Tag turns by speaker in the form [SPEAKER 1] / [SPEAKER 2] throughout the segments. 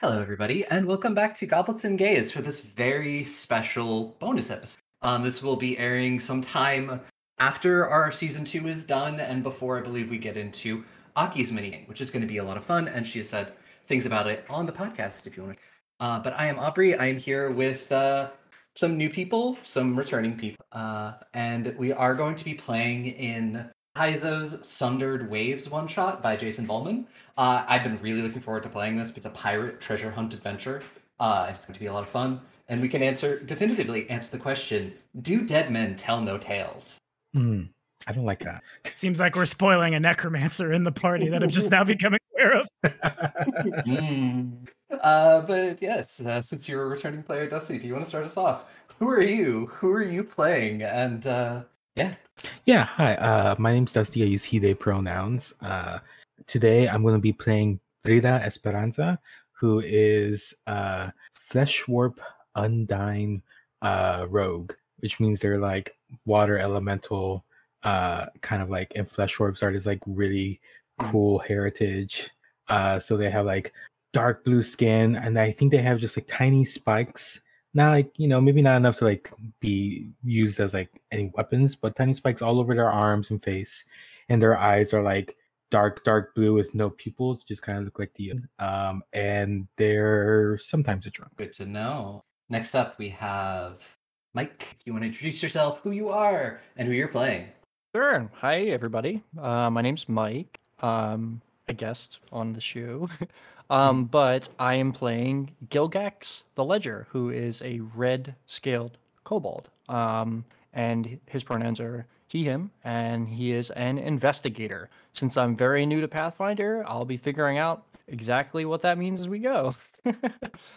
[SPEAKER 1] Hello, everybody, and welcome back to Goblets and Gays for this very special bonus episode. Um, this will be airing sometime after our season two is done and before I believe we get into Aki's mini, which is going to be a lot of fun. And she has said things about it on the podcast if you want to. Uh, but I am Aubrey. I am here with uh, some new people, some returning people. Uh, and we are going to be playing in Kaizo's Sundered Waves one shot by Jason Ballman. Uh, I've been really looking forward to playing this. It's a pirate treasure hunt adventure. Uh, it's going to be a lot of fun, and we can answer definitively answer the question: Do dead men tell no tales?
[SPEAKER 2] Mm, I don't like that.
[SPEAKER 3] Seems like we're spoiling a necromancer in the party that I'm just now becoming aware of.
[SPEAKER 1] Mm. Uh, but yes, uh, since you're a returning player, Dusty, do you want to start us off? Who are you? Who are you playing? And uh, yeah,
[SPEAKER 2] yeah, hi. Uh, my name's Dusty. I use he, they pronouns. Uh, today I'm going to be playing Frida Esperanza, who is a flesh warp undying uh, rogue, which means they're like water elemental, uh, kind of like, and flesh warps are this like really cool heritage. Uh, so they have like dark blue skin, and I think they have just like tiny spikes not like you know maybe not enough to like be used as like any weapons but tiny spikes all over their arms and face and their eyes are like dark dark blue with no pupils just kind of look like the um and they're sometimes a drunk
[SPEAKER 1] good to know. Next up, we have Mike. You want to introduce yourself, who you are, and who you're playing?
[SPEAKER 4] Sure. Hi, everybody. Uh, my name's Mike. Um, a guest on the show.
[SPEAKER 3] Mm-hmm.
[SPEAKER 4] um, but I am playing Gilgax the Ledger, who is a red scaled kobold. Um, and his pronouns are he, him, and he is an investigator. Since I'm very new to Pathfinder, I'll be figuring out exactly what that means as we go.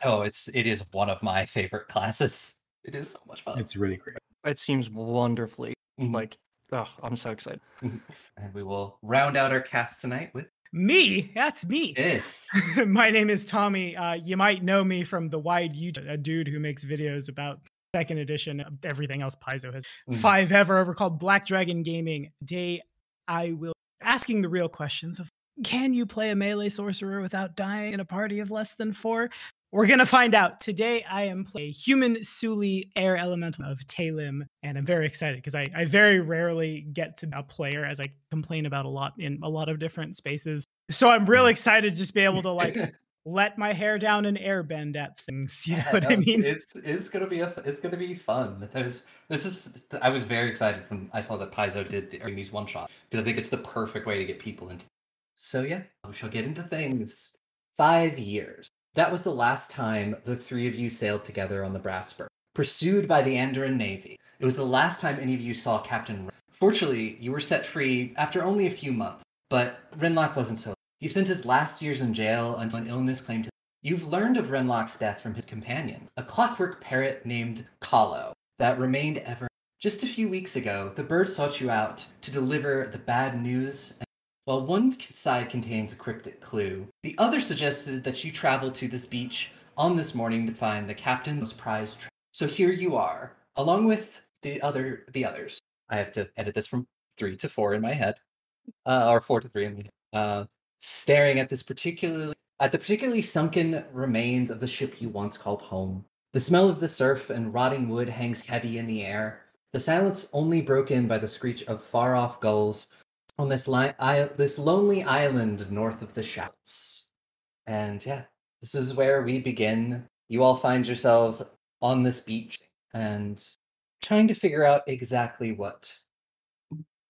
[SPEAKER 1] Oh, it's it is one of my favorite classes. It is so much fun.
[SPEAKER 2] it's really great
[SPEAKER 4] it seems wonderfully
[SPEAKER 3] Mm-hmm.
[SPEAKER 1] Mhm.
[SPEAKER 4] like, oh, I'm so excited.
[SPEAKER 1] and we will round out our cast tonight with
[SPEAKER 3] Me? That's me.
[SPEAKER 1] this.
[SPEAKER 3] My name is Tommy. Uh, you might know me from the wide YouTube, a dude who makes videos about second edition, of everything else Paizo has
[SPEAKER 1] Mm.
[SPEAKER 3] five ever over called Black Dragon Gaming. Today, I will asking the real questions of can you play a melee sorcerer without dying in a party of less than four? We're gonna find out today. I am play human Suli air elemental of Talim, and I'm very excited because I, I very rarely get to be a player as I complain about a lot in a lot of different spaces. So I'm real excited to just be able to like let my hair down and airbend at things. You know
[SPEAKER 1] Yeah,
[SPEAKER 3] what I
[SPEAKER 1] no, it's-
[SPEAKER 3] mean?
[SPEAKER 1] It's it's gonna be a it's gonna be fun. There's this is I was very excited when I saw that Paizo did the, or these one shots because I think it's the perfect way to get people into. So yeah, we shall get into things. Five years. That was the last time the three of you sailed together on the Brasper, pursued by the Andoran Navy. It was the last time any of you saw Captain. Ren. Fortunately, you were set free after only a few months, but Renlock wasn't so. He spent his last years in jail until an illness claimed his. You've learned of Renlock's death from his companion, a clockwork parrot named Kalo, that remained ever. Just a few weeks ago, the bird sought you out to deliver the bad news. And while one side contains a cryptic clue, the other suggested that you travel to this beach on this morning to find the captain's prize. Tra- so here you are, along with the other the others. I have to edit this from three to four in my head, uh, or four to three in my head. Uh, staring at this particularly at the particularly sunken remains of the ship you once called home. The smell of the surf and rotting wood hangs heavy in the air, the silence only broken by the screech of far off gulls on this, li- I- this lonely island north of the shouts. And yeah, this is where we begin. You all find yourselves on this beach and trying to figure out exactly what.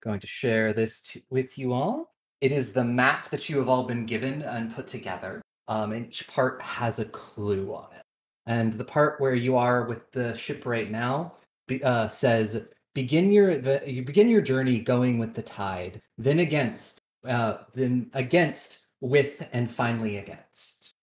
[SPEAKER 1] Going to share this t- with you all it is the map that you have all been given and put together. Um, and each part has a clue on it. And the part where you are with the ship right now be, uh, says, "Begin your adve- you begin your journey going with the tide, then against, uh, then against, with, and finally against."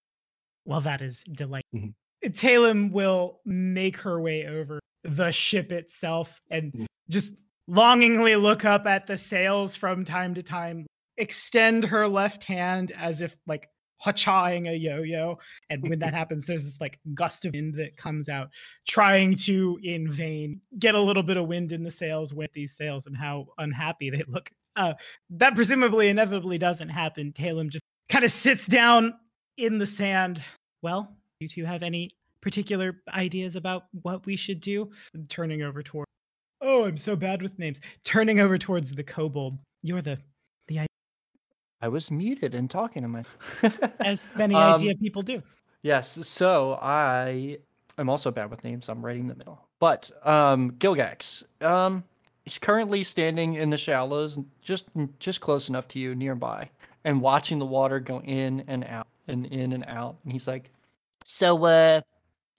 [SPEAKER 3] Well, that is delightful.
[SPEAKER 1] Mhm.
[SPEAKER 3] Talem will make her way over the ship itself and
[SPEAKER 1] Mm.
[SPEAKER 3] just longingly look up at the sails from time to time, extend her left hand as if like hachaing a yo-yo. And when that happens, there's this like gust of wind that comes out, trying to in vain get a little bit of wind in the sails with these sails and how unhappy they look. Uh, that presumably inevitably doesn't happen. Talem just kind of sits down in the sand Well, you two have any particular ideas about what we should do? I'm turning over toward. Oh, I'm so bad with names. Turning over towards the kobold. You're the
[SPEAKER 4] I was muted and talking to my.
[SPEAKER 3] as many
[SPEAKER 4] Um,
[SPEAKER 3] idea people do.
[SPEAKER 4] Yes, so I am also bad with names. I'm right in the middle. But um, Gilgax, um, he's currently standing in the shallows, just just close enough to you, nearby, and watching the water go in and out and in and out. And he's like, "So, uh,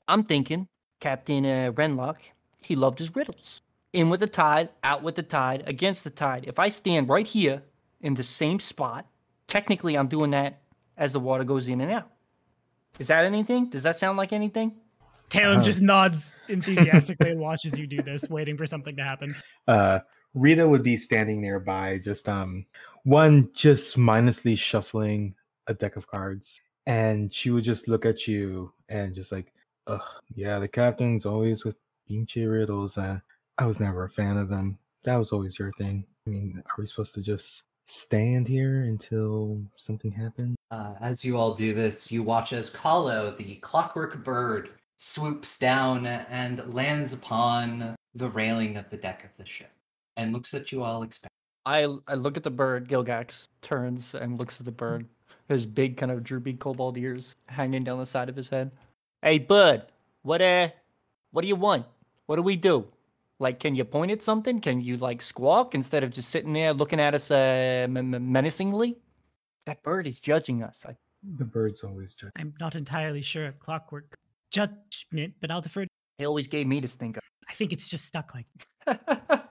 [SPEAKER 4] I'm thinking, Captain uh, Renlock, he loved his riddles. In with the tide, out with the tide, against the tide. If I stand right here in the same spot, technically, I'm doing that as the water goes in and out." Is that anything? Does that sound like anything?
[SPEAKER 3] Talon
[SPEAKER 2] Uh-huh.
[SPEAKER 3] just nods enthusiastically and watches you do this, waiting for something to happen.
[SPEAKER 2] uh rita would be standing nearby just um one just mindlessly shuffling a deck of cards and she would just look at you and just like ugh yeah the captain's always with pinche riddles uh, i was never a fan of them that was always your thing i mean are we supposed to just stand here until something happens
[SPEAKER 1] Uh, as you all do this, you watch as Kalo, the clockwork bird, swoops down and lands upon the railing of the deck of the ship and looks at you all expect.
[SPEAKER 4] I, l- I look at the bird. Gilgax turns and looks at the bird. His big, kind of droopy cobalt ears hanging down the side of his head. Hey, bird, what uh, what do you want? What do we do? Like, can you point at something? Can you like squawk instead of just sitting there looking at us uh, m- m- menacingly? That bird is judging us. I,
[SPEAKER 2] the bird's always just
[SPEAKER 3] I'm not entirely sure of clockwork judgment, but I'll defer.
[SPEAKER 4] he always gave me to stink
[SPEAKER 3] I think it's just stuck like.
[SPEAKER 4] of.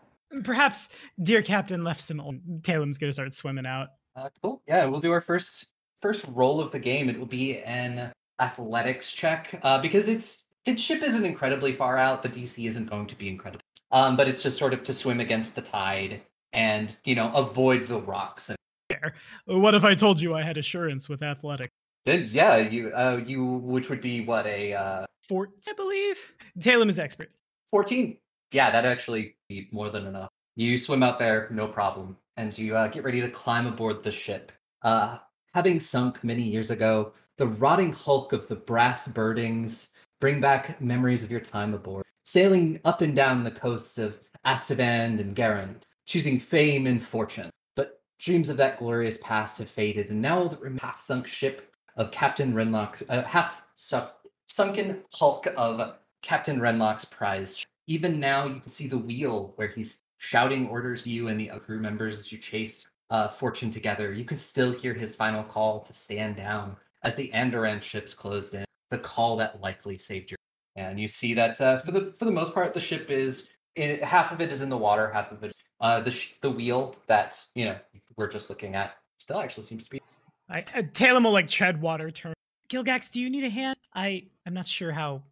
[SPEAKER 3] Perhaps dear captain left some. Old... Talon's gonna start swimming out.
[SPEAKER 1] Uh, cool. Yeah, we'll do our first first roll of the game. It will be an athletics check uh, because it's its ship isn't incredibly far out. The DC isn't going to be incredible, um, but it's just sort of to swim against the tide and you know avoid the rocks. And
[SPEAKER 3] What if I told you I had assurance with athletic?
[SPEAKER 1] then yeah, you uh, you which would be what a uh,
[SPEAKER 3] Fort, I believe. Talon is expert.
[SPEAKER 1] 14. Yeah, that actually be more than enough. You swim out there, no problem, and you uh, get ready to climb aboard the ship. Uh, having sunk many years ago, the rotting hulk of the brass birdings bring back memories of your time aboard, sailing up and down the coasts of Astavand and Garand, choosing fame and fortune. But dreams of that glorious past have faded, and now all that remains half-sunk ship of Captain Renlock, uh, half-sunken hulk of Captain Renlock's prize. Even now, you can see the wheel where he's shouting orders to you and the other crew members as you chased uh, fortune together. You can still hear his final call to stand down as the Andoran ships closed in. The call that likely saved your. And you see that uh, for the for the most part, the ship is it, half of it is in the water, half of it. Uh, the sh- the wheel that you know we're just looking at still actually seems to be.
[SPEAKER 3] I, uh, Talon will like tread water. Turn. Gilgax, do you need a hand? I I'm not sure how.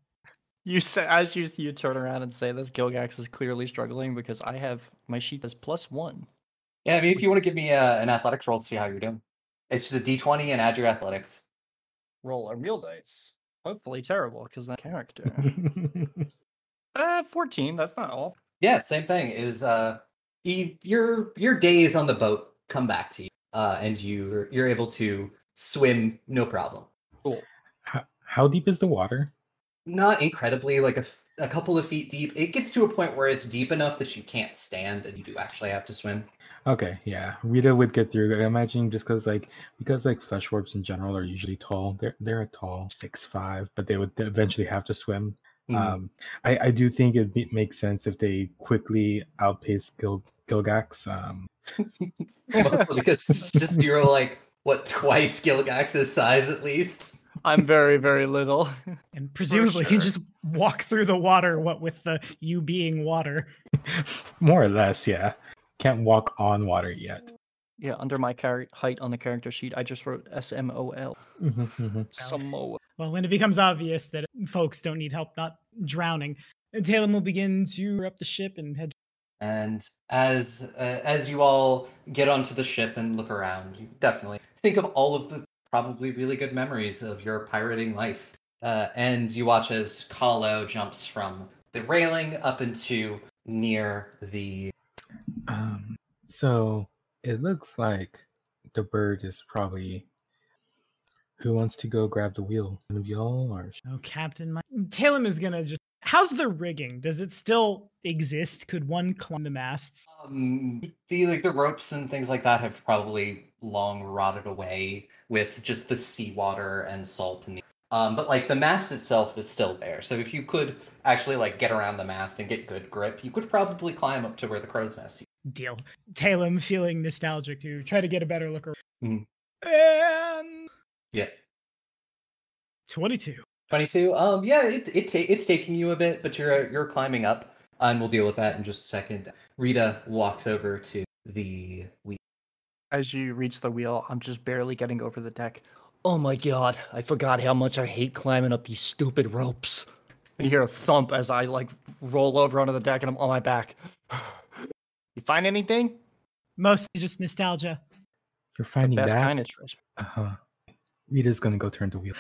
[SPEAKER 4] You say as you you turn around and say this, Gilgax is clearly struggling because I have my sheet as plus one.
[SPEAKER 1] Yeah, I mean, if you want to give me uh, an athletics roll to see how you're doing, it's just a D twenty and add your athletics.
[SPEAKER 4] Roll a real dice. Hopefully terrible because that character. uh, fourteen. That's not awful.
[SPEAKER 1] Yeah, same thing is uh y- your your days on the boat come back to you uh and you're you're able to swim no problem.
[SPEAKER 2] how, how deep is the water
[SPEAKER 1] Not incredibly like a, f- a couple of feet deep. It gets to a point where it's deep enough that you can't stand and you do actually have to swim.
[SPEAKER 2] Okay, yeah, Rita would get through. I imagine just because like because like flesh warps in general are usually tall. They're they're a tall six five, but they would eventually have to swim.
[SPEAKER 4] Mm-hmm.
[SPEAKER 2] Um, I I do think it would makes sense if they quickly outpace Gil Gilgax. Um,
[SPEAKER 1] Mostly because it's just you're like what twice Gilgax's size at least.
[SPEAKER 4] I'm very very little.
[SPEAKER 3] And presumably you
[SPEAKER 4] sure.
[SPEAKER 3] just walk through the water. What with the you being water.
[SPEAKER 2] more or less, yeah. Can't walk on water yet.
[SPEAKER 4] yeah, under my char- height on the character sheet, I just wrote S M O L.
[SPEAKER 2] Mhm,
[SPEAKER 4] Mm-hmm,
[SPEAKER 2] mhm.
[SPEAKER 4] Samoa.
[SPEAKER 3] Well, when it becomes obvious that folks don't need help not drowning, Talon will begin to rear up the ship and head.
[SPEAKER 1] And as uh, as you all get onto the ship and look around, you definitely think of all of the probably really good memories of your pirating life. Uh, and you watch as Kahlo jumps from the railing up into near the.
[SPEAKER 2] Um, so it looks like the bird is probably Who wants to go grab the wheel? One of y'all or
[SPEAKER 3] Oh, Captain Mike. Talem is gonna just. How's the rigging? Does it still exist? Could one climb the masts?
[SPEAKER 1] Um, the like the ropes and things like that have probably long rotted away with just the seawater and salt and the um, but like the mast itself is still there. So if you could actually like get around the mast and get good grip, you could probably climb up to where the crow's nest. is.
[SPEAKER 3] Deal. Talem feeling nostalgic to try to get a better look around. Um,
[SPEAKER 1] Mm.
[SPEAKER 2] Mm-hmm.
[SPEAKER 3] And
[SPEAKER 1] Yeah.
[SPEAKER 3] 22.
[SPEAKER 1] 22 um yeah it, it ta- it's taking you a bit but you're uh, you're climbing up and we'll deal with that in just a second rita walks over to the wheel
[SPEAKER 4] As you reach the wheel, I'm just barely getting over the deck. Oh my god, I forgot how much I hate climbing up these stupid ropes. And you hear a thump as I like roll over onto the deck and I'm on my back. you find anything?
[SPEAKER 3] Mostly just nostalgia.
[SPEAKER 2] you're finding
[SPEAKER 4] Best
[SPEAKER 2] that?
[SPEAKER 4] kind of treasure.
[SPEAKER 2] uh-huh. Rita's gonna go turn the wheel.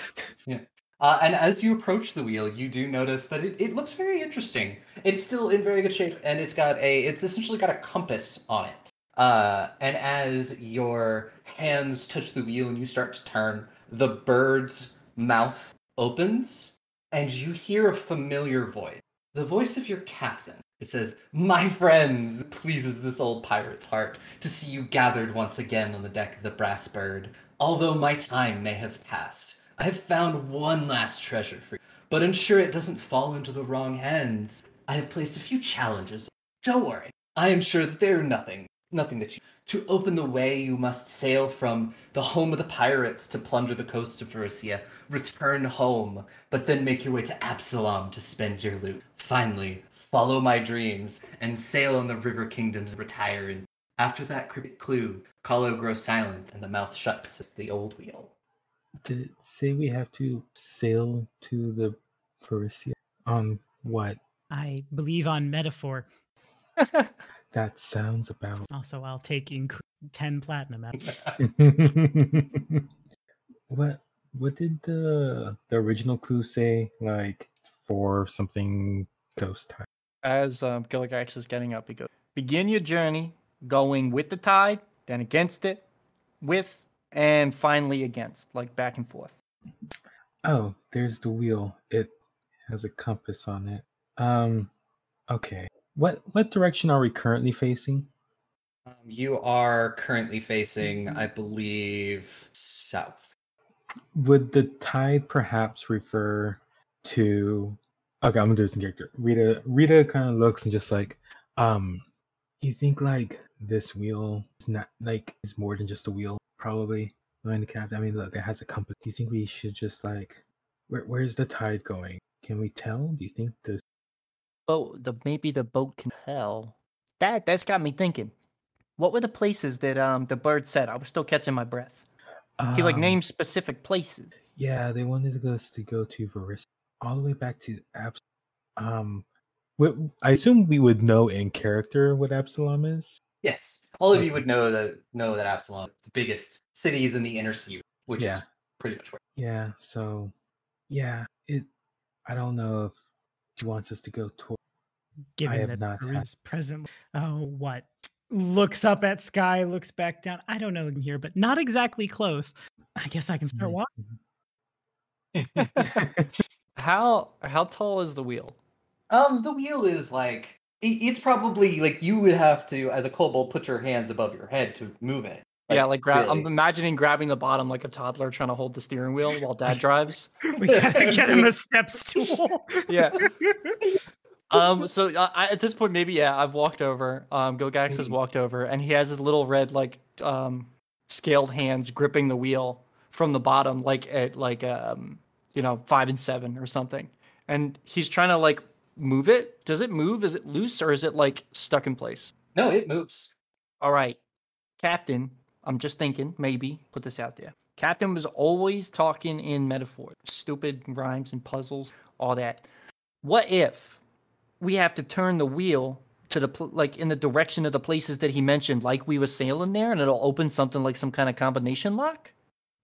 [SPEAKER 1] uh, and as you approach the wheel you do notice that it, it looks very interesting it's still in very good shape and it's got a it's essentially got a compass on it uh and as your hands touch the wheel and you start to turn the bird's mouth opens and you hear a familiar voice the voice of your captain. It says, My friends, it pleases this old pirate's heart to see you gathered once again on the deck of the Brass Bird. Although my time may have passed, I have found one last treasure for you, but ensure it doesn't fall into the wrong hands. I have placed a few challenges. Don't worry, I am sure that they are nothing, nothing that you. To open the way, you must sail from the home of the pirates to plunder the coasts of Pharisea, return home, but then make your way to Absalom to spend your loot. Finally, follow my dreams and sail on the river kingdoms and retire. And after that cryptic clue, Kahlo grows silent and the mouth shuts at the old wheel.
[SPEAKER 2] Did it say we have to sail to the Pharisee on what?
[SPEAKER 3] I believe on metaphor.
[SPEAKER 2] That sounds about.
[SPEAKER 3] Also, I'll take inc- 10 platinum out.
[SPEAKER 2] what what did the the original clue say? Like for something ghost type.
[SPEAKER 4] As um, Gilgax is getting up, he goes, Begin your journey going with the tide, then against it, with, and finally against, like back and forth.
[SPEAKER 2] Oh, there's the wheel. It has a compass on it. Um okay. What what direction are we currently facing?
[SPEAKER 1] Um, you are currently facing, I believe, south.
[SPEAKER 2] Would the tide perhaps refer to Okay, I'm gonna do this in character. Rita Rita kinda looks and just like, um, you think like this wheel is not like is more than just a wheel, probably. Mind the cap. I mean look, it has a compass. Do you think we should just like where where's the tide going? Can we tell? Do you think the
[SPEAKER 4] boat the maybe the boat can tell that that's got me thinking what were the places that um the bird said i was still catching my breath he like
[SPEAKER 2] um,
[SPEAKER 4] named specific places
[SPEAKER 2] Yeah, they wanted us to go to Varissa, all the way back to Abs. Um, what I assume we would know in character what Absalom is.
[SPEAKER 1] Yes, all of you
[SPEAKER 2] Okay.
[SPEAKER 1] would know that know that Absalom, the biggest cities in the inner sea, which
[SPEAKER 2] Yeah.
[SPEAKER 1] is pretty much where.
[SPEAKER 2] Yeah, so yeah, it. I don't know if he wants us to go toward.
[SPEAKER 3] Given
[SPEAKER 2] have
[SPEAKER 3] that
[SPEAKER 2] not
[SPEAKER 3] there
[SPEAKER 2] had-
[SPEAKER 3] is presently. Oh, what? Looks up at sky, looks back down. I don't know in here, but not exactly close. I guess I can start
[SPEAKER 2] Mm-hmm.
[SPEAKER 3] walking.
[SPEAKER 4] how how tall is the wheel
[SPEAKER 1] Um, the wheel is like i- it's probably like you would have to, as a kobold, put your hands above your head to move it.
[SPEAKER 4] yeah like grab um, i'm
[SPEAKER 1] really.
[SPEAKER 4] imagining grabbing the bottom like a toddler trying to hold the steering wheel while dad drives
[SPEAKER 3] We gotta get him a step stool.
[SPEAKER 4] yeah um so uh, I, at this point maybe yeah i've walked over um gogax has
[SPEAKER 1] Mm.
[SPEAKER 4] walked over and he has his little red like um scaled hands gripping the wheel from the bottom like at like um you know five and seven or something and he's trying to like move it does it move is it loose or is it like stuck in place
[SPEAKER 1] No, it moves.
[SPEAKER 4] all right captain i'm just thinking maybe put this out there captain was always talking in metaphor stupid rhymes and puzzles all that what if we have to turn the wheel to the pl- like in the direction of the places that he mentioned like we were sailing there and it'll open something like some kind of combination lock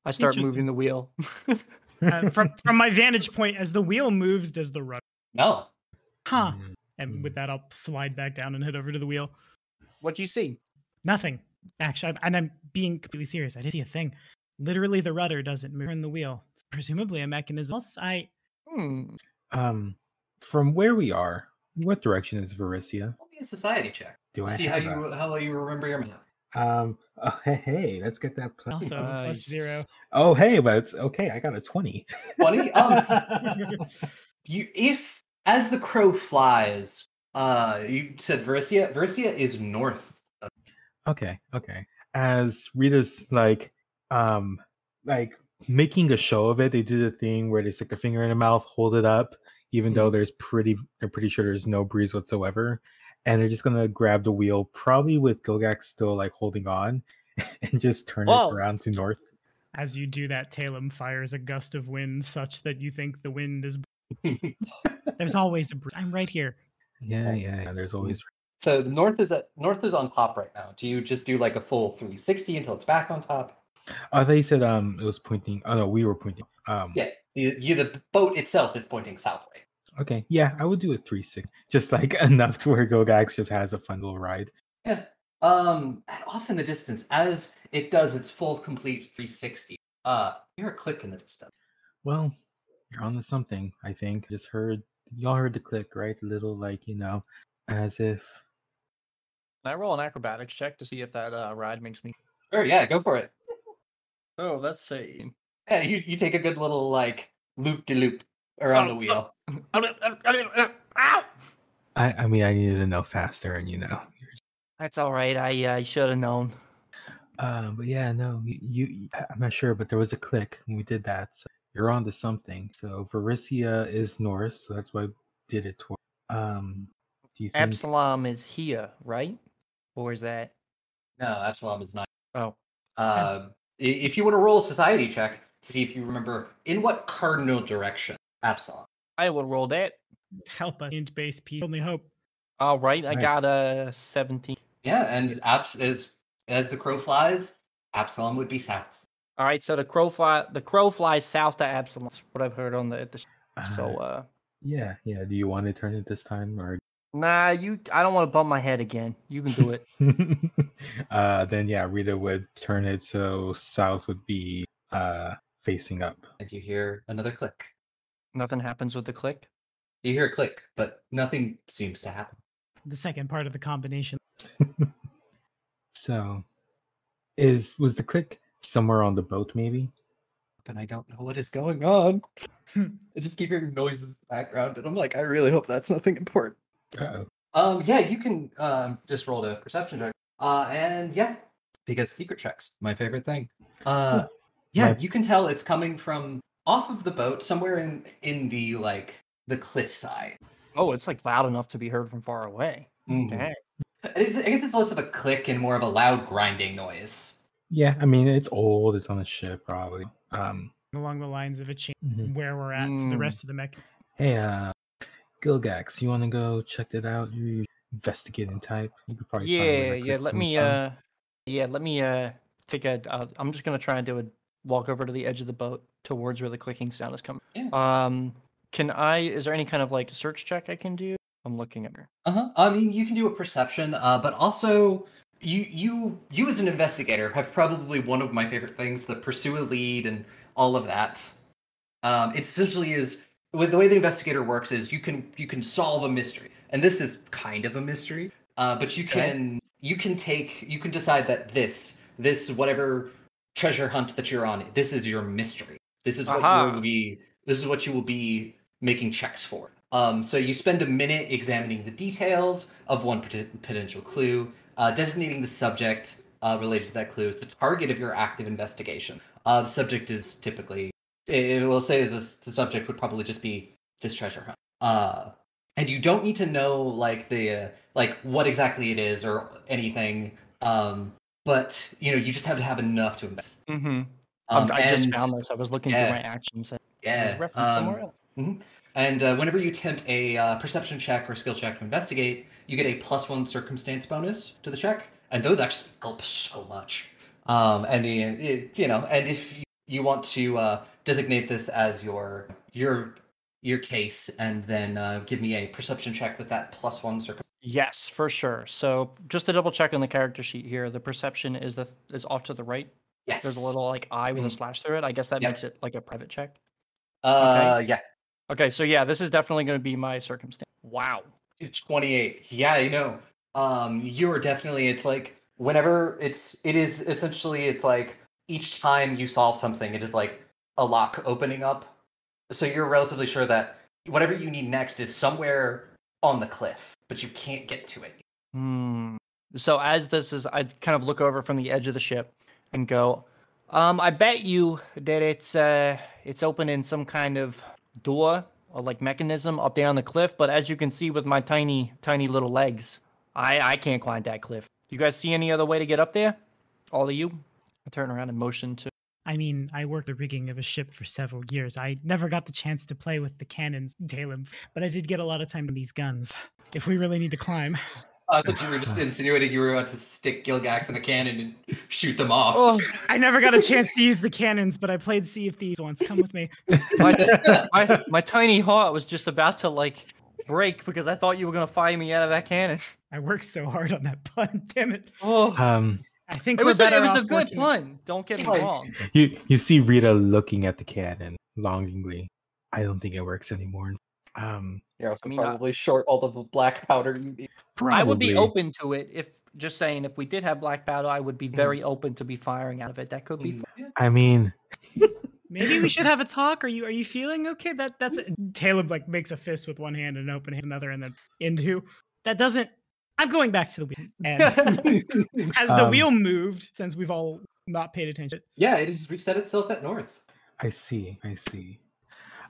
[SPEAKER 4] i start
[SPEAKER 3] Interesting.
[SPEAKER 4] moving the wheel
[SPEAKER 3] Uh, from, from my vantage point, as the wheel moves, does the rug.
[SPEAKER 1] No,
[SPEAKER 3] Huh.
[SPEAKER 2] Mm,
[SPEAKER 3] And with that, I'll slide back down and head over to the wheel.
[SPEAKER 4] what do you see
[SPEAKER 3] Nothing. Actually, I'm- and I'm being completely serious. I didn't see a thing. Literally, the rudder doesn't move in the wheel. It's presumably a mechanism. Else, I
[SPEAKER 4] Hmm.
[SPEAKER 2] Um, from where we are, what direction is Varicia?
[SPEAKER 1] It'll be a society check.
[SPEAKER 2] Do I
[SPEAKER 1] See how
[SPEAKER 2] have
[SPEAKER 1] you how well you remember your map.
[SPEAKER 2] a- um? Oh, hey, hey, let's get that plus.
[SPEAKER 3] also plus
[SPEAKER 4] Nice.
[SPEAKER 3] zero.
[SPEAKER 2] Oh, hey, but it's okay. I got a twenty.
[SPEAKER 1] Twenty. Um, you if as the crow flies, uh, you said Vericia. Vericia is north. of-
[SPEAKER 2] okay, okay. As Rita's like, um, like making a show of it, they do the thing where they stick their finger in their mouth, hold it up, even though there's pretty, they're pretty sure there's no breeze whatsoever, and they're just gonna grab the wheel, probably with Gilgax still like holding on, and just turn
[SPEAKER 4] Whoa.
[SPEAKER 2] it around to north.
[SPEAKER 3] As you do that, Talem fires a gust of wind such that you think the wind is. There's always a breeze. I'm right here.
[SPEAKER 2] Yeah, yeah, yeah. There's always
[SPEAKER 1] so north is at north is on top right now. Do you just do like a full 360 until it's back on top?
[SPEAKER 2] I thought you said um it was pointing. Oh no, we were pointing. Um,
[SPEAKER 1] Yeah. You, you the boat itself is pointing southward.
[SPEAKER 2] Okay. Yeah, I would do a three six, just like enough to where Gogax just has a fun little ride.
[SPEAKER 1] Um, and off in the distance, as it does its full complete 360. Uh, you hear a click in the distance.
[SPEAKER 2] Well, you're on to something. I think. Just heard y'all heard the click, right? A little like you know, as if.
[SPEAKER 4] Can I roll an acrobatics check to see if that uh, ride makes me?
[SPEAKER 1] Sure, yeah, go for it.
[SPEAKER 4] Oh, let's see.
[SPEAKER 1] Yeah, you, you take a good little like loop de loop around the
[SPEAKER 4] Oh, oh.
[SPEAKER 1] wheel.
[SPEAKER 4] Ow!
[SPEAKER 2] I I mean I needed to know faster, and you know.
[SPEAKER 4] That's all right. I uh, should have known.
[SPEAKER 2] Uh, but yeah, no, y- you, y- I- I'm not sure, but there was a click when we did that. So you're on to something. So Varicia is north, so that's why I did it toward. Um, do you think?
[SPEAKER 4] Absalom is here, right? Or is that?
[SPEAKER 1] No, Absalom is not.
[SPEAKER 4] Oh,
[SPEAKER 1] Uh, i- if you want to roll a society check to see if you remember in what cardinal direction Absalom.
[SPEAKER 4] I will roll that.
[SPEAKER 3] Help us, int base P. Only hope.
[SPEAKER 4] All right, I got
[SPEAKER 2] Nice.
[SPEAKER 4] a seventeen.
[SPEAKER 1] Yeah, and abs as as the crow flies, Absalom would be south.
[SPEAKER 4] All right, so the crow fly, the crow flies south to Absalom. That's what I've heard on the. the
[SPEAKER 2] Uh,
[SPEAKER 4] so, uh,
[SPEAKER 2] yeah, yeah. Do you want to turn it this time, or
[SPEAKER 4] nah, you. I don't want to bump my head again. You can do it.
[SPEAKER 2] uh, then yeah, Rita would turn it so south would be uh facing up.
[SPEAKER 1] And you hear another click.
[SPEAKER 4] Nothing happens with the click.
[SPEAKER 1] You hear a click, but nothing seems to happen.
[SPEAKER 3] The second part of the combination.
[SPEAKER 2] So, is was the click somewhere on the boat? Maybe.
[SPEAKER 1] And I don't know what is going on. I just keep hearing noises in the background, and I'm like, I really hope that's nothing important.
[SPEAKER 2] Uh-oh.
[SPEAKER 1] Um, yeah, you can um just roll a perception check. Uh, and yeah, because secret checks, my favorite thing. Uh, yeah,
[SPEAKER 2] My-
[SPEAKER 1] you can tell it's coming from off of the boat, somewhere in in the like the cliffside.
[SPEAKER 4] Oh, it's like loud enough to be heard from far away. Dang.
[SPEAKER 1] And It's, I guess it's less of a click and more of a loud grinding noise.
[SPEAKER 2] Yeah, I mean it's old. It's on a ship, probably. Um.
[SPEAKER 3] along the lines of a chain
[SPEAKER 2] mhm.
[SPEAKER 3] where we're at to the
[SPEAKER 4] Mm.
[SPEAKER 3] rest of the mech.
[SPEAKER 2] Hey, uh, Gilgax, you want to go check it out? You're investigating type. You could probably. find where
[SPEAKER 4] Yeah,
[SPEAKER 2] the
[SPEAKER 4] yeah.
[SPEAKER 2] click's
[SPEAKER 4] Let
[SPEAKER 2] coming
[SPEAKER 4] me.
[SPEAKER 2] from.
[SPEAKER 4] uh Yeah, let me. uh Take a. Uh, I'm just gonna try and do a walk over to the edge of the boat towards where the clicking sound is coming.
[SPEAKER 1] Yeah.
[SPEAKER 4] Um, can I? Is there any kind of like search check I can do? I'm looking at her.
[SPEAKER 1] Uh-huh. I mean, you can do a perception, uh, but also you you you as an investigator have probably one of my favorite things, the pursue a lead and all of that. Um, it essentially is with the way the investigator works is you can you can solve a mystery. And this is kind of a mystery, uh, but you
[SPEAKER 4] Okay.
[SPEAKER 1] can you can take you can decide that this this whatever treasure hunt that you're on, this is your mystery. This is what you
[SPEAKER 4] Aha.
[SPEAKER 1] will be this is what you will be making checks for. Um, so you spend a minute examining the details of one pot- potential clue, uh, designating the subject uh, related to that clue as the target of your active investigation. Uh, the subject is typically, it it will say, is this the subject would probably just be this treasure hunt. Uh, and you don't need to know like the uh, like what exactly it is or anything. Um, but you know, you just have to have enough to invest.
[SPEAKER 4] Mm-hmm.
[SPEAKER 1] Um,
[SPEAKER 4] I just
[SPEAKER 1] and-
[SPEAKER 4] found this. I was looking
[SPEAKER 1] yeah.
[SPEAKER 4] through my actions. And it
[SPEAKER 1] Yeah.
[SPEAKER 4] was referenced
[SPEAKER 1] um,
[SPEAKER 4] somewhere else.
[SPEAKER 1] And uh, whenever you attempt a uh, perception check or skill check to investigate, you get a plus one circumstance bonus to the check, and those actually help so much. Um, and uh, it, you know, and if you, you want to uh, designate this as your your your case, and then uh, give me a perception check with that plus one circum.
[SPEAKER 4] Yes, for sure. So just to double check on the character sheet here, the perception is the is off to the right
[SPEAKER 1] Yes.
[SPEAKER 4] There's a little like eye with a
[SPEAKER 1] Mhm.
[SPEAKER 4] slash through it. I guess that
[SPEAKER 1] Yep.
[SPEAKER 4] makes it like a private check.
[SPEAKER 1] Uh, yeah.
[SPEAKER 4] Okay, so yeah, this is definitely going to be my circumstance. Wow.
[SPEAKER 1] 28 yeah you know um you're definitely it's like whenever it's it is essentially it's like each time you solve something it is like a lock opening up so you're relatively sure that whatever you need next is somewhere on the cliff but you can't get to it
[SPEAKER 4] Hmm. So as this is, I kind of look over from the edge of the ship and go, um, I bet you that it's uh, it's opening some kind of door or like mechanism up there on the cliff. But as you can see with my tiny, tiny little legs, I I can't climb that cliff. You guys see any other way to get up there? All of you, I turn around and motion to.
[SPEAKER 3] I mean, I worked the rigging of a ship for several years. I never got the chance to play with the cannons, Talem, but I did get a lot of time on these guns. If we really need to climb,
[SPEAKER 1] i thought you were just insinuating you were about to stick gilgax in a cannon and shoot them off
[SPEAKER 4] Oh,
[SPEAKER 3] I never got a chance to use the cannons, but I played Sea of Thieves once. Come with me.
[SPEAKER 4] my, my, my tiny heart was just about to like break because I thought you were gonna fire me out of that cannon.
[SPEAKER 3] I worked so hard on that pun. Damn it!
[SPEAKER 4] Oh.
[SPEAKER 2] Um,
[SPEAKER 3] I think
[SPEAKER 4] It
[SPEAKER 3] we're
[SPEAKER 4] was, a,
[SPEAKER 3] better
[SPEAKER 4] it was a
[SPEAKER 3] off
[SPEAKER 4] good
[SPEAKER 3] working-
[SPEAKER 4] pun. Don't get me
[SPEAKER 1] Nice.
[SPEAKER 4] wrong.
[SPEAKER 2] you you see Rita looking at the cannon longingly. I don't think it works anymore. Um,
[SPEAKER 1] you're also
[SPEAKER 4] I mean, I-
[SPEAKER 1] probably short all the black powder you need.
[SPEAKER 4] I would be
[SPEAKER 2] probably.
[SPEAKER 4] open to it if just saying if we did have black powder, I would be
[SPEAKER 1] Mhm.
[SPEAKER 4] very open to be firing out of it. That could be fun.
[SPEAKER 2] I mean,
[SPEAKER 3] Maybe we should have a talk. Are you are you feeling okay? That that's it. Taleb like makes a fist with one hand and an open hand another, and then into that doesn't. I'm going back to the wheel. And as the
[SPEAKER 2] Um,
[SPEAKER 3] wheel moved, since we've all not paid attention,
[SPEAKER 1] yeah it has reset itself at north
[SPEAKER 2] I see, I see.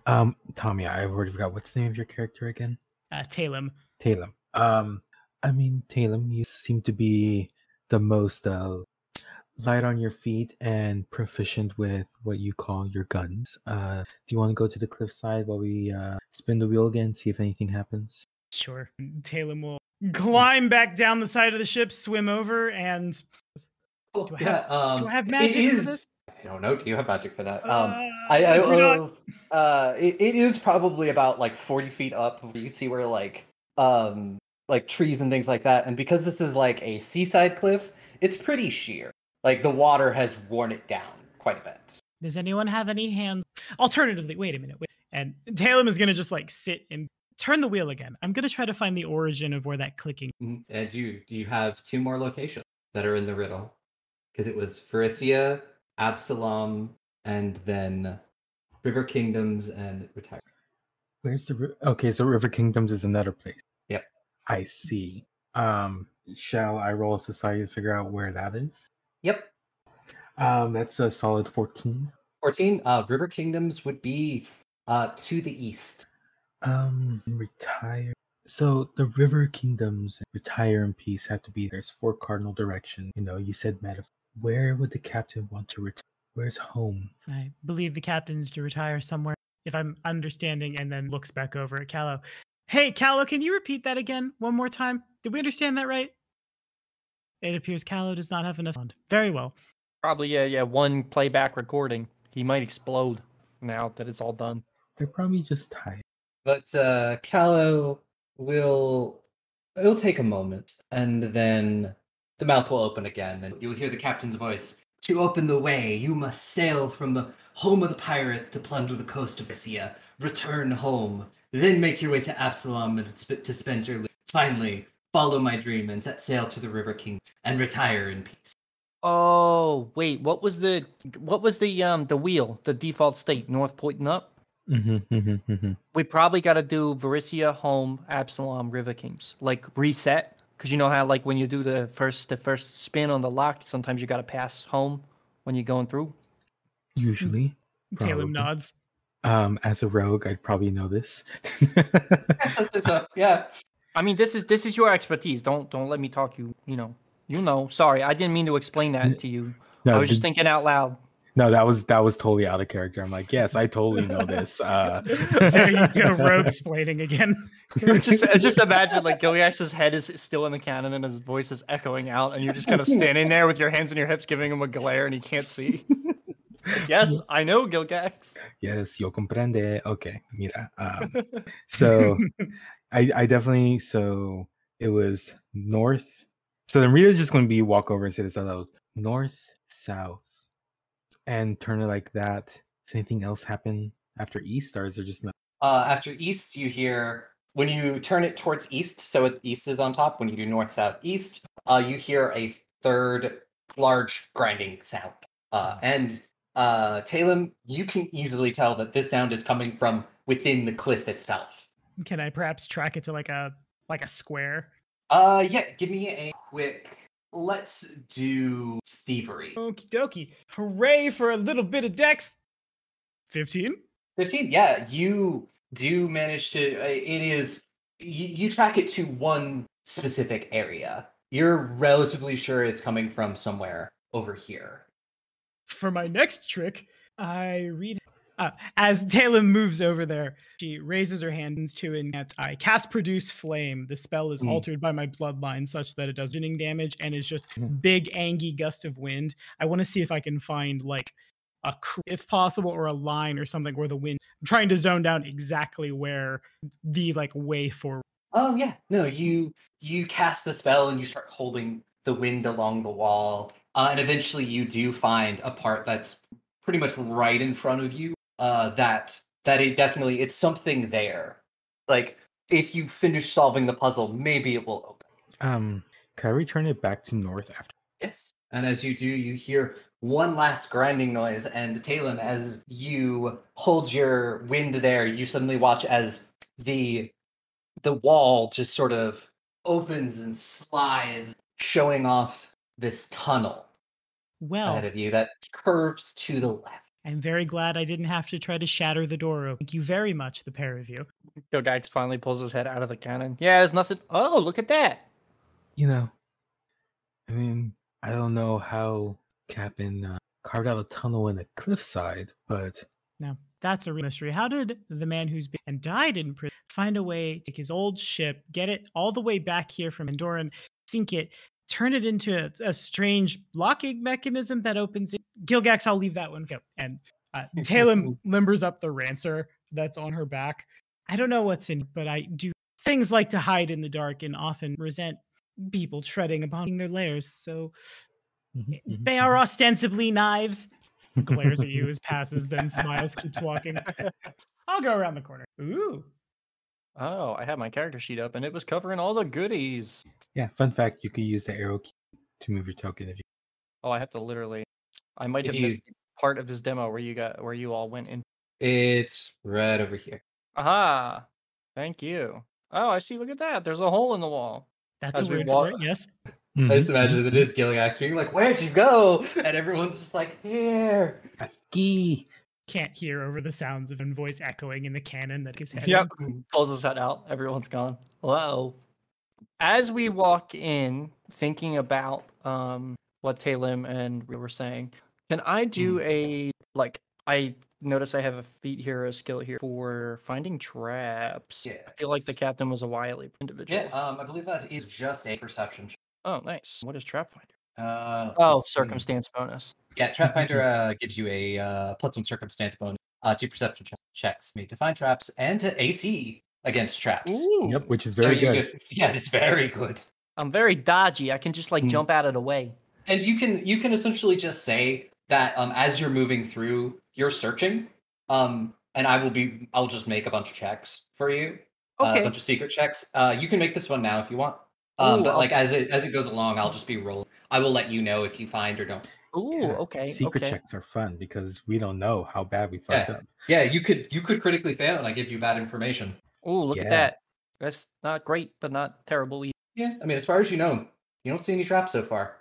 [SPEAKER 2] Um, Tommy, I already forgot what's the name of your character again.
[SPEAKER 3] uh, Talem.
[SPEAKER 2] Talem. Um, I mean, Talem, you seem to be the most uh, light on your feet and proficient with what you call your guns. Uh, do you want to go to the cliffside while we uh, spin the wheel again, see if anything happens?
[SPEAKER 3] Sure. Talem will climb back down the side of the ship, swim over, and
[SPEAKER 1] Cool,
[SPEAKER 3] Do I
[SPEAKER 1] yeah
[SPEAKER 3] have-
[SPEAKER 1] um
[SPEAKER 3] do I have
[SPEAKER 1] it
[SPEAKER 3] magic? for
[SPEAKER 1] is-
[SPEAKER 3] this?
[SPEAKER 1] i don't know do you have magic for that um
[SPEAKER 3] Uh,
[SPEAKER 1] I, I
[SPEAKER 3] do not-
[SPEAKER 1] oh, uh, it, it is probably about like 40 feet up where you see where like um like trees and things like that and because this is like a seaside cliff it's pretty sheer like the water has worn it down quite a bit
[SPEAKER 3] Does anyone have any hand? Alternatively, wait a minute. Wait. And Talem is going to just like sit and turn the wheel again. I'm going to try to find the origin of where that clicking.
[SPEAKER 1] Mm-hmm. and you you have two more locations that are in the riddle because it was Pharisia, absalom and then river kingdoms and retire
[SPEAKER 2] Where's the ri- okay? So River Kingdoms is another place.
[SPEAKER 1] Yep.
[SPEAKER 2] I see. Um, shall I roll a society to figure out where that is?
[SPEAKER 1] yep
[SPEAKER 2] Um, that's a solid fourteen.
[SPEAKER 1] 14 uh river kingdoms would be uh to the east
[SPEAKER 2] Um, retire. So the River Kingdoms and retire in peace have to be. There's four cardinal directions. You know, you said metaphor. Where would the captain want to retire? Where's home?
[SPEAKER 3] I believe the captain's to retire somewhere, if I'm understanding, and then looks back over at Callow. Hey, Callow, can you repeat that again one more time? Did we understand that right? It appears Callow does not have enough fund. Very well.
[SPEAKER 4] Probably yeah, yeah. One playback recording. He might explode now that it's all done.
[SPEAKER 2] They're probably just tired.
[SPEAKER 1] But uh Callow will it'll take a moment and then the mouth will open again and you'll hear the captain's voice. To open the way, you must sail from the home of the pirates to plunder the coast of Isia. Return home, then make your way to Absalom and sp- to spend your leave. Finally, follow my dream and set sail to the River King and retire in peace.
[SPEAKER 4] Oh wait, what was the what was the um the wheel the default state north pointing up?
[SPEAKER 2] Mm-hmm, mm-hmm, mm-hmm.
[SPEAKER 4] We probably got to do Varisia, Home, Absalom, River Kings, like reset. Cause you know how like when you do the first the first spin on the lock, sometimes you got to pass home when you're going through.
[SPEAKER 2] Usually, Probably.
[SPEAKER 3] Talem nods.
[SPEAKER 2] um, as a rogue, I'd probably know this.
[SPEAKER 1] yeah.
[SPEAKER 4] I mean, this is this is your expertise. Don't don't let me talk you. You know, you know. Sorry, I didn't mean to explain that to you. I
[SPEAKER 2] no,
[SPEAKER 4] was
[SPEAKER 2] the-
[SPEAKER 4] just thinking out loud.
[SPEAKER 2] No, that was that was totally out of character. I'm like, yes, I totally know this. Uh,
[SPEAKER 3] There you go, rogue explaining again.
[SPEAKER 4] just just imagine like Gilgax's head is still in the cannon and his voice is echoing out, and you're just kind of standing there with your hands on your hips, giving him a glare, and he can't see. It's like, yes, I know Gilgax.
[SPEAKER 2] yes, yo comprende. Okay, mira. Um, so I, I definitely so it was north. So then Rita's just going to be walk over and say this out loud: north, south, and Turner like that. Does anything else happen after East, or is there just no?
[SPEAKER 1] Uh, after east, you hear when you turn it towards east, so it, east is on top. When you do north, south, east, uh, you hear a third large grinding sound. Uh, and uh, Talem, you can easily tell that this sound is coming from within the cliff itself.
[SPEAKER 3] Can I perhaps track it to like a like a square?
[SPEAKER 1] Uh, yeah, give me a quick. Let's do thievery.
[SPEAKER 3] Okie dokie. Hooray for a little bit of dex. 15?
[SPEAKER 1] 15 yeah you do manage to uh, it is you, you track it to one specific area you're relatively sure it's coming from somewhere over here
[SPEAKER 3] For my next trick, I read. Uh, as Talon moves over there, she raises her hands to and cats. I cast Produce Flame. The spell is
[SPEAKER 1] Mm.
[SPEAKER 3] altered by my bloodline such that it does winning damage and is just
[SPEAKER 2] Mhm.
[SPEAKER 3] big, angy gust of wind. I want to see if I can find like a, cr- if possible, or a line or something where the wind. I'm trying to zone down exactly where the like way forward.
[SPEAKER 1] oh yeah no you you cast the spell and you start holding the wind along the wall uh, and eventually you do find a part that's pretty much right in front of you uh that that it definitely it's something there like if you finish solving the puzzle maybe it will open
[SPEAKER 2] Um, can I return it back to North after?
[SPEAKER 1] Yes. And as you do, you hear one last grinding noise, and Talon, as you hold your wind there, you suddenly watch as the the wall just sort of opens and slides, showing off this tunnel
[SPEAKER 4] Oh.
[SPEAKER 3] Well,
[SPEAKER 1] ahead of you that curves to the left.
[SPEAKER 3] I'm very glad I didn't have to try to shatter the door open. Thank you very much, the pair of you.
[SPEAKER 4] Gilgax finally pulls his head out of the cannon. Yeah, there's nothing. Oh, look at that.
[SPEAKER 2] You know, I mean, I don't know how Captain uh, carved out a tunnel in a cliffside, but
[SPEAKER 3] Now, that's a real mystery. How did the man who's been and died in prison find a way to take his old ship, get it all the way back here from Endoran, sink it, turn it into a, a strange locking mechanism that opens it? Gilgax, I'll leave that one for you. And uh, Talon limbers up the rancer that's on her back. I don't know what's in, it, but I do things like to hide in the dark and often resent people treading upon their lairs. So
[SPEAKER 2] Mm-hmm,
[SPEAKER 3] they are ostensibly knives. glares at you as passes, then smiles, keeps walking. I'll go around the corner. Ooh.
[SPEAKER 4] Oh, I had my character sheet up and it was covering all the goodies.
[SPEAKER 2] Yeah, fun fact: you could use the arrow key to move your token if you.
[SPEAKER 4] Oh, I have to literally. I might
[SPEAKER 1] If
[SPEAKER 4] have
[SPEAKER 1] you-
[SPEAKER 4] missed the part of this demo where you got where you all went in.
[SPEAKER 1] It's right over here.
[SPEAKER 4] Aha! Thank you. Oh, I see. Look at that. There's a hole in the wall.
[SPEAKER 3] That's
[SPEAKER 4] As
[SPEAKER 3] a
[SPEAKER 4] we
[SPEAKER 3] weird
[SPEAKER 4] walk-
[SPEAKER 3] word. Yes.
[SPEAKER 1] I
[SPEAKER 4] Mm-hmm.
[SPEAKER 1] just imagine that it is Gilgax being like, Where'd you go? And everyone's just like, Here.
[SPEAKER 2] A key.
[SPEAKER 3] Can't hear over the sounds of a voice echoing in the cannon that is heading.
[SPEAKER 4] Yep. Pulls his head out. Everyone's gone. Hello. As we walk in, thinking about um, what Talim and we were saying, can I do
[SPEAKER 1] Mm.
[SPEAKER 4] a like? I notice I have a feat here, a skill here for finding traps.
[SPEAKER 1] Yeah.
[SPEAKER 4] I feel like the captain was a wily individual.
[SPEAKER 1] Yeah, um, I believe that is just a perception. check.
[SPEAKER 4] oh, nice. What is trap finder?
[SPEAKER 1] Uh, let me
[SPEAKER 4] Oh,
[SPEAKER 1] see.
[SPEAKER 4] circumstance bonus.
[SPEAKER 1] Yeah, Trap Finder uh, gives you a uh, plus one circumstance bonus uh, to perception che- checks made to find traps and to AC against traps.
[SPEAKER 2] Yep, which is very
[SPEAKER 1] you
[SPEAKER 2] good.
[SPEAKER 1] get- yeah, it's very good.
[SPEAKER 4] I'm very dodgy. I can just like
[SPEAKER 1] Mm.
[SPEAKER 4] jump out of the way.
[SPEAKER 1] And you can you can essentially just say that um, as you're moving through, you're searching. Um, and I will be I'll just make a bunch of checks for you, uh, a
[SPEAKER 4] Okay.
[SPEAKER 1] bunch of secret checks. Uh, you can make this one now if you want. Um,
[SPEAKER 4] Ooh,
[SPEAKER 1] but
[SPEAKER 4] I'll-
[SPEAKER 1] like as it as it goes along, I'll just be rolling. I will let you know if you find or don't
[SPEAKER 4] Ooh,
[SPEAKER 2] Yeah,
[SPEAKER 4] okay.
[SPEAKER 2] Secret
[SPEAKER 4] okay.
[SPEAKER 2] checks are fun because we don't know how bad we fucked
[SPEAKER 1] Yeah.
[SPEAKER 2] up.
[SPEAKER 1] Yeah, you could you could critically fail, and I give you bad information.
[SPEAKER 4] Ooh, look
[SPEAKER 2] Yeah.
[SPEAKER 4] at that. That's not great, but not terrible. either.
[SPEAKER 1] Yeah, I mean, as far as you know, you don't see any traps so far.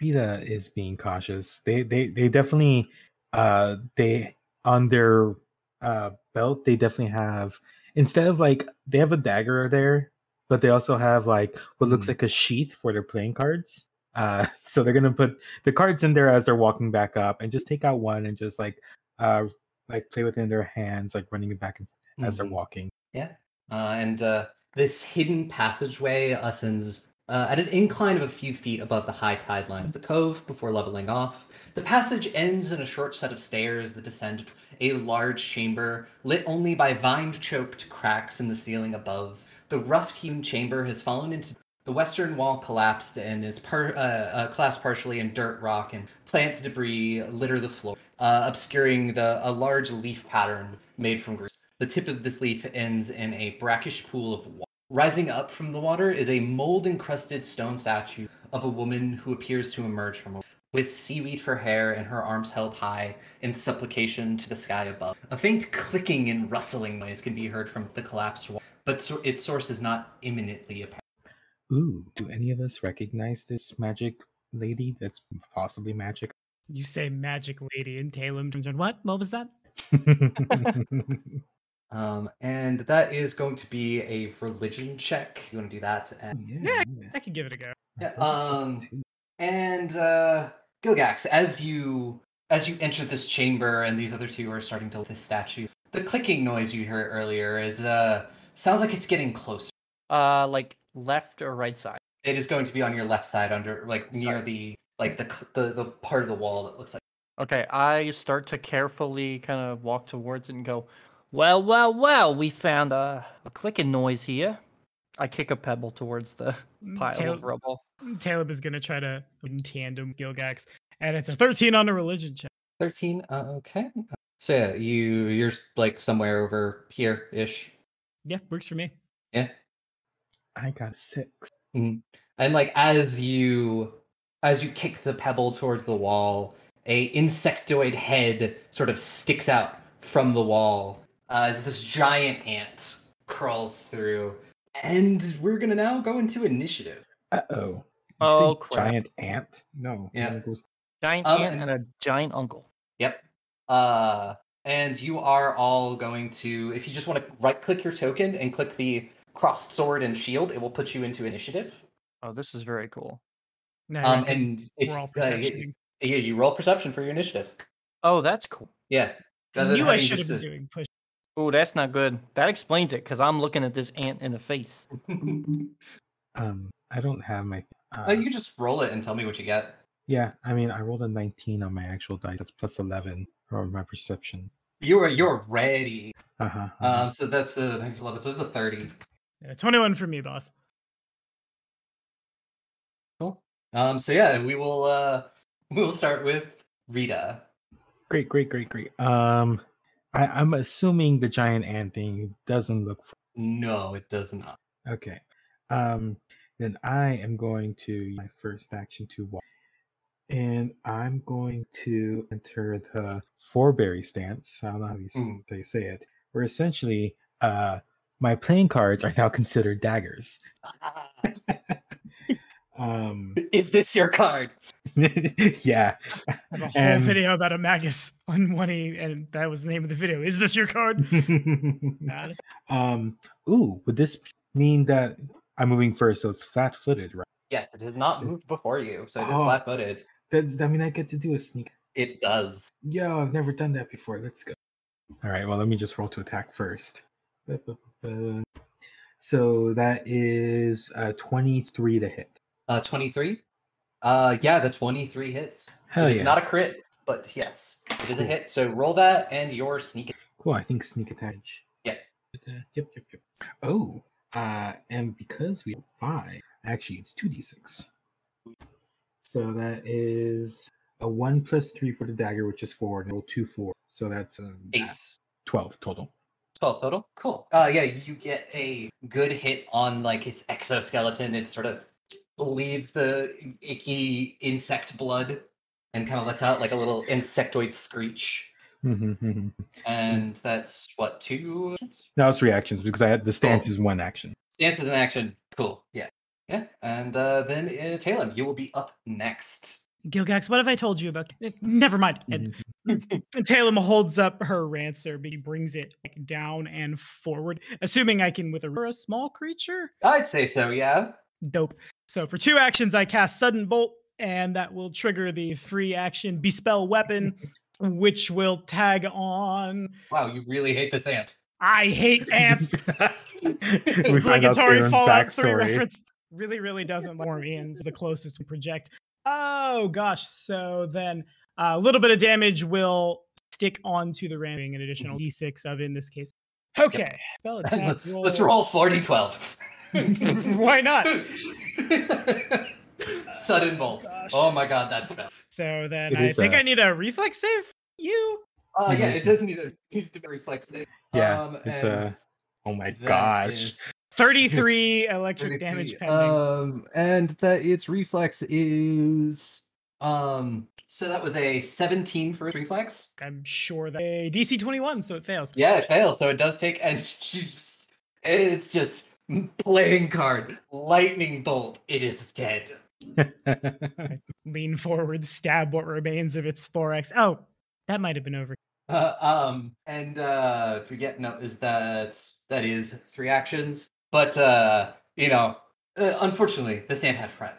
[SPEAKER 2] Rita is being cautious. They they they definitely uh they on their uh belt they definitely have instead of like they have a dagger there, but they also have like what looks
[SPEAKER 1] Mhm.
[SPEAKER 2] like a sheath for their playing cards. Uh so they're gonna put the cards in there as they're walking back up and just take out one and just like uh like play within their hands, like running it back and as they're
[SPEAKER 1] Mhm.
[SPEAKER 2] walking.
[SPEAKER 1] Uh, and uh, this hidden passageway ascends uh, at an incline of a few feet above the high tide line of the cove before leveling off. The passage ends in a short set of stairs that descend to a large chamber lit only by vine choked cracks in the ceiling above. The rough hewn chamber has fallen into The western wall collapsed and is per, uh, uh, collapsed partially in dirt, rock, and plants debris litter the floor, uh, obscuring the a large leaf pattern made from grease. The tip of this leaf ends in a brackish pool of water. Rising up from the water is a mold-encrusted stone statue of a woman who appears to emerge from a with seaweed for hair and her arms held high in supplication to the sky above. A faint clicking and rustling noise can be heard from the collapsed wall, but so- its source is not imminently apparent.
[SPEAKER 2] Ooh, do any of us recognize this magic lady that's possibly magic?
[SPEAKER 3] You say magic lady and Talem turns around. What? What was that?
[SPEAKER 2] yeah,
[SPEAKER 1] Um, and that is going to be a religion check. You want to do that?
[SPEAKER 2] Oh,
[SPEAKER 1] And,
[SPEAKER 3] I could give it a go.
[SPEAKER 1] Yeah,
[SPEAKER 2] That's what this
[SPEAKER 1] um,
[SPEAKER 2] is too.
[SPEAKER 1] and uh, Gilgax, as you as you enter this chamber, and these other two are starting to this statue. The clicking noise you heard earlier is uh sounds like it's getting closer.
[SPEAKER 4] Uh, like left or right side.
[SPEAKER 1] It is going to be on your left side, under like near
[SPEAKER 4] Sorry.
[SPEAKER 1] the like the cl- the the part of the wall that looks like.
[SPEAKER 4] Okay, I start to carefully kind of walk towards it and go, well, well, well, we found a, a clicking noise here. I kick a pebble towards the pile
[SPEAKER 3] Mm, Tal- mm,
[SPEAKER 4] of rubble.
[SPEAKER 3] Taleb is gonna try to in tandem Gilgax, and it's a 13 on a religion check.
[SPEAKER 1] 13 uh, okay so yeah you you're s- like somewhere over here ish
[SPEAKER 3] Yeah, works for me.
[SPEAKER 2] I got six.
[SPEAKER 1] and like as you as you kick the pebble towards the wall a insectoid head sort of sticks out from the wall uh, as this giant ant crawls through and we're gonna now go into initiative
[SPEAKER 2] Uh oh.
[SPEAKER 4] Oh, crap.
[SPEAKER 2] Giant ant? No.
[SPEAKER 1] Yeah.
[SPEAKER 2] that goes-
[SPEAKER 4] Giant
[SPEAKER 1] Um,
[SPEAKER 4] aunt Oh, and a giant uncle.
[SPEAKER 1] Yep. Uh, and you are all going to, if you just want to right click your token and click the crossed sword and shield, it will put you into initiative.
[SPEAKER 4] Oh, this is very cool.
[SPEAKER 3] No,
[SPEAKER 1] Um,
[SPEAKER 3] you're-
[SPEAKER 1] and if,
[SPEAKER 3] we're all
[SPEAKER 1] uh, y-
[SPEAKER 3] perceptioning.
[SPEAKER 1] yeah, you roll perception for your initiative.
[SPEAKER 4] Oh, that's cool.
[SPEAKER 1] Yeah.
[SPEAKER 3] I
[SPEAKER 1] rather than
[SPEAKER 3] knew I
[SPEAKER 1] having
[SPEAKER 3] should have
[SPEAKER 1] just
[SPEAKER 3] been
[SPEAKER 1] a-
[SPEAKER 3] doing push.
[SPEAKER 4] Oh, that's not good. That explains it because I'm looking at this ant in the face.
[SPEAKER 2] Um, I don't have my. Uh,
[SPEAKER 1] Uh, you just roll it and tell me what you get.
[SPEAKER 2] Yeah, I mean, I rolled a 19 on my actual dice. That's plus 11 or my perception.
[SPEAKER 1] You are you're ready.
[SPEAKER 2] Uh huh.
[SPEAKER 1] Um, so that's a thanks eleven. So it's a thirty.
[SPEAKER 3] Yeah, 21 for me, boss.
[SPEAKER 1] Cool. Um, so yeah, we will uh we will start with Rita.
[SPEAKER 2] great, great, great, great. Um, I, I'm assuming the giant ant thing doesn't look. fr-
[SPEAKER 1] No, it does not.
[SPEAKER 2] okay. Um, then I am going to use my first action to walk, and I'm going to enter the foreberry stance. I don't know how you s-
[SPEAKER 1] Mm.
[SPEAKER 2] they say it. Where essentially, uh, my playing cards are now considered daggers. Um,
[SPEAKER 1] Is this your card?
[SPEAKER 2] yeah.
[SPEAKER 3] I have a whole
[SPEAKER 2] And-
[SPEAKER 3] video about a magus on one e, and that was the name of the video. Is this your card? Nah, this-
[SPEAKER 2] um. Ooh, would this mean that I'm moving first? So it's flat-footed, right?
[SPEAKER 1] Yes, it has not
[SPEAKER 2] Is-
[SPEAKER 1] moved before you, so it is
[SPEAKER 2] Oh.
[SPEAKER 1] flat-footed.
[SPEAKER 2] That's. I mean, I get to do a sneak.
[SPEAKER 1] It does.
[SPEAKER 2] Yo, I've never done that before. Let's go. All right. Well, let me just roll to attack first. Ba-ba-ba-ba. So that is uh, 23 to hit.
[SPEAKER 1] Uh, twenty-three. Uh, yeah, the twenty-three hits.
[SPEAKER 2] Hell
[SPEAKER 1] it's
[SPEAKER 2] yeah.
[SPEAKER 1] not a crit, but yes, it is a
[SPEAKER 2] Cool.
[SPEAKER 1] hit. So roll that and your sneak.
[SPEAKER 2] Cool. I think sneak attack.
[SPEAKER 1] Yeah.
[SPEAKER 2] Yep. uh, Yep. Yep. Oh. Uh, and because we have five, actually, it's two d six. So that is a one plus three for the dagger, which is four, and roll two four. So that's um,
[SPEAKER 1] Eight.
[SPEAKER 2] twelve total.
[SPEAKER 1] 12 total. Cool. Uh, yeah, you get a good hit on like its exoskeleton. It sort of bleeds the icky insect blood and kind of lets out like a little insectoid screech.
[SPEAKER 2] Mhm, mhm.
[SPEAKER 1] And that's what two actions?
[SPEAKER 2] Now it's reactions because I had the stance
[SPEAKER 1] Cool.
[SPEAKER 2] is one action.
[SPEAKER 1] Stance is an action. Cool. Yeah. Yeah. And uh, then uh, Talon, you will be up next.
[SPEAKER 3] Gilgax, what have I told you about? Eh, Never mind. And, and Talem holds up her rancer, but he brings it like, down and forward, assuming I can with a, for a small creature.
[SPEAKER 1] I'd say so, yeah.
[SPEAKER 3] Dope. So for two actions, I cast Sudden Bolt, and that will trigger the free action Bespell Weapon, which will tag on.
[SPEAKER 1] Wow, you really hate this ant.
[SPEAKER 3] I hate ants.
[SPEAKER 2] we find out
[SPEAKER 3] Obligatory
[SPEAKER 2] Aaron's
[SPEAKER 3] Fallout 3
[SPEAKER 2] backstory.
[SPEAKER 3] reference. Really, really doesn't warm Ian's the closest we project. Oh gosh. So then uh,
[SPEAKER 2] Mm-hmm.
[SPEAKER 3] a little bit of damage will stick onto the ramming an additional d6 of in this case Okay. Spell attack.
[SPEAKER 1] Let's roll 40 12.
[SPEAKER 3] Oh. Why not?
[SPEAKER 1] Sudden bolt.
[SPEAKER 3] Gosh.
[SPEAKER 1] Oh my god, that's bad.
[SPEAKER 3] So then
[SPEAKER 2] It
[SPEAKER 3] I
[SPEAKER 2] is uh,
[SPEAKER 3] think
[SPEAKER 2] a-
[SPEAKER 3] I need a reflex save. from You.
[SPEAKER 1] Oh yeah, it does need a needs to be reflex save.
[SPEAKER 2] Yeah,
[SPEAKER 1] Um,
[SPEAKER 2] it's
[SPEAKER 1] and
[SPEAKER 2] a. Oh my
[SPEAKER 1] that
[SPEAKER 2] gosh!
[SPEAKER 1] is
[SPEAKER 3] 33 electric
[SPEAKER 1] 33.
[SPEAKER 2] uh,
[SPEAKER 3] damage pending.
[SPEAKER 1] Um, and that its reflex is um. So that was a 17 for its reflex.
[SPEAKER 3] I'm sure that a DC 21, so it fails.
[SPEAKER 1] Yeah, it fails. So it does take, and she just, it's just playing card lightning bolt. It is dead.
[SPEAKER 3] Lean forward, stab what remains of its thorax. Oh, that might have been over.
[SPEAKER 1] Uh, um, and uh, forget no is that that is three actions, but uh, you know, uh, unfortunately, this ant had friends.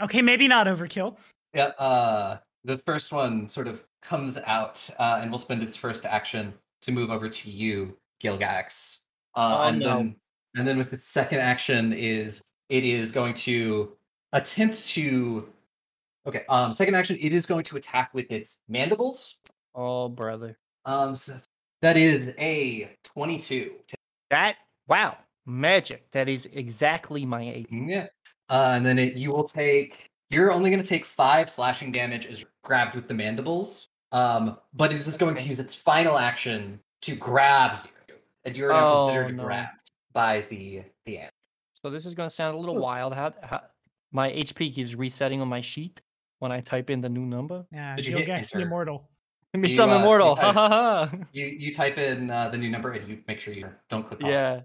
[SPEAKER 3] Okay, maybe not overkill.
[SPEAKER 1] Yeah, uh, the first one sort of comes out uh, and will spend its first action to move over to you, Gilgax. Uh,
[SPEAKER 4] Oh,
[SPEAKER 1] and
[SPEAKER 4] no.
[SPEAKER 1] then and then with its second action is it is going to attempt to Okay, um second action it is going to attack with its mandibles.
[SPEAKER 4] Oh, brother.
[SPEAKER 1] Um so that's- that is a 22.
[SPEAKER 4] That wow, magic. That is exactly my age.
[SPEAKER 1] Yeah. Uh, and then it, you will take. You're only going to take five slashing damage as you're grabbed with the mandibles. Um, but it is going to
[SPEAKER 4] Okay.
[SPEAKER 1] use its final action to grab you, and you are now
[SPEAKER 4] Oh,
[SPEAKER 1] considered
[SPEAKER 4] no.
[SPEAKER 1] grabbed by the the ant.
[SPEAKER 4] So this is going to sound a little
[SPEAKER 1] Ooh.
[SPEAKER 4] wild. How, how my HP keeps resetting on my sheet when I type in the new number.
[SPEAKER 3] Yeah,
[SPEAKER 1] Did you hit
[SPEAKER 3] Gilgax the
[SPEAKER 1] enter?
[SPEAKER 3] Immortal.
[SPEAKER 4] It means
[SPEAKER 1] You,
[SPEAKER 4] I'm
[SPEAKER 1] uh, you
[SPEAKER 4] immortal. Ha
[SPEAKER 1] type-
[SPEAKER 4] ha ha.
[SPEAKER 1] You you type in uh, the new number and you make sure you don't click off.
[SPEAKER 4] Yeah,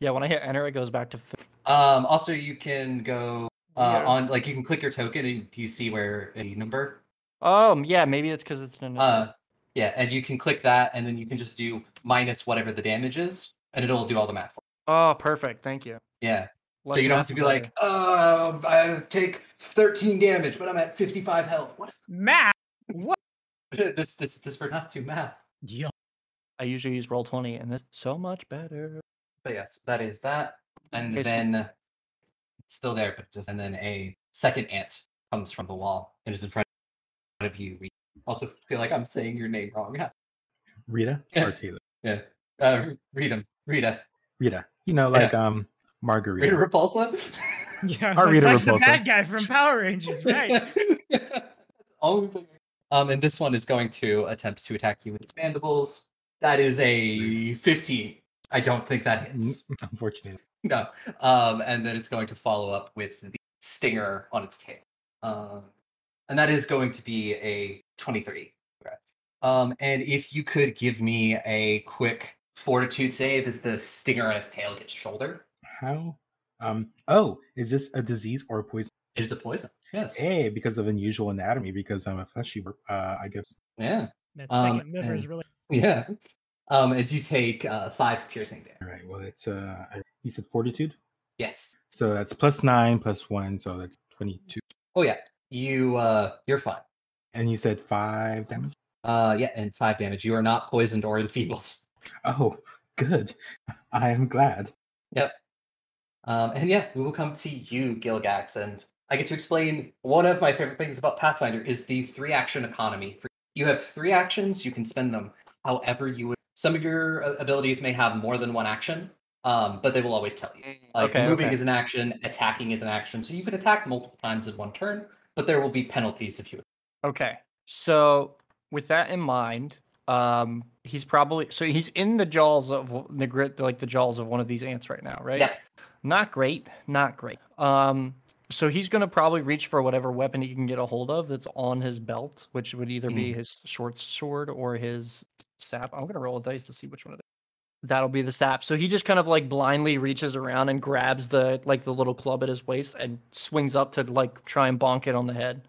[SPEAKER 4] yeah. When I hit enter, it goes back to. f-
[SPEAKER 1] Um. Also, you can go uh,
[SPEAKER 4] Yeah.
[SPEAKER 1] on like you can click your token and do you see where a number?
[SPEAKER 4] Oh yeah, maybe it's because it's an. initial.
[SPEAKER 1] Uh. Yeah, and you can click that, and then you can just do minus whatever the damage is, and it'll do all the math for
[SPEAKER 4] oh, perfect. Thank you.
[SPEAKER 1] Uh. you. Yeah.
[SPEAKER 4] Less
[SPEAKER 1] so you don't have
[SPEAKER 4] math
[SPEAKER 1] to
[SPEAKER 4] is
[SPEAKER 1] be like, oh, I take 13 damage, but I'm at 55 health. What?
[SPEAKER 3] Matt, what?
[SPEAKER 1] this this this for not to math.
[SPEAKER 3] Yo.
[SPEAKER 4] better. I usually use roll twenty, and it's so much better.
[SPEAKER 1] But yes, that is that. And
[SPEAKER 4] Okay, so-
[SPEAKER 1] then it's still there, but just and then a second ant comes from the wall and is in front of you. We also feel like I'm saying your name wrong.
[SPEAKER 2] Rita
[SPEAKER 1] Yeah.
[SPEAKER 2] or Taylor?
[SPEAKER 1] Yeah. Uh, Rita, Rita,
[SPEAKER 2] Rita. You know,
[SPEAKER 1] Yeah.
[SPEAKER 2] like um,
[SPEAKER 1] Rita
[SPEAKER 2] Margarita.
[SPEAKER 1] Repulsa.
[SPEAKER 2] Our
[SPEAKER 3] Yeah, like,
[SPEAKER 2] reader
[SPEAKER 3] like the
[SPEAKER 2] repulsa.
[SPEAKER 3] bad guy from Power Rangers, right?
[SPEAKER 1] All of it. um, and this one is going to attempt to attack you with its mandibles. That is a 15. I don't think that hits.
[SPEAKER 2] Mm, Unfortunately,
[SPEAKER 1] No. Um, and then it's going to follow up with the stinger on its tail. Um, and that is going to be a 23. Correct. Um, and if you could give me a quick fortitude save as the stinger on its tail gets shoulder,
[SPEAKER 2] how? Um. Oh, is this a disease or a poison?
[SPEAKER 1] it is a poison. Yes.
[SPEAKER 2] Hey, because of unusual anatomy, because I'm a flesh eater. Uh, I guess.
[SPEAKER 1] Yeah.
[SPEAKER 3] That
[SPEAKER 1] Um,
[SPEAKER 3] second liver is
[SPEAKER 1] and-
[SPEAKER 3] really.
[SPEAKER 1] Yeah. Um, and you take uh, five piercing damage.
[SPEAKER 2] All right. Well, it's uh, I- you said fortitude,
[SPEAKER 1] Yes.
[SPEAKER 2] so that's plus nine, plus one, so that's twenty-two.
[SPEAKER 1] Oh yeah. You uh, you're fine.
[SPEAKER 2] And you said five damage.
[SPEAKER 1] Uh, yeah, and five damage. You are not poisoned or enfeebled.
[SPEAKER 2] Oh, good. I am glad.
[SPEAKER 1] Um, and yeah, we will come to you, Gilgax, and I get to explain one of my favorite things about Pathfinder is the three action economy. For- You have three actions. You can spend them however you would. Some of your uh, abilities may have more than one action, um, but they will always tell you. Like
[SPEAKER 4] Mm, okay.
[SPEAKER 1] moving
[SPEAKER 4] okay.
[SPEAKER 1] is an action, attacking is an action. So you can attack multiple times in one turn, but there will be penalties if you.
[SPEAKER 4] Okay. So with that in mind, um, he's probably so he's in the jaws of w- the grit, like the jaws of one of these ants right now, right?
[SPEAKER 1] Yeah.
[SPEAKER 4] Not great. Not great. Um, so he's gonna probably reach for whatever weapon he can get a hold of that's on his belt, which would either be his short sword or his sap. I'm gonna roll a dice to see which one it is. That'll be the sap. So he just kind of like blindly reaches around and grabs the like the little club at his waist and swings up to like try and bonk it on the head.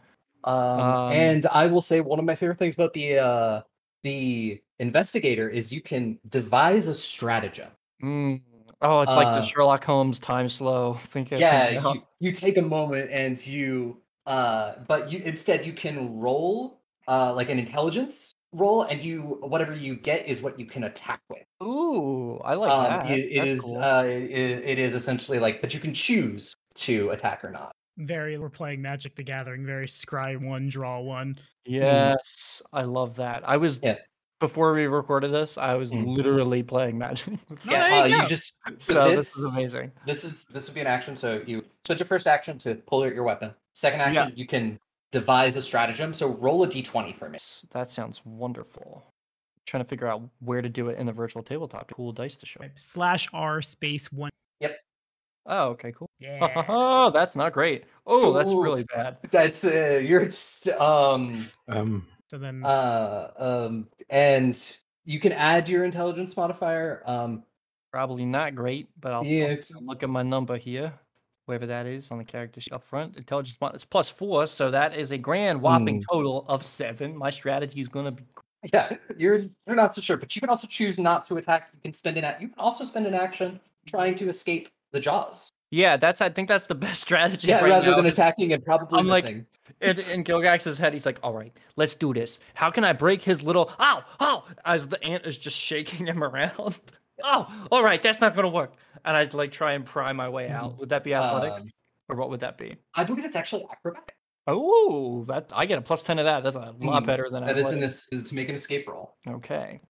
[SPEAKER 1] Um,
[SPEAKER 4] Um,
[SPEAKER 1] and I will say one of my favorite things about the uh, the investigator is you can devise a stratagem.
[SPEAKER 4] Mm. Oh, it's like
[SPEAKER 1] Uh,
[SPEAKER 4] the Sherlock Holmes time slow. Think it
[SPEAKER 1] yeah,
[SPEAKER 4] comes out.
[SPEAKER 1] you, you take a moment and you, uh, but you instead you can roll uh, like an intelligence roll, and you whatever you get is what you can attack with.
[SPEAKER 4] Ooh, I like
[SPEAKER 1] um,
[SPEAKER 4] that.
[SPEAKER 1] it- it
[SPEAKER 4] That's
[SPEAKER 1] is
[SPEAKER 4] cool.
[SPEAKER 1] uh, it, it is essentially like, but you can choose to attack or not.
[SPEAKER 3] Very, we're playing Magic the Gathering, very scry one, draw one.
[SPEAKER 4] yes, I love that. I was
[SPEAKER 1] hmm. Yeah.
[SPEAKER 4] before we recorded this, I was
[SPEAKER 1] Mm.
[SPEAKER 4] literally playing Magic. That's-
[SPEAKER 3] Yeah. there you
[SPEAKER 1] uh, you,
[SPEAKER 3] go.
[SPEAKER 1] just
[SPEAKER 4] so this,
[SPEAKER 1] this-
[SPEAKER 4] is amazing.
[SPEAKER 1] this is this would be an action. So you switch your first action to pull out your weapon. Second
[SPEAKER 4] Yeah.
[SPEAKER 1] action, you can devise a stratagem. So roll a d20 for me.
[SPEAKER 4] S- That sounds wonderful. Trying to figure out where to do it in the virtual tabletop. Cool dice to show.
[SPEAKER 3] Right, Slash R space one.
[SPEAKER 4] Oh, okay, cool.
[SPEAKER 1] Uh-huh.
[SPEAKER 3] Yeah.
[SPEAKER 4] Oh, that's not great. Oh, that's
[SPEAKER 1] Ooh.
[SPEAKER 4] really bad.
[SPEAKER 1] That's uh, you're just um
[SPEAKER 2] Um,
[SPEAKER 3] so then
[SPEAKER 1] uh um and you can add your intelligence modifier. Um,
[SPEAKER 4] Probably not great, but I'll, I'll
[SPEAKER 1] Yeah,
[SPEAKER 4] take a look at my number here, whatever that is on the character sheet up front. Intelligence mod- it's plus four, so that is a grand whopping
[SPEAKER 1] Hmm.
[SPEAKER 4] total of seven. My strategy is going to be
[SPEAKER 1] yeah, you're you're not so sure, but you can also choose not to attack. You can spend an act. You can also spend an action trying to escape the jaws.
[SPEAKER 4] Yeah, that's. I think that's the best strategy.
[SPEAKER 1] Yeah,
[SPEAKER 4] right
[SPEAKER 1] rather
[SPEAKER 4] now.
[SPEAKER 1] than attacking and probably
[SPEAKER 4] I'm like-
[SPEAKER 1] missing.
[SPEAKER 4] in, in Gilgax's head, he's like, "All right, let's do this. How can I break his little ow ow?" As the ant is just shaking him around. oh, all right, that's not gonna work. And I'd like try and pry my way out. Would that be athletics,
[SPEAKER 1] Um,
[SPEAKER 4] or what would that be?
[SPEAKER 1] I believe it's actually acrobatic.
[SPEAKER 4] Oh, that I get a plus ten of that. That's a lot
[SPEAKER 1] Mm,
[SPEAKER 4] better than
[SPEAKER 1] That is an
[SPEAKER 4] athletics.
[SPEAKER 1] es- to make an escape roll.
[SPEAKER 4] Okay,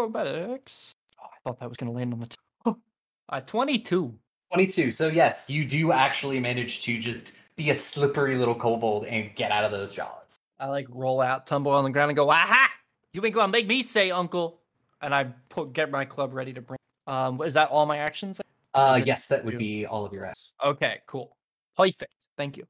[SPEAKER 4] acrobatics. Oh, I thought that was gonna land on the. T- uh, twenty-two.
[SPEAKER 1] 22. So yes, you do actually manage to just be a slippery little kobold and get out of those jaws.
[SPEAKER 4] I like roll out, tumble on the ground, and go, "Aha! You ain't gonna make me say, Uncle!" And I put get my club ready to bring. Um, is that all my actions?
[SPEAKER 1] Uh
[SPEAKER 4] Good
[SPEAKER 1] yes, that would
[SPEAKER 4] you.
[SPEAKER 1] be all of your acts.
[SPEAKER 4] Okay, cool, perfect. Thank you.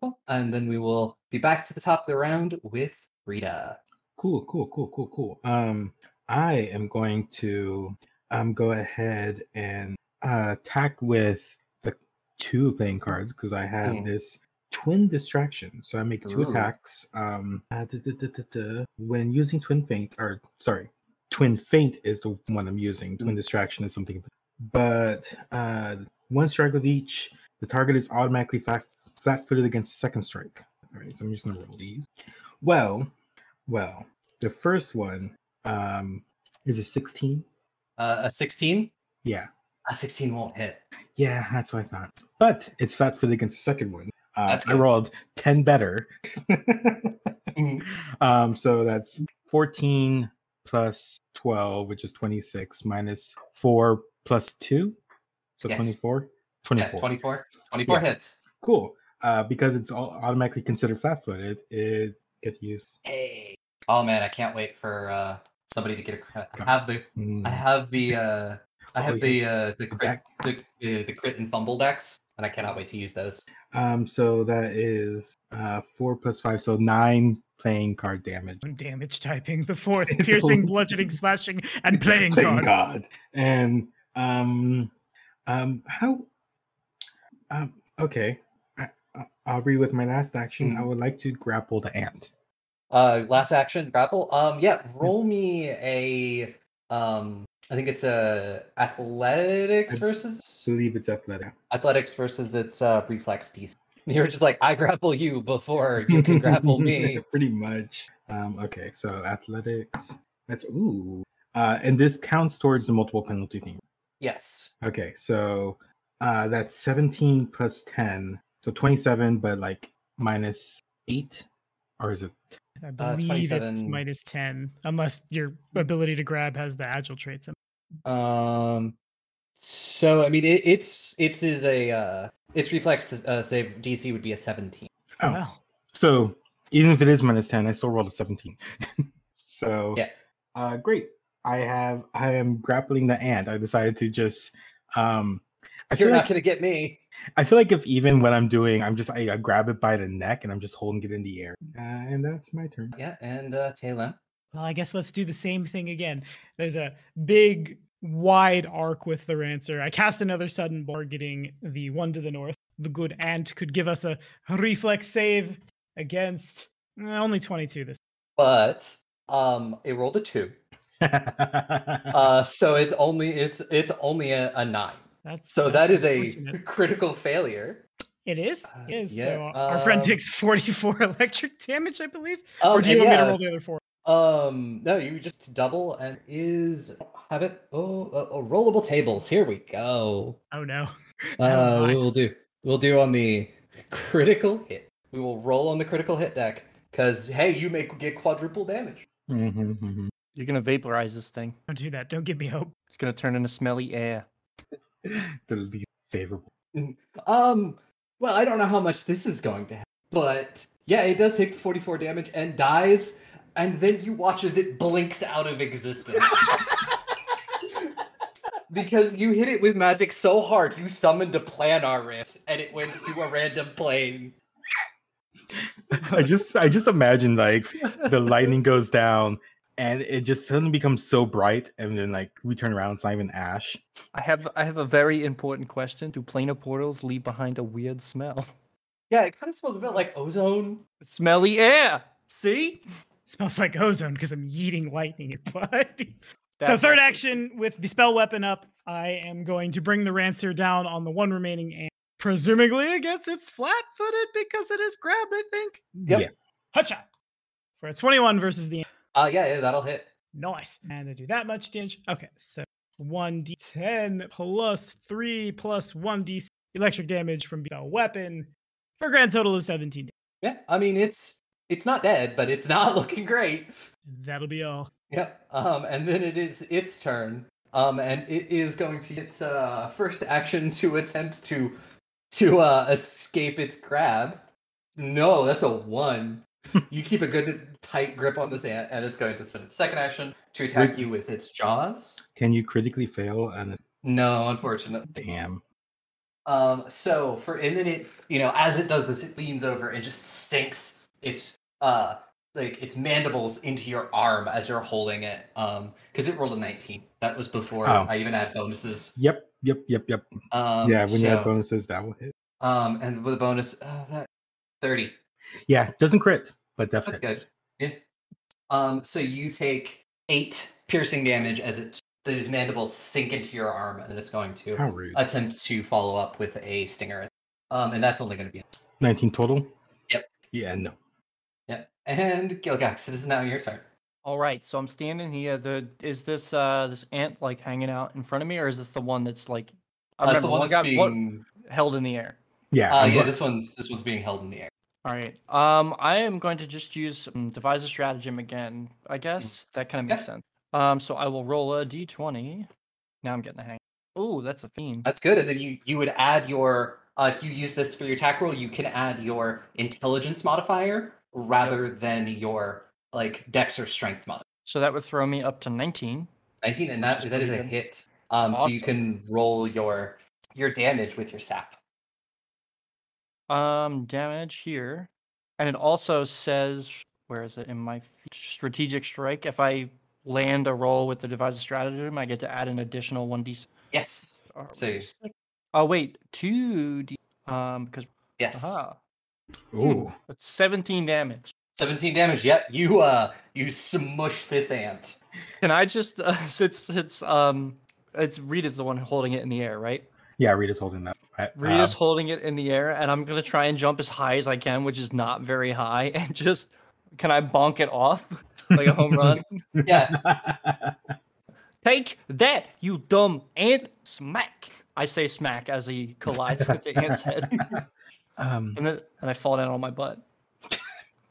[SPEAKER 1] Cool. And then we will be back to the top of the round with Rita.
[SPEAKER 2] cool, cool, cool, cool, cool. Um, I am going to um go ahead and uh, attack with the two playing cards because I have
[SPEAKER 1] Mhm.
[SPEAKER 2] this twin distraction. So I make two
[SPEAKER 1] Ooh.
[SPEAKER 2] attacks. Um, uh, duh, duh, duh, duh, duh. when using twin feint, or sorry, twin feint is the one I'm using. Twin distraction is something, but uh, one strike with each. The target is automatically flat footed against the second strike. All right, so I'm just gonna roll these. Well, well, the first one um is a 16.
[SPEAKER 1] Uh, a 16?
[SPEAKER 2] Yeah,
[SPEAKER 1] A 16 won't hit.
[SPEAKER 2] yeah, that's what I thought. But it's flat footed against the second one. Uh,
[SPEAKER 1] That's
[SPEAKER 2] I
[SPEAKER 1] good.
[SPEAKER 2] rolled 10 better.
[SPEAKER 1] Mm,
[SPEAKER 2] um, so that's 14 plus 12, which is 26, minus 4 plus 2. So
[SPEAKER 1] Yes.
[SPEAKER 2] 24?
[SPEAKER 1] yeah,
[SPEAKER 2] 24.
[SPEAKER 1] 24. 24
[SPEAKER 2] Yeah.
[SPEAKER 1] hits.
[SPEAKER 2] Cool. Uh, because it's all automatically considered flat footed, it gets used.
[SPEAKER 1] Hey. Oh man, I can't wait for uh somebody to get a crit. I
[SPEAKER 2] Come.
[SPEAKER 1] have the I
[SPEAKER 2] Mm.
[SPEAKER 1] have the uh I
[SPEAKER 2] Oh,
[SPEAKER 1] have
[SPEAKER 2] yeah.
[SPEAKER 1] the uh, the crit
[SPEAKER 2] back.
[SPEAKER 1] the, the, the crit and fumble decks, and I cannot wait to use those.
[SPEAKER 2] Um, so that is uh four plus five, so nine playing card damage.
[SPEAKER 3] one damage typing before the
[SPEAKER 2] It's
[SPEAKER 3] piercing,
[SPEAKER 2] all-
[SPEAKER 3] bludgeoning, slashing, and playing
[SPEAKER 2] Playing
[SPEAKER 3] card.
[SPEAKER 2] card. And um, um, how? Um, okay. I, I- I'll be with my last action.
[SPEAKER 1] Mm-hmm.
[SPEAKER 2] I would like to grapple the ant.
[SPEAKER 1] Uh, last action grapple. Um, yeah,
[SPEAKER 2] Hmm.
[SPEAKER 1] roll me a um. I think it's a athletics
[SPEAKER 2] Ad-
[SPEAKER 1] versus
[SPEAKER 2] So leave it's athletic.
[SPEAKER 1] athletics versus its uh, reflex DC. You're just like I grapple you before you can grapple me.
[SPEAKER 2] Pretty much. Um, okay, so athletics. That's ooh. Uh, and this counts towards the multiple penalty thing.
[SPEAKER 1] Yes.
[SPEAKER 2] Okay, so uh that's 17 plus 10. So 27, but like minus eight, or is it
[SPEAKER 3] I
[SPEAKER 1] Uh,
[SPEAKER 3] believe it's
[SPEAKER 1] 27.
[SPEAKER 3] minus 10, unless your ability to grab has the agile traits. in it.
[SPEAKER 1] Um. So I mean, it, it's it's is a uh, its reflex uh, save DC would be a seventeen.
[SPEAKER 2] Oh.
[SPEAKER 3] Wow.
[SPEAKER 2] so even if it is minus 10, I still rolled a 17. so
[SPEAKER 1] Yeah.
[SPEAKER 2] uh great. I have I am grappling the ant. I decided to just um I feel
[SPEAKER 1] You're not
[SPEAKER 2] like
[SPEAKER 1] gonna get me.
[SPEAKER 2] I feel like if even what I'm doing, I'm just I, I grab it by the neck and I'm just holding it in the air. Uh, and that's my turn.
[SPEAKER 1] Yeah, and uh, Taylor.
[SPEAKER 3] Well, I guess let's do the same thing again. There's a big, wide arc with the Rancer. I cast another sudden targeting the one to the north. The good ant could give us a reflex save against eh, only 22 this.
[SPEAKER 1] but um it rolled a two uh so it's only it's it's only a, a nine
[SPEAKER 3] That's
[SPEAKER 1] so that
[SPEAKER 3] that's
[SPEAKER 1] is a
[SPEAKER 3] unfortunate.
[SPEAKER 1] critical failure
[SPEAKER 3] It is.
[SPEAKER 1] Uh,
[SPEAKER 3] It is.
[SPEAKER 1] yeah,
[SPEAKER 3] so our friend
[SPEAKER 1] um,
[SPEAKER 3] takes 44 electric damage, I believe.
[SPEAKER 1] um,
[SPEAKER 3] or do you
[SPEAKER 1] and
[SPEAKER 3] want me
[SPEAKER 1] yeah,
[SPEAKER 3] to roll the other four?
[SPEAKER 1] um no you just double and is have it oh uh, oh, rollable tables here we go
[SPEAKER 3] Oh no. Oh,
[SPEAKER 1] uh
[SPEAKER 3] my.
[SPEAKER 1] we will do we'll do on the critical hit we will roll on the critical hit deck because hey you may get quadruple damage
[SPEAKER 2] Mhm, mhm.
[SPEAKER 4] You're gonna vaporize this thing.
[SPEAKER 3] Don't do that. Don't give me hope.
[SPEAKER 4] It's gonna turn into smelly air.
[SPEAKER 2] the least favorable.
[SPEAKER 1] Um, well, I don't know how much this is going to happen, but yeah, it does take 44 damage and dies, and then you watch as it blinks out of existence. because you hit it with magic so hard, you summoned a planar rift, and it went to a random plane.
[SPEAKER 2] I just I just imagine like the lightning goes down and it just suddenly becomes so bright and then like we turn around it's not even ash.
[SPEAKER 4] I have I have a very important question. Do planar portals leave behind a weird smell?
[SPEAKER 1] Yeah, it kind of smells a bit like ozone.
[SPEAKER 4] Smelly air. See?
[SPEAKER 3] smells like ozone because I'm yeeting lightning at Bud. so
[SPEAKER 4] That's
[SPEAKER 3] third
[SPEAKER 4] actually-
[SPEAKER 3] action with the spell weapon up, I am going to bring the Rancer down on the one remaining and presumably against its flat-footed because it is grabbed, I think.
[SPEAKER 1] Yep.
[SPEAKER 2] Yeah.
[SPEAKER 3] Hutcha! For a 21 versus the
[SPEAKER 1] Uh, yeah, yeah, that'll hit.
[SPEAKER 3] Nice. And I do that much damage. Okay, so 1d10 plus 3 plus 1d electric damage from the weapon for a grand total of 17.
[SPEAKER 1] Yeah, I mean it's it's not dead, but it's not looking great.
[SPEAKER 3] That'll be all.
[SPEAKER 1] Yep. Um, and then it is its turn. Um, and it is going to its uh, first action to attempt to to uh, escape its grab. No, that's a one. you keep a good tight grip on this ant, and it's going to spend its second action to attack you with its jaws.
[SPEAKER 2] Can you critically fail and
[SPEAKER 1] No, unfortunately.
[SPEAKER 2] damn.
[SPEAKER 1] Um, so for and then it, you know, as it does this, it leans over and just sinks its uh like its mandibles into your arm as you're holding it. Um, because it rolled a 19. That was before
[SPEAKER 2] Oh.
[SPEAKER 1] I even had bonuses.
[SPEAKER 2] Yep, yep, yep, yep.
[SPEAKER 1] Um,
[SPEAKER 2] yeah, when you have
[SPEAKER 1] so,
[SPEAKER 2] bonuses that will hit.
[SPEAKER 1] um, and with a bonus, uh, that 30.
[SPEAKER 2] Yeah, doesn't crit, but
[SPEAKER 1] That's
[SPEAKER 2] definitely.
[SPEAKER 1] good. Yeah. Um, so you take eight piercing damage as it these mandibles sink into your arm, and it's going to
[SPEAKER 2] How rude.
[SPEAKER 1] attempt to follow up with a stinger. Um, and that's only going to be
[SPEAKER 2] 19 total?
[SPEAKER 1] Yep.
[SPEAKER 2] Yeah, no.
[SPEAKER 1] Yep. And Gilgax, it is now your turn.
[SPEAKER 4] All right, so I'm standing here. The is this uh this ant like hanging out in front of me, or is this the one that's like? I
[SPEAKER 1] That's
[SPEAKER 4] remember
[SPEAKER 1] the one that's
[SPEAKER 4] got one
[SPEAKER 1] being.
[SPEAKER 4] held in the air.
[SPEAKER 2] Yeah.
[SPEAKER 1] Uh,
[SPEAKER 2] I'm
[SPEAKER 1] yeah,
[SPEAKER 2] go-
[SPEAKER 1] this one's this one's being held in the air.
[SPEAKER 4] All right. Um, I am going to just use um, devise a stratagem again.
[SPEAKER 1] Hmm.
[SPEAKER 4] I guess that kind of makes sense. Um, so I will roll a d20. Now I'm getting the hang. Oh, that's a fiend.
[SPEAKER 1] That's good. And then you you would add your uh, if you use this for your attack roll, you can add your intelligence modifier rather than your like dex or strength modifier.
[SPEAKER 4] So that would throw me up to 19.
[SPEAKER 1] 19, and
[SPEAKER 4] Which
[SPEAKER 1] that
[SPEAKER 4] is
[SPEAKER 1] that is a
[SPEAKER 4] pretty good.
[SPEAKER 1] hit. Um, so you
[SPEAKER 4] Awesome.
[SPEAKER 1] can roll your your damage with your sap.
[SPEAKER 4] Um, damage here, and it also says where is it in my f- strategic strike? If I land a roll with the devise a stratagem, I get to add an additional one d.
[SPEAKER 1] Yes.
[SPEAKER 4] Are
[SPEAKER 1] So
[SPEAKER 4] we
[SPEAKER 1] you-
[SPEAKER 4] sick? Oh wait, two D. Um, because
[SPEAKER 1] Yes.
[SPEAKER 4] aha,
[SPEAKER 2] Ooh.
[SPEAKER 4] that's seventeen damage.
[SPEAKER 1] 17 damage. Yep. You uh you smush this ant.
[SPEAKER 4] Can I just uh, since it's um it's Rita's the one holding it in the air, right?
[SPEAKER 2] Yeah, Rita's holding that. Uh,
[SPEAKER 4] Rita's holding it in the air, and I'm gonna try and jump as high as I can, which is not very high, and just can I bonk it off like a home run?
[SPEAKER 1] Yeah.
[SPEAKER 2] um,
[SPEAKER 4] Take that, you dumb ant! Smack! I say smack as he collides with the ant's head,
[SPEAKER 2] um,
[SPEAKER 4] and then and I fall down on my butt.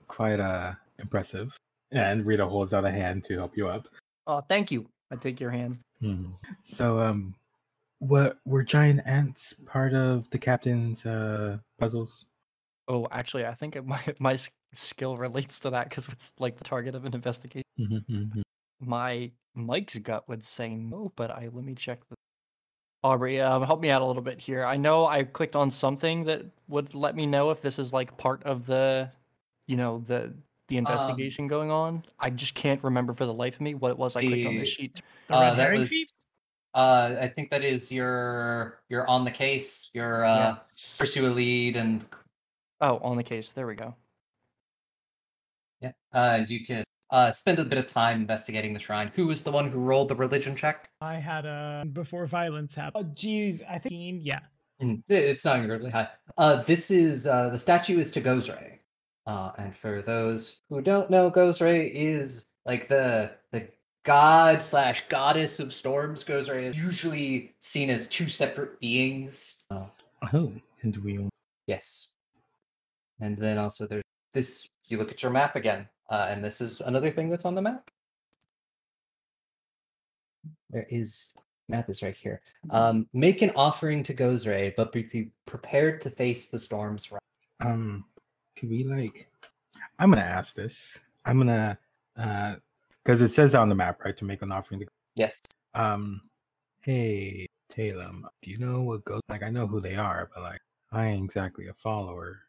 [SPEAKER 2] quite uh, impressive. And Rita holds out a hand to help you up.
[SPEAKER 4] Oh, thank you. I take your hand.
[SPEAKER 2] Hmm. So, um, what were giant ants part of the captain's uh, puzzles?
[SPEAKER 4] Oh, actually, I think it, my my s- skill relates to that because it's like the target of an investigation.
[SPEAKER 2] Mm-hmm,
[SPEAKER 4] My Mike's gut would say no, but I let me check. The... Aubrey, um, help me out a little bit here. I know I clicked on something that would let me know if this is like part of the, you know, the the investigation going on. I just can't remember for the life of me what it was I clicked on
[SPEAKER 1] the-
[SPEAKER 4] this sheet.
[SPEAKER 3] The
[SPEAKER 1] uh,
[SPEAKER 3] red
[SPEAKER 1] that
[SPEAKER 3] herring
[SPEAKER 1] was
[SPEAKER 3] feet?
[SPEAKER 1] uh I think that is your your on the case, your uh
[SPEAKER 4] Yeah.
[SPEAKER 1] pursue a lead and
[SPEAKER 4] Oh, on the case. There we go.
[SPEAKER 1] yeah, uh and you can uh spend a bit of time investigating the shrine. Who was the one who rolled the religion check?
[SPEAKER 3] I had a before violence happened. Oh, geez, I think yeah.
[SPEAKER 1] Mm, i- It's not incredibly high. Uh this is uh the statue is to Gozray. Uh and for those who don't know, Gozray is like the the god slash goddess of storms. Gozray is usually seen as two separate beings. Uh,
[SPEAKER 2] Oh, and we.
[SPEAKER 1] Yes. And then also there's this you look at your map again. Uh, and this is another thing that's on the map. There is map is right here. Um, make an offering to Gozray, but be, be prepared to face the storms. Right.
[SPEAKER 2] Um, could we like? I'm gonna ask this. I'm gonna uh, because it says that on the map, right? To make an offering to
[SPEAKER 1] Yes.
[SPEAKER 2] um, hey Talem, do you know what goes? Like, I know who they are, but like, I ain't exactly a follower.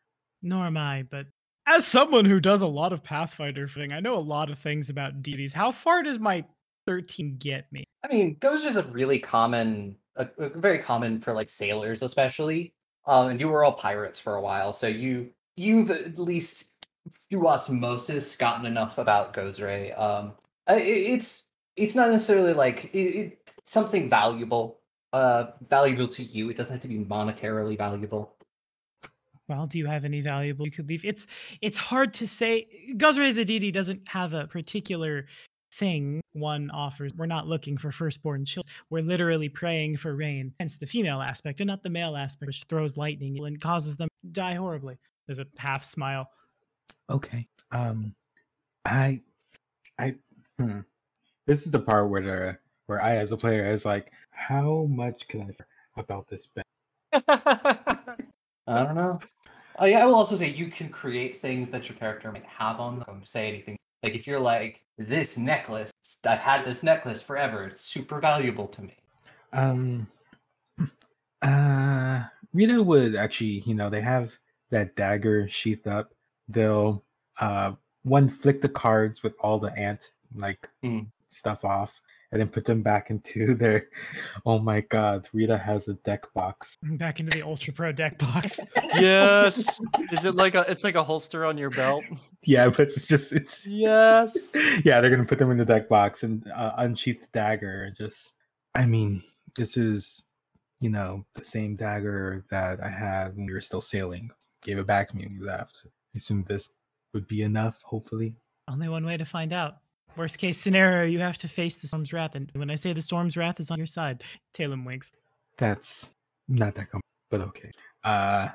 [SPEAKER 3] Nor am I, but as someone who does a lot of Pathfinder thing, I know a lot of things about deities. How far does my 13 get me?
[SPEAKER 1] I mean, Gozray is a really common, a, a very common for like sailors, especially. Um, and you were all pirates for a while, so you you've at least through osmosis gotten enough about Gozray. Um, I- i- it's it's not necessarily like it, it, something valuable, uh, valuable to you. It doesn't have to be monetarily valuable.
[SPEAKER 3] Well, do you have any valuable you could leave? It's it's hard to say. Gozre as a deity doesn't have a particular thing one offers. We're not looking for firstborn children. We're literally praying for rain, hence the female aspect and not the male aspect, which throws lightning and causes them to die horribly. There's a half smile.
[SPEAKER 2] Okay. Um, I, I, hmm. this is the part where the where I, as a player, is like, how much can I f- about this bet?
[SPEAKER 1] I don't know. I, I will also say you can create things that your character might have on them. Say anything. Like if you're like this necklace, I've had this necklace forever. It's super valuable to me.
[SPEAKER 2] Um, uh, Rita would actually, you know, they have that dagger sheathed up. They'll, uh, one flick the cards with all the ant like
[SPEAKER 1] Mm.
[SPEAKER 2] stuff off, and then put them back into their. Oh my God, Rita has a deck box.
[SPEAKER 3] Back into the ultra pro deck box.
[SPEAKER 4] yes. Is it like a? It's like a holster on your belt.
[SPEAKER 2] Yeah, but it's just it's.
[SPEAKER 4] Yes.
[SPEAKER 2] yeah, they're gonna put them in the deck box and uh, unsheath the dagger and just. I mean, this is, you know, the same dagger that I had when we were still sailing. Gave it back to me when we left. I assume this would be enough. Hopefully,
[SPEAKER 3] Only one way to find out. Worst case scenario, you have to face the storm's wrath. And when I say the storm's wrath is on your side, Talem winks.
[SPEAKER 2] that's not that com but okay. Uh,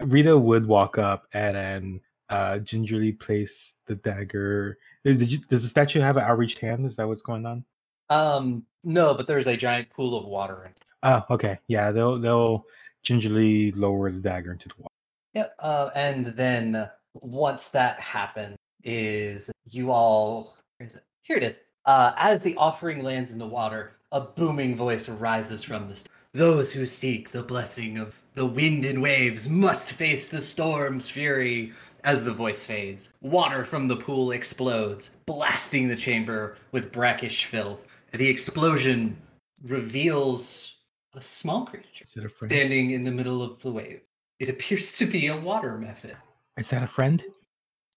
[SPEAKER 2] Rita would walk up and then uh, gingerly place the dagger. Is, did you, does the statue have an outreached hand? Is that what's going on?
[SPEAKER 1] Um, no, but there's a giant pool of water. In
[SPEAKER 2] Oh, okay. Yeah, they'll they'll gingerly lower the dagger into the water.
[SPEAKER 1] Yep. Uh, and then once that happens, is you all where is it? here? It is. Uh, as the offering lands in the water, a booming voice arises from the. St- Those who seek the blessing of the wind and waves must face the storm's fury. As the voice fades, water from the pool explodes, blasting the chamber with brackish filth. The explosion reveals a small creature
[SPEAKER 2] Is it a friend?
[SPEAKER 1] standing in the middle of the wave. It appears to be a water method.
[SPEAKER 2] Is that a friend?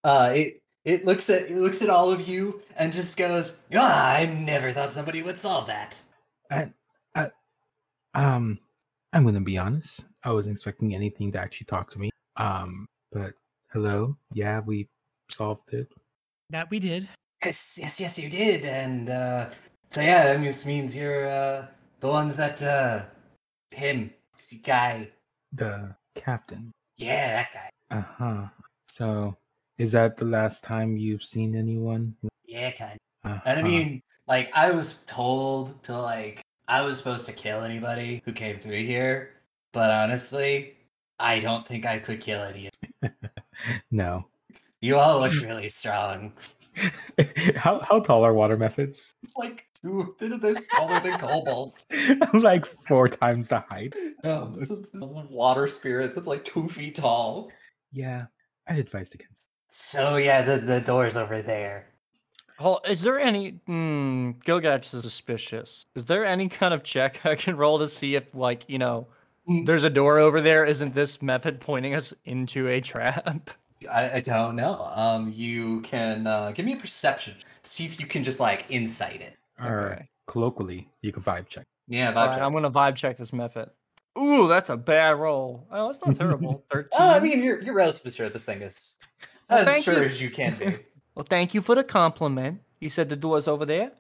[SPEAKER 1] Uh, it it looks at it looks at all of you and just goes, "Ah, I never thought somebody would solve that."
[SPEAKER 2] Um, I'm gonna be honest. I wasn't expecting anything to actually talk to me. Um, but hello. Yeah, we solved it.
[SPEAKER 3] That we did.
[SPEAKER 1] Yes, yes, yes, you did. And uh, so yeah, I mean, this means you're uh, the ones that uh, him the guy.
[SPEAKER 2] The captain.
[SPEAKER 1] Yeah, that guy.
[SPEAKER 2] Uh huh. So, is that the last time you've seen anyone?
[SPEAKER 1] Yeah, kind.
[SPEAKER 2] Uh-huh.
[SPEAKER 1] And I mean, like, I was told to, like, I was supposed to kill anybody who came through here, but honestly, I don't think I could kill any of
[SPEAKER 2] no.
[SPEAKER 1] you. all look really strong.
[SPEAKER 2] how how tall are water methods?
[SPEAKER 1] Like, dude, they're they're smaller than kobolds.
[SPEAKER 2] I'm like four times the height.
[SPEAKER 1] Oh, this is this is a water spirit that's like two feet tall.
[SPEAKER 2] Yeah, I'd advise against.
[SPEAKER 1] So, yeah, the, the door's over there.
[SPEAKER 4] Hol- Is there any? Mm, Gilgax is suspicious. Is there any kind of check I can roll to see if, like, you know,
[SPEAKER 1] Mm.
[SPEAKER 4] there's a door over there? Isn't this method pointing us into a trap?
[SPEAKER 1] I, I don't know. Um, you can uh, give me a perception. See if you can just like insight it.
[SPEAKER 2] Or
[SPEAKER 4] Okay.
[SPEAKER 2] colloquially, you can vibe check.
[SPEAKER 1] Yeah,
[SPEAKER 4] All
[SPEAKER 1] vibe
[SPEAKER 4] right,
[SPEAKER 1] check.
[SPEAKER 4] I'm gonna vibe check this method. Ooh, that's a bad roll. Oh, that's not terrible. Thirteen.
[SPEAKER 1] Oh, I mean, you're, you're relatively sure this thing is
[SPEAKER 4] Well,
[SPEAKER 1] as
[SPEAKER 4] thank
[SPEAKER 1] sure
[SPEAKER 4] you.
[SPEAKER 1] as you can be.
[SPEAKER 4] well, thank you for the compliment. You said the door's over there.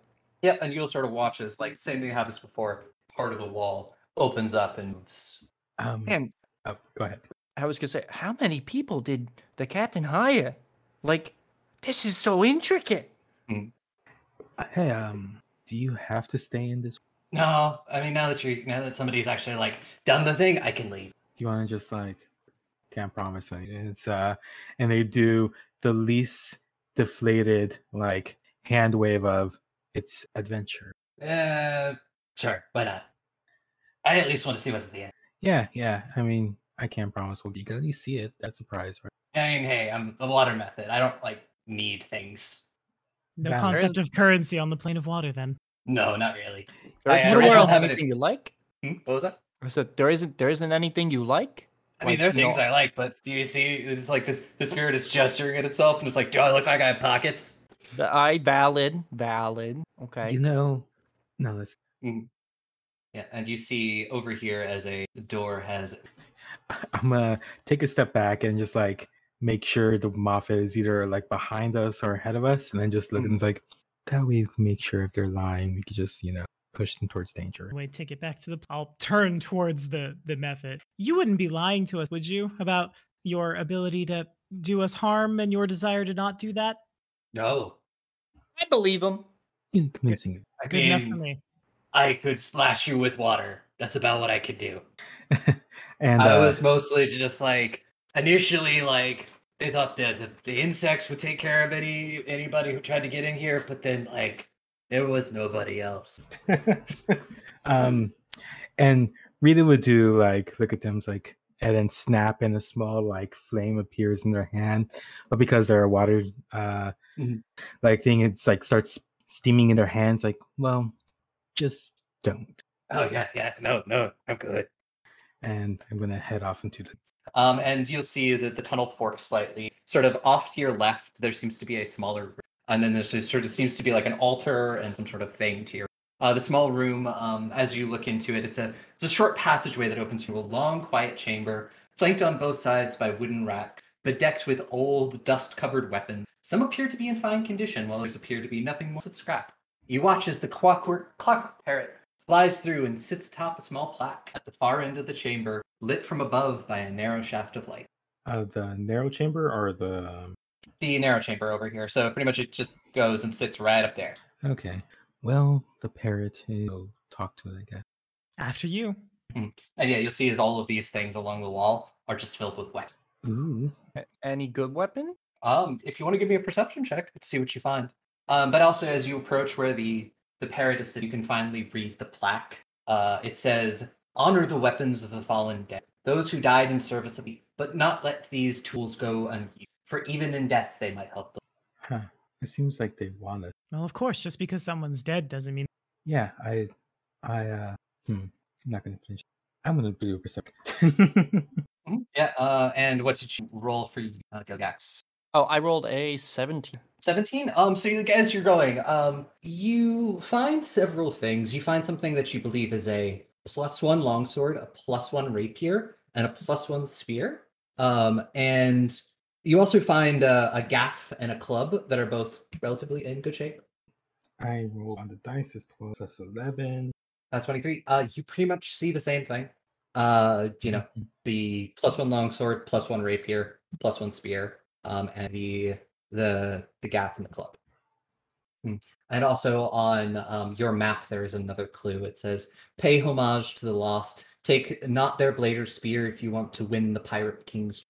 [SPEAKER 1] yep, and you'll sort of watch as like same thing happens before. Part of the wall opens up and moves.
[SPEAKER 2] Um,
[SPEAKER 4] And
[SPEAKER 2] oh, go ahead.
[SPEAKER 4] I was gonna say, how many people did the captain hire? Like, This is so intricate.
[SPEAKER 2] Hey, um, do you have to stay in this?
[SPEAKER 1] No, I mean now that you now that somebody's actually like done the thing, I can leave.
[SPEAKER 2] Do you want to just like can't promise anything? It's uh, and they do the least deflated like hand wave of it's adventure.
[SPEAKER 1] Uh, sure, why not? I at least want to see what's at the end.
[SPEAKER 2] Yeah, yeah. I mean, I can't promise. Well, you can at least see it. That's a prize, right?
[SPEAKER 1] I mean, hey, I'm a water method. I don't like need things.
[SPEAKER 3] No
[SPEAKER 2] Valid.
[SPEAKER 3] concept of currency on the plane of water, then.
[SPEAKER 1] No, not really.
[SPEAKER 4] There
[SPEAKER 1] I-
[SPEAKER 4] isn't
[SPEAKER 1] I really don't have it
[SPEAKER 4] anything
[SPEAKER 1] in-
[SPEAKER 4] you like.
[SPEAKER 1] Hmm? What was that?
[SPEAKER 4] I said there isn't there isn't anything you like.
[SPEAKER 1] I mean, there are
[SPEAKER 4] Like, you
[SPEAKER 1] things
[SPEAKER 4] know-
[SPEAKER 1] I like, but do you see? It's like this. The spirit is gesturing at itself, and it's like, do I look like I have pockets?
[SPEAKER 4] The- I valid valid. Okay.
[SPEAKER 2] You know, no. Let's.
[SPEAKER 1] Hmm. Yeah, and you see over here as a door has.
[SPEAKER 2] I'm gonna take a step back and just like make sure the mafia is either like behind us or ahead of us, and then just look and it's like that way we can make sure if they're lying, we could just you know push them towards danger.
[SPEAKER 3] Wait, take it back to the. I'll turn towards the the method. You wouldn't be lying to us, would you, about your ability to do us harm and your desire to not do that?
[SPEAKER 1] No,
[SPEAKER 4] I believe him.
[SPEAKER 2] You know, convincing. it.
[SPEAKER 1] I
[SPEAKER 3] Good enough for
[SPEAKER 1] mean,
[SPEAKER 3] me.
[SPEAKER 1] I could splash you with water. That's about what I could do.
[SPEAKER 2] And
[SPEAKER 1] I
[SPEAKER 2] uh,
[SPEAKER 1] was mostly just like initially like they thought that the, the insects would take care of any anybody who tried to get in here, but then like there was nobody else.
[SPEAKER 2] um, and Rita would do like look at them it's like and then snap and a small like flame appears in their hand, but because they're a water uh
[SPEAKER 1] Mhm.
[SPEAKER 2] like thing, it's like starts steaming in their hands. Like, well, just don't.
[SPEAKER 1] Oh yeah, yeah, no, no, I'm good.
[SPEAKER 2] And I'm gonna head off into the
[SPEAKER 1] Um, and you'll see is that the tunnel forks slightly, sort of off to your left. There seems to be a smaller, room. and then there's just sort of seems to be like an altar and some sort of thing to your. Uh, the small room, um, as you look into it, it's a it's a short passageway that opens to a long, quiet chamber, flanked on both sides by wooden racks, bedecked with old, dust-covered weapons. Some appear to be in fine condition, while others appear to be nothing more than scrap. You watch as the clockwork clock parrot flies through and sits atop a small plaque at the far end of the chamber, lit from above by a narrow shaft of light.
[SPEAKER 2] uh, the narrow chamber or the um,
[SPEAKER 1] The narrow chamber over here, so pretty much it just goes and sits right up there.
[SPEAKER 2] okay. Well, the parrot eh, will talk to it, I guess.
[SPEAKER 3] After you.
[SPEAKER 1] And yeah, you'll see as all of these things along the wall are just filled with wax.
[SPEAKER 2] Ooh,
[SPEAKER 4] A- Any good weapon?
[SPEAKER 1] Um, if you want to give me a perception check, let's see what you find. Um, but also, as you approach where the the parrot is, sitting, you can finally read the plaque. Uh, it says, "Honor the weapons of the fallen dead, those who died in service of thee, but not let these tools go unused. For even in death, they might help." The-
[SPEAKER 2] huh. It seems like they want it.
[SPEAKER 3] Well, of course, just because someone's dead doesn't mean.
[SPEAKER 2] Yeah, I, I, uh, hmm, I'm not gonna finish. I'm gonna do it for a second.
[SPEAKER 1] Mhm. Yeah. Uh, and what did you roll for you, uh, Gilgax?
[SPEAKER 4] Oh, I rolled a seventeen.
[SPEAKER 1] 17 um so you, as you're going um you find several things you find something that you believe is a plus one longsword a plus one rapier and a plus one spear um and you also find uh, a gaff and a club that are both relatively in good shape
[SPEAKER 2] I roll on the dice is 12 plus 11.
[SPEAKER 1] uh, 23 uh you pretty much see the same thing uh you know the plus one longsword plus one rapier plus one spear um and the the the gap in the club Mm. and also on um, your map there is another clue it says pay homage to the lost take not their blade or spear if you want to win the pirate king's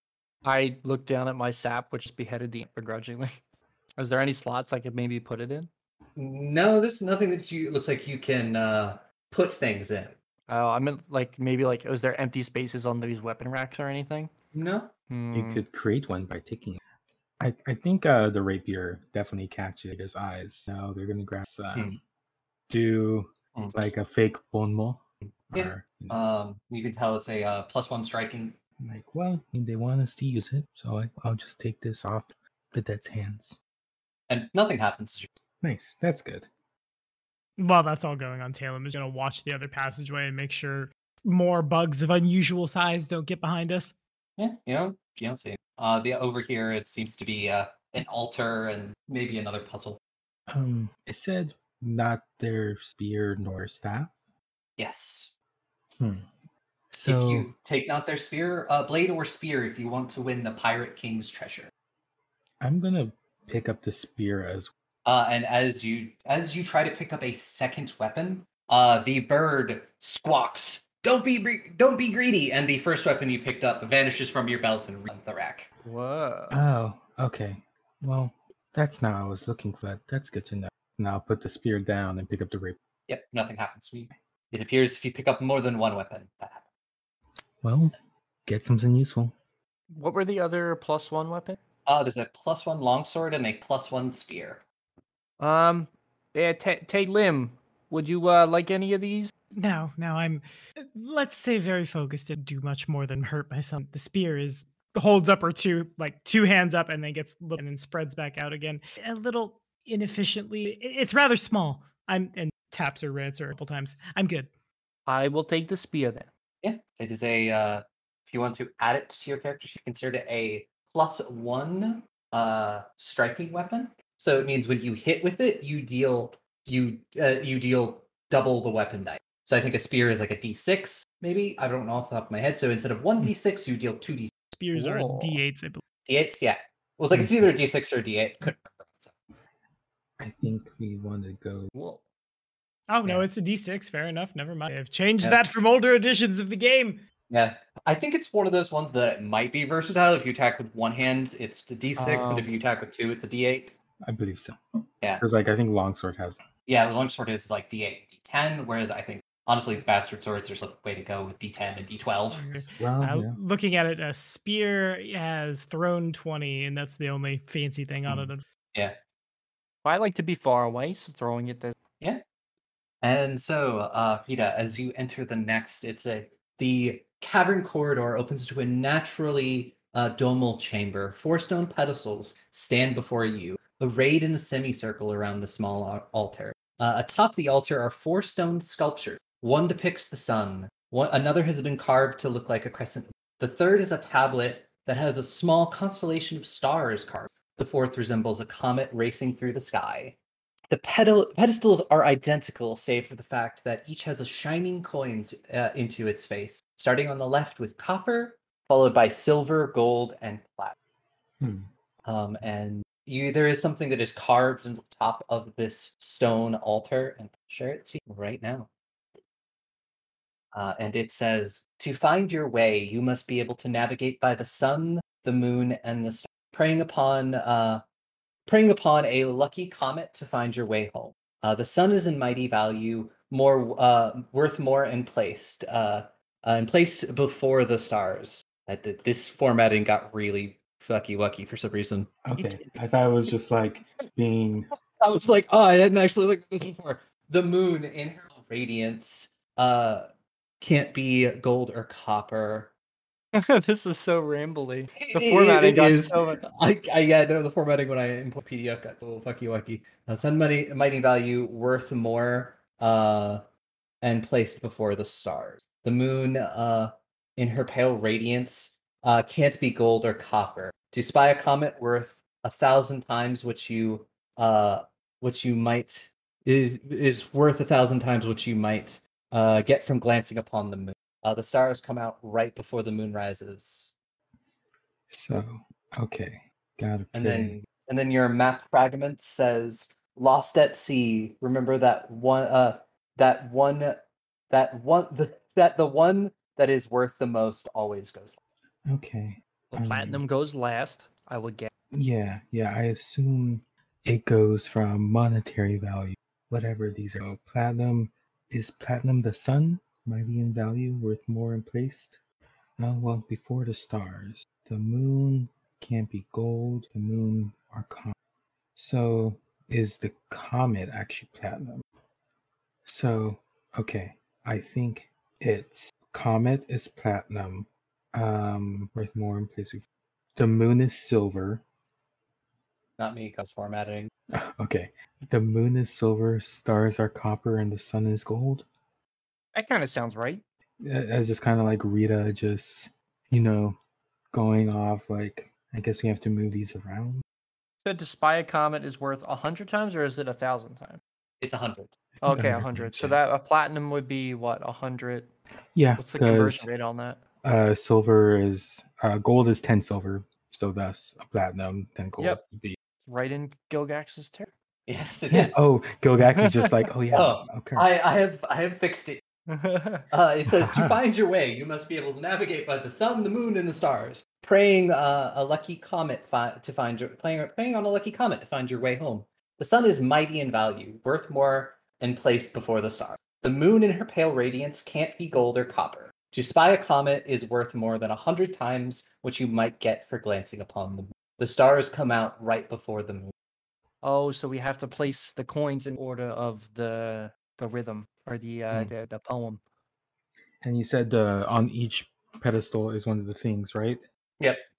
[SPEAKER 4] I looked down at my sap, which beheaded the begrudgingly. Is there any slots I could maybe put it in?
[SPEAKER 1] no there's nothing that you it looks like you can uh put things in
[SPEAKER 4] Oh, I meant like maybe like was there empty spaces on these weapon racks or anything?
[SPEAKER 1] no
[SPEAKER 4] Hmm,
[SPEAKER 2] You could create one by taking it. I, I think uh, the rapier definitely catches his eyes. Now they're gonna grab some, do
[SPEAKER 1] Mm.
[SPEAKER 2] like a fake bon mot.
[SPEAKER 1] Yeah.
[SPEAKER 2] Or, you know,
[SPEAKER 1] um you can tell it's a uh, plus one striking
[SPEAKER 2] like, well, I mean, they want us to use it, so I, I'll just take this off the dead's hands.
[SPEAKER 1] and nothing happens
[SPEAKER 2] Nice, that's good.
[SPEAKER 3] While that's all going on, Talon is going to watch the other passageway and make sure more bugs of unusual size don't get behind us.
[SPEAKER 1] Yeah, you know, you don't see it. Uh, the over here, it seems to be uh, an altar and maybe another puzzle.
[SPEAKER 2] Um, it said not their spear nor staff.
[SPEAKER 1] Yes.
[SPEAKER 2] Hmm. So
[SPEAKER 1] If you take not their spear, uh, blade or spear, if you want to win the Pirate King's treasure.
[SPEAKER 2] I'm gonna pick up the spear as
[SPEAKER 1] Uh, and as you as you try to pick up a second weapon, uh, the bird squawks, "Don't be gre- don't be greedy!" And the first weapon you picked up vanishes from your belt and re- the rack.
[SPEAKER 4] Whoa.
[SPEAKER 2] Oh, okay. Well, that's not what I was looking for. That's good to know. Now I'll put the spear down and pick up the rapier.
[SPEAKER 1] Yep, nothing happens. We- It appears if you pick up more than one weapon, that happens.
[SPEAKER 2] Well, get something useful.
[SPEAKER 4] What were the other plus one weapon?
[SPEAKER 1] Uh, there's a plus one longsword and a plus one spear.
[SPEAKER 4] Um, yeah, Tay Tay Lim, would you uh, like any of these?
[SPEAKER 3] No, no, I'm uh, let's say very focused and do much more than hurt myself. The spear is holds up her two like two hands up and then gets li- and then spreads back out again a little inefficiently. I- It's rather small. I'm and taps her rancer a couple times. I'm good.
[SPEAKER 4] I will take the spear then.
[SPEAKER 1] Yeah, it is a. Uh, if you want to add it to your character, sheet, consider it a plus one uh, striking weapon. So it means when you hit with it, you deal you uh, you deal double the weapon die. So I think a spear is like a d6, maybe. I don't know off the top of my head. So instead of one d6, you deal two d
[SPEAKER 3] Spears are
[SPEAKER 4] Woah.
[SPEAKER 3] d8s, I believe.
[SPEAKER 1] d8s. Yeah, well, it's like it's either a d6 or a d8. Could
[SPEAKER 2] I think we want to go.
[SPEAKER 4] Whoa.
[SPEAKER 3] Oh no,
[SPEAKER 1] Yeah.
[SPEAKER 3] it's a d6. Fair enough. Never mind. I've changed
[SPEAKER 1] Yeah.
[SPEAKER 3] that from older editions of the game.
[SPEAKER 1] yeah. I think it's one of those ones that it might be versatile. If you attack with one hand, it's a d6, and if
[SPEAKER 4] Um,
[SPEAKER 1] you attack with two, it's a d8.
[SPEAKER 2] I believe so.
[SPEAKER 1] Yeah.
[SPEAKER 2] Because, like, I think Longsword has.
[SPEAKER 1] Yeah, the longsword is like D8, D10, whereas I think honestly, bastard swords are the way to go with D10 and D12.
[SPEAKER 3] Okay.
[SPEAKER 1] Oh,
[SPEAKER 2] Well,
[SPEAKER 3] Uh,
[SPEAKER 2] yeah.
[SPEAKER 3] Looking at it, a spear has thrown 20, and that's the only fancy thing
[SPEAKER 1] Mm.
[SPEAKER 3] on it.
[SPEAKER 4] I like to be far away, so throwing it there.
[SPEAKER 1] And so, uh, Rita, as you enter the next, it's a the cavern corridor opens into a naturally uh, domal chamber. Four stone pedestals stand before you, arrayed in a semicircle around the small al- altar. Uh, atop the altar are four stone sculptures. One depicts the sun. One, another has been carved to look like a crescent. The third is a tablet that has a small constellation of stars carved. The fourth resembles a comet racing through the sky. The pedal- pedestals are identical, save for the fact that each has a shining coin uh, into its face, starting on the left with copper, followed by silver, gold, and platinum.
[SPEAKER 2] Hmm.
[SPEAKER 1] Um, and you, there is something that is carved into the top of this stone altar, and I'll share it to you right now. Uh, and it says, "To find your way, you must be able to navigate by the sun, the moon, and the stars, preying upon uh, preying upon a lucky comet to find your way home. Uh, the sun is in mighty value, more uh, worth more and placed uh, uh, and placed before the stars. I did- this formatting got really fucky wucky for some reason.
[SPEAKER 2] Okay. I thought it was just like being.
[SPEAKER 1] I was like, oh, I hadn't actually looked at this before. The moon in her radiance uh, can't be gold or copper.
[SPEAKER 4] this is so rambly.
[SPEAKER 1] It- it-
[SPEAKER 4] The formatting
[SPEAKER 1] it
[SPEAKER 4] got
[SPEAKER 1] is.
[SPEAKER 4] so.
[SPEAKER 1] I, I yeah, no, the formatting when I import PDF got a little fucky wucky. Uh, send money, mighty value, worth more, uh, and placed before the stars. The moon, uh, in her pale radiance, uh, can't be gold or copper. To spy a comet worth a thousand times what you, uh, what you might is is worth a thousand times what you might, uh, get from glancing upon the moon. Uh, the stars come out right before the moon rises.
[SPEAKER 2] So, okay. Gotta
[SPEAKER 1] And
[SPEAKER 2] play.
[SPEAKER 1] then and then your map fragment says lost at sea. Remember that one uh that one that one the, that the one that is worth the most always goes.
[SPEAKER 2] Okay.
[SPEAKER 4] The platinum goes last. I would get.
[SPEAKER 2] Yeah, yeah. I assume it goes from monetary value, whatever these are. So platinum is platinum the sun, mighty in value, worth more and placed. Oh well, before the stars, the moon can't be gold. The moon are comet. So is the comet actually platinum? So okay, I think it's comet is platinum, um, worth more and placed. before- The moon is silver.
[SPEAKER 1] Not me, cause formatting.
[SPEAKER 2] Okay. The moon is silver, stars are copper, and the sun is gold.
[SPEAKER 4] That kind of sounds right.
[SPEAKER 2] That- That's just kind of like Rita just, you know, going off like, I guess we have to move these around.
[SPEAKER 4] So to spy a comet is worth a hundred times, or is it a thousand times?
[SPEAKER 1] It's a hundred.
[SPEAKER 2] think
[SPEAKER 4] Okay, a
[SPEAKER 2] 100
[SPEAKER 4] hundred.
[SPEAKER 2] times,
[SPEAKER 4] So
[SPEAKER 2] yeah.
[SPEAKER 4] that a platinum would be what a hundred.
[SPEAKER 2] Yeah.
[SPEAKER 4] What's the
[SPEAKER 2] 'cause,
[SPEAKER 4] conversion rate on that?
[SPEAKER 2] Uh, silver is, uh, gold is 10 silver. So that's a platinum, 10 gold.
[SPEAKER 4] Yep.
[SPEAKER 2] would be-
[SPEAKER 4] right in Gilgax's tear.
[SPEAKER 1] Yes, it is.
[SPEAKER 2] Yeah. Oh, Gilgax is just like, oh yeah,
[SPEAKER 1] Oh,
[SPEAKER 2] okay.
[SPEAKER 1] I, I have I have fixed it. Uh, it says to find your way, you must be able to navigate by the sun, the moon, and the stars. Praying uh, a lucky comet fi- to find your playing praying on a lucky comet to find your way home. The sun is mighty in value, worth more and placed before the stars. The moon in her pale radiance can't be gold or copper. To spy a comet is worth more than a hundred times what you might get for glancing upon them. The stars come out right before the moon.
[SPEAKER 4] oh, so we have to place the coins in order of the the rhythm or the uh,
[SPEAKER 2] Mm.
[SPEAKER 4] the, the poem.
[SPEAKER 2] and you said uh, on each pedestal is one of the things, right?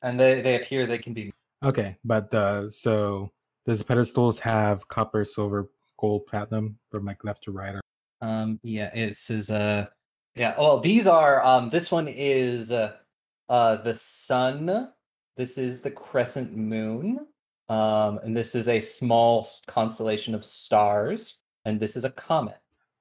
[SPEAKER 1] And they, they appear they can be
[SPEAKER 2] Okay, but uh, so does the pedestals have copper, silver, gold, platinum from like left to right? Or...
[SPEAKER 1] Um, yeah, it says, uh, yeah, well, these are, um, this one is, uh, uh, the sun. This is the crescent moon. Um, and this is a small s- constellation of stars. And this is a comet.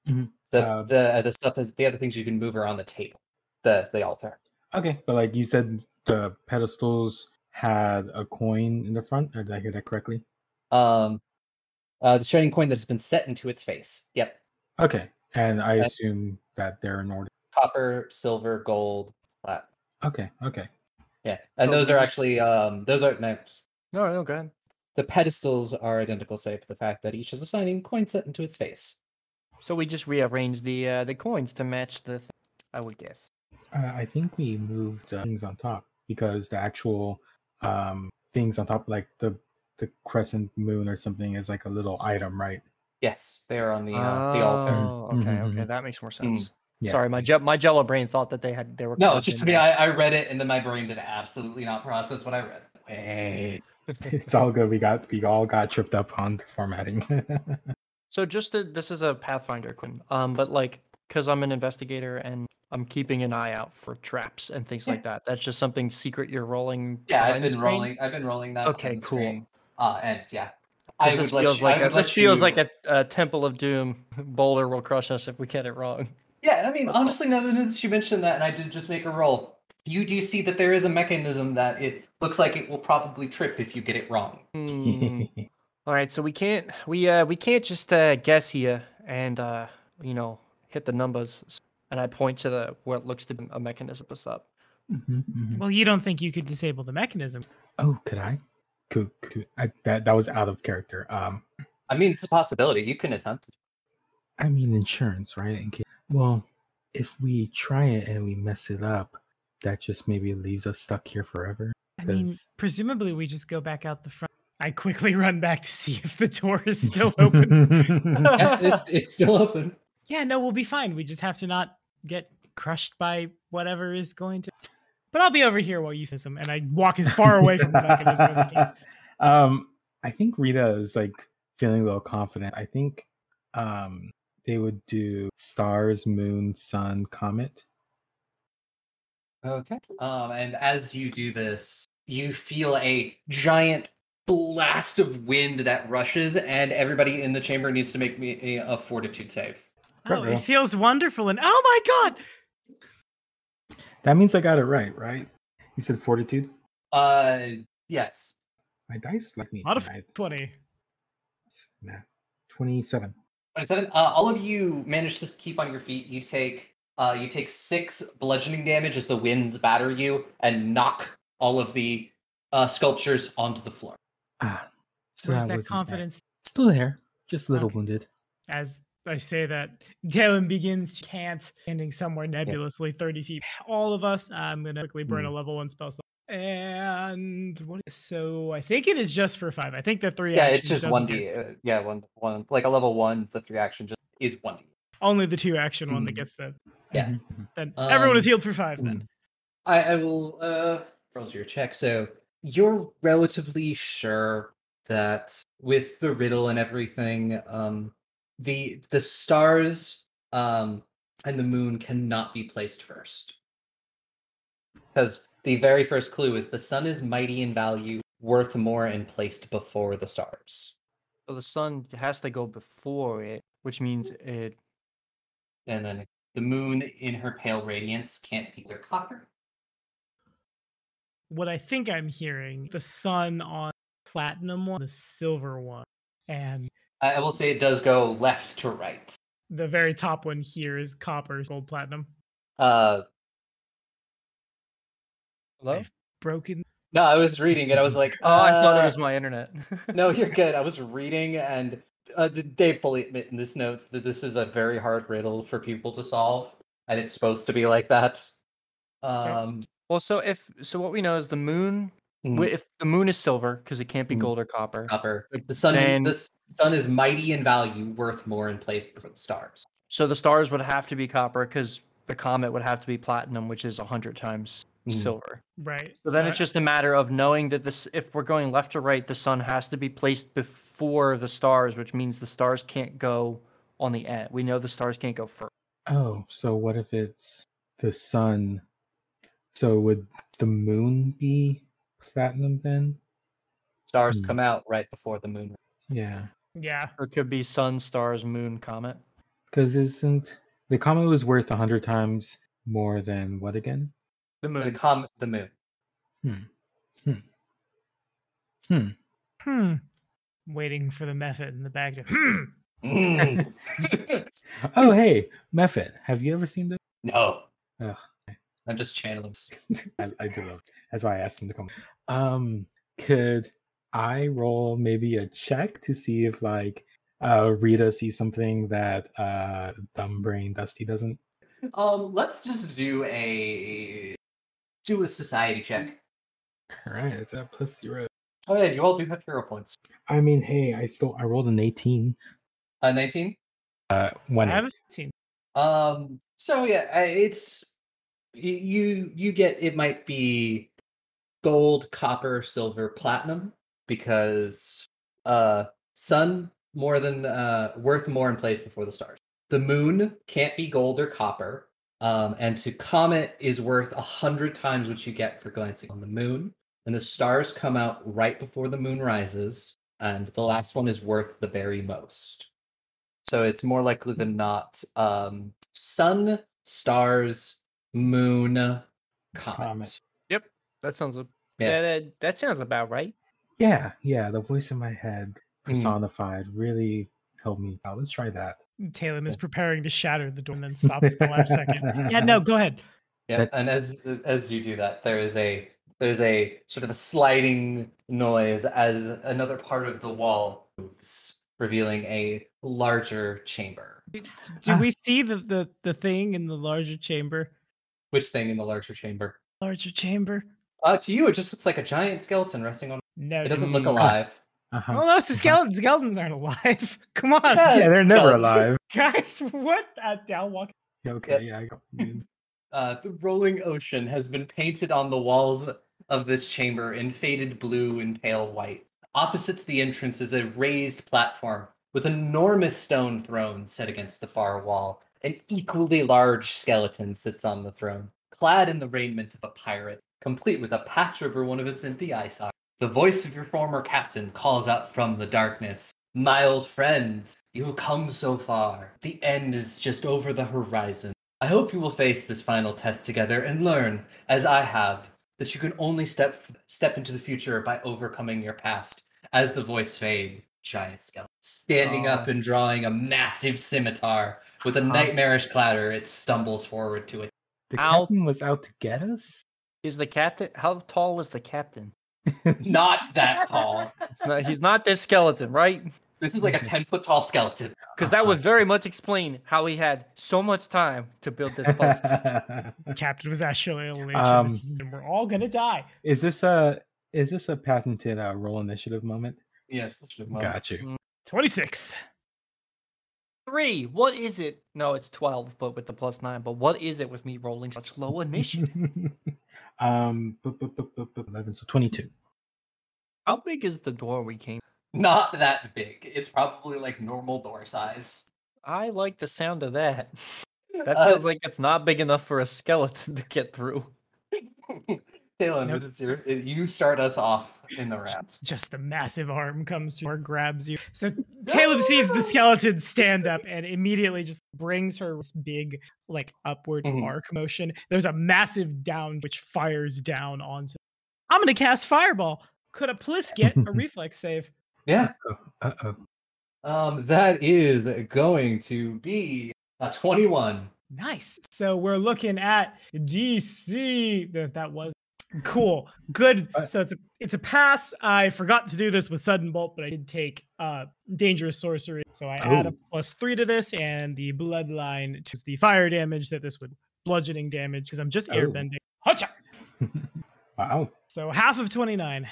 [SPEAKER 2] Mhm.
[SPEAKER 1] The,
[SPEAKER 2] Uh,
[SPEAKER 1] the, Mm-hmm. uh, the stuff is the other things you can move around the table, the, the altar.
[SPEAKER 2] Okay, but like you said, the pedestals had a coin in the front. Or did I hear that correctly?
[SPEAKER 1] Um, uh, the shining coin that has been set into its face. Yep.
[SPEAKER 2] Okay, and I
[SPEAKER 1] Uh,
[SPEAKER 2] assume that they're in order.
[SPEAKER 1] Copper, silver, gold, plat.
[SPEAKER 2] Okay, okay.
[SPEAKER 1] Yeah. And
[SPEAKER 4] So
[SPEAKER 1] Oh, those
[SPEAKER 4] we
[SPEAKER 1] are
[SPEAKER 4] just-
[SPEAKER 1] actually, um, those are, no,
[SPEAKER 4] No, no, go ahead.
[SPEAKER 1] The pedestals are identical, save for the fact that each has a signing coin set into its face.
[SPEAKER 4] So we just rearrange the uh, the coins to match the. Th- I would guess.
[SPEAKER 2] Uh, I think we moved uh, things on top because the actual um, things on top, like the the crescent moon or something, is like a little item, right?
[SPEAKER 1] Yes, they are on the uh, the altar.
[SPEAKER 4] Oh, okay,
[SPEAKER 2] Mhm,
[SPEAKER 4] okay,
[SPEAKER 2] mhm.
[SPEAKER 4] that makes more
[SPEAKER 1] Mm.
[SPEAKER 4] sense. Sorry, my je- my jello brain thought that they had they were.
[SPEAKER 1] No,
[SPEAKER 4] carved
[SPEAKER 1] it's just
[SPEAKER 4] in
[SPEAKER 1] me.
[SPEAKER 4] there.
[SPEAKER 1] I, I read it, and then my brain did absolutely not process what I read. Wait.
[SPEAKER 2] it's all good. We got we all got tripped up on the formatting.
[SPEAKER 4] So just to, this is a Pathfinder Quinn, um, but like because I'm an investigator and I'm keeping an eye out for traps and things
[SPEAKER 1] Yeah.
[SPEAKER 4] like that. That's just something secret you're rolling.
[SPEAKER 1] Yeah, I've
[SPEAKER 4] behind the
[SPEAKER 1] been
[SPEAKER 4] screen?
[SPEAKER 1] rolling. I've been rolling that.
[SPEAKER 4] Okay,
[SPEAKER 1] on the
[SPEAKER 4] cool.
[SPEAKER 1] screen. Uh, and yeah,
[SPEAKER 4] 'Cause
[SPEAKER 1] I would
[SPEAKER 4] this
[SPEAKER 1] let
[SPEAKER 4] feels
[SPEAKER 1] you.
[SPEAKER 4] like
[SPEAKER 1] I would
[SPEAKER 4] a,
[SPEAKER 1] let
[SPEAKER 4] this feels
[SPEAKER 1] you-
[SPEAKER 4] like a, a Temple of Doom boulder will crush us if we get it wrong.
[SPEAKER 1] Yeah, I mean,
[SPEAKER 4] That's all.
[SPEAKER 1] honestly, now that you mentioned that, and I did just make a roll, you do see that there is a mechanism that it looks like it will probably trip if you get it wrong.
[SPEAKER 4] Hmm.
[SPEAKER 3] Mm.
[SPEAKER 4] All right, so we can't we uh we can't just uh guess here and uh you know hit the numbers. S- And I point to the what looks to be a mechanism us up.
[SPEAKER 2] Mhm,
[SPEAKER 1] Mm.
[SPEAKER 2] mhm.
[SPEAKER 3] Well, you don't think you could disable the mechanism?
[SPEAKER 2] Oh, could I? Could, could I, that that was out of character. Um,
[SPEAKER 1] I mean, it's a possibility. You can attempt it.
[SPEAKER 2] I mean insurance, right? In case, well, if we try it and we mess it up, that just maybe leaves us stuck here forever.
[SPEAKER 3] I mean,
[SPEAKER 2] Because-
[SPEAKER 3] presumably we just go back out the front. I quickly run back to see if the door is still open.
[SPEAKER 1] Yeah, it's, it's still open.
[SPEAKER 3] yeah, no, we'll be fine. We just have to not get crushed by whatever is going to. But I'll be over here while you fizz 'em, and I walk as far away from the mechanism as I can.
[SPEAKER 2] um, I think Rita is like feeling a little confident. I think um they would do stars, moon, sun, comet.
[SPEAKER 1] Okay. Um, and as you do this, you feel a giant blast of wind that rushes, and everybody in the chamber needs to make me a, a fortitude save.
[SPEAKER 3] Oh,
[SPEAKER 2] Ruh-roh.
[SPEAKER 3] it feels wonderful, and oh my god!
[SPEAKER 2] That means I got it right, right? You said fortitude.
[SPEAKER 1] Uh, yes.
[SPEAKER 2] My dice like me
[SPEAKER 3] Lot of-
[SPEAKER 2] tonight.
[SPEAKER 3] Twenty.
[SPEAKER 2] Math. Twenty-seven.
[SPEAKER 1] 27. Uh, all of you manage to keep on your feet. You take uh, you take six bludgeoning damage as the winds batter you and knock all of the uh, sculptures onto the floor.
[SPEAKER 2] Ah, so
[SPEAKER 3] Where's
[SPEAKER 2] I
[SPEAKER 3] that
[SPEAKER 2] wasn't there.
[SPEAKER 3] confidence?
[SPEAKER 2] Still there, just a little
[SPEAKER 3] Okay.
[SPEAKER 2] wounded.
[SPEAKER 3] As I say that, Dalen begins to cant, ending somewhere nebulously 30 feet. All of us, I'm going to quickly burn
[SPEAKER 1] Mm-hmm.
[SPEAKER 3] a level one spell slot. And what is, so I think it is just for five. I think the three.
[SPEAKER 1] Yeah, it's
[SPEAKER 3] actions
[SPEAKER 1] just
[SPEAKER 3] doesn't
[SPEAKER 1] one
[SPEAKER 3] do-
[SPEAKER 1] d. Uh, yeah, one one like a level one. The three action just is one d.
[SPEAKER 3] Only the two action one that
[SPEAKER 2] Mm.
[SPEAKER 3] gets the.
[SPEAKER 1] Yeah.
[SPEAKER 2] Mhm, mhm.
[SPEAKER 3] Then everyone is
[SPEAKER 1] Mm-hmm. Um,
[SPEAKER 3] healed for five. Then
[SPEAKER 1] I, I will uh roll your check. So you're relatively sure that with the riddle and everything, um the the stars um and the moon cannot be placed first. Because the very first clue is the sun is mighty in value, worth more and placed before the stars.
[SPEAKER 4] So the sun has to go before it, which means it
[SPEAKER 1] And then the moon in her pale radiance can't be their copper. mm-hmm.
[SPEAKER 3] what I think I'm hearing, the sun on platinum one, the silver one, and
[SPEAKER 1] I I will say it does go left to right.
[SPEAKER 3] the very top one here is copper, gold, platinum.
[SPEAKER 1] Uh,
[SPEAKER 4] Hello?
[SPEAKER 3] Broken.
[SPEAKER 1] no, I was reading and I was like,
[SPEAKER 4] Oh, I thought
[SPEAKER 1] uh,
[SPEAKER 4] it was my internet.
[SPEAKER 1] no, you're good. I was reading, and uh, th- they fully admit in this notes that this is a very hard riddle for people to solve, and it's supposed to be like that. Um,
[SPEAKER 4] Well, so if so, what we know is the moon.
[SPEAKER 1] Mm.
[SPEAKER 4] wi- If the moon is silver, because it can't be
[SPEAKER 1] Mm.
[SPEAKER 4] gold or copper.
[SPEAKER 1] copper. The sun,
[SPEAKER 4] Then-
[SPEAKER 1] the s- sun is mighty in value, worth more in place for the stars.
[SPEAKER 4] So the stars would have to be copper, because the comet would have to be platinum, which is hundred times
[SPEAKER 1] Mm.
[SPEAKER 4] silver.
[SPEAKER 3] Right.
[SPEAKER 4] So then
[SPEAKER 3] so
[SPEAKER 4] it's just a matter of knowing that this, if we're going left to right, the sun has to be placed before the stars, which means the stars can't go on the end. We know the stars can't go first.
[SPEAKER 3] Mm-hmm.
[SPEAKER 2] Oh, so what if it's the sun? So would the moon be platinum then?
[SPEAKER 1] Stars
[SPEAKER 2] Mm.
[SPEAKER 1] come out right before the moon.
[SPEAKER 2] Yeah,
[SPEAKER 3] Yeah.
[SPEAKER 4] Or It could be sun, stars, moon, comet.
[SPEAKER 2] because isn't the comet was worth a hundred times more than what again?
[SPEAKER 4] The
[SPEAKER 1] The
[SPEAKER 4] moon.
[SPEAKER 1] comet, the moon.
[SPEAKER 3] Hmm. Waiting for the method in the back to. Hmm.
[SPEAKER 1] Mm.
[SPEAKER 2] Oh, hey, Mephit, have you ever seen the?
[SPEAKER 1] no,
[SPEAKER 2] Ugh.
[SPEAKER 1] I'm just channeling.
[SPEAKER 2] I, I do love. That's why I asked him to come. Um, could I roll maybe a check to see if like uh Rita sees something that uh dumb brain Dusty doesn't?
[SPEAKER 1] Um, let's just do a do a society check.
[SPEAKER 2] All right, it's at plus zero.
[SPEAKER 1] Oh yeah, you all do have hero points.
[SPEAKER 2] I mean, hey, I still I rolled an eighteen.
[SPEAKER 1] Uh, 19.
[SPEAKER 2] Uh,
[SPEAKER 3] I
[SPEAKER 2] one. eight.
[SPEAKER 3] haven't seen.
[SPEAKER 1] Um. So yeah, I- it's y- you. You get it might be gold, copper, silver, platinum because uh, sun more than uh worth more in place before the stars. The moon can't be gold or copper. Um, and to comet is worth a hundred times what you get for glancing on the moon. And the stars come out right before the moon rises, and the last one is worth the very most. So it's more likely than not um, sun, stars, moon, comet.
[SPEAKER 2] Comet.
[SPEAKER 4] That sounds. A,
[SPEAKER 1] Yeah.
[SPEAKER 4] That, uh, that sounds about right.
[SPEAKER 2] Yeah, yeah. The voice in my head
[SPEAKER 1] Mm.
[SPEAKER 2] personified really helped me. out. let's try that.
[SPEAKER 3] Talon is preparing to shatter the door and then stops at the last second. Yeah, no, go ahead.
[SPEAKER 1] Yeah,
[SPEAKER 2] That-
[SPEAKER 1] and as as you do that, there is a there's a sort of a sliding noise as another part of the wall moves, revealing a larger chamber.
[SPEAKER 3] Do, do
[SPEAKER 2] Ah.
[SPEAKER 3] we see the, the the thing in the larger chamber?
[SPEAKER 1] Which thing in the larger chamber?
[SPEAKER 3] Larger chamber?
[SPEAKER 1] Uh, to you, it just looks like a giant skeleton resting on.
[SPEAKER 3] No.
[SPEAKER 1] It doesn't look
[SPEAKER 4] Mm.
[SPEAKER 1] alive.
[SPEAKER 2] Uh-huh.
[SPEAKER 3] Well, no, it's a skeleton. Skeletons aren't alive. Come on,
[SPEAKER 1] Yeah.
[SPEAKER 2] yeah, they're never
[SPEAKER 1] does.
[SPEAKER 2] alive.
[SPEAKER 3] guys. What? Uh, I'll walk.
[SPEAKER 2] Yeah, Okay, yeah. I got you.
[SPEAKER 1] Uh, the rolling ocean has been painted on the walls of this chamber in faded blue and pale white. Opposite to the entrance is a raised platform with enormous stone throne set against the far wall. An equally large skeleton sits on the throne, clad in the raiment of a pirate, complete with a patch over one of its empty eye sockets. The voice of your former captain calls out from the darkness. My old friends, you have come so far. The end is just over the horizon. I hope you will face this final test together and learn, as I have, that you can only step step into the future by overcoming your past. As the voice fade, giant skeleton standing up
[SPEAKER 4] Oh.
[SPEAKER 1] and drawing a massive scimitar with a
[SPEAKER 2] Uh-huh.
[SPEAKER 1] nightmarish clatter. It stumbles forward to it.
[SPEAKER 2] The
[SPEAKER 4] Ow.
[SPEAKER 2] captain was out to get us.
[SPEAKER 4] Is the captain? How tall is the captain?
[SPEAKER 1] Not that tall.
[SPEAKER 4] It's not, he's not this skeleton, right?
[SPEAKER 1] This is like a
[SPEAKER 2] Okay.
[SPEAKER 1] ten foot tall skeleton.
[SPEAKER 4] Because that would very much explain how he had so much time to build this puzzle.
[SPEAKER 3] The captain was actually a lich,
[SPEAKER 2] Um,
[SPEAKER 3] and this is- and we're all gonna die.
[SPEAKER 2] is this a is this a patented uh, roll initiative moment?
[SPEAKER 1] Yes. this is well-
[SPEAKER 2] Got you.
[SPEAKER 4] Mm.
[SPEAKER 3] Twenty six.
[SPEAKER 4] Three. What is it? No, it's twelve, but with the plus nine. But what is it with me rolling such low initiative?
[SPEAKER 2] um, bu- bu- bu- bu- bu- eleven, so twenty-two.
[SPEAKER 4] How big is the door we came?
[SPEAKER 1] Not that big. It's probably like normal door size.
[SPEAKER 4] I like the sound of that. That
[SPEAKER 1] Uh,
[SPEAKER 4] feels like it's not big enough for a skeleton to get through.
[SPEAKER 1] Talon,
[SPEAKER 3] Nope.
[SPEAKER 1] what is your? eh, You start us off in the round.
[SPEAKER 3] Just the massive arm comes through or grabs you. So Talon sees the skeleton stand up and immediately just brings her this big, like upward
[SPEAKER 1] Mhm.
[SPEAKER 3] arc motion. There's a massive down which fires down onto. I'm gonna cast fireball. Could a Pliss get a reflex save?
[SPEAKER 1] Yeah.
[SPEAKER 2] Uh oh.
[SPEAKER 1] Um, that is going to be a 21.
[SPEAKER 3] Nice. So we're looking at DC. That, that was cool. Good.
[SPEAKER 2] Uh,
[SPEAKER 3] So it's a, it's a pass. I forgot to do this with sudden bolt, but I did take uh dangerous sorcery. So I add a
[SPEAKER 2] Oh.
[SPEAKER 3] plus three to this, and the bloodline to the fire damage that this would bludgeoning damage because I'm just
[SPEAKER 2] Oh.
[SPEAKER 3] airbending. Hutcha!
[SPEAKER 2] wow.
[SPEAKER 3] So half of twenty nine.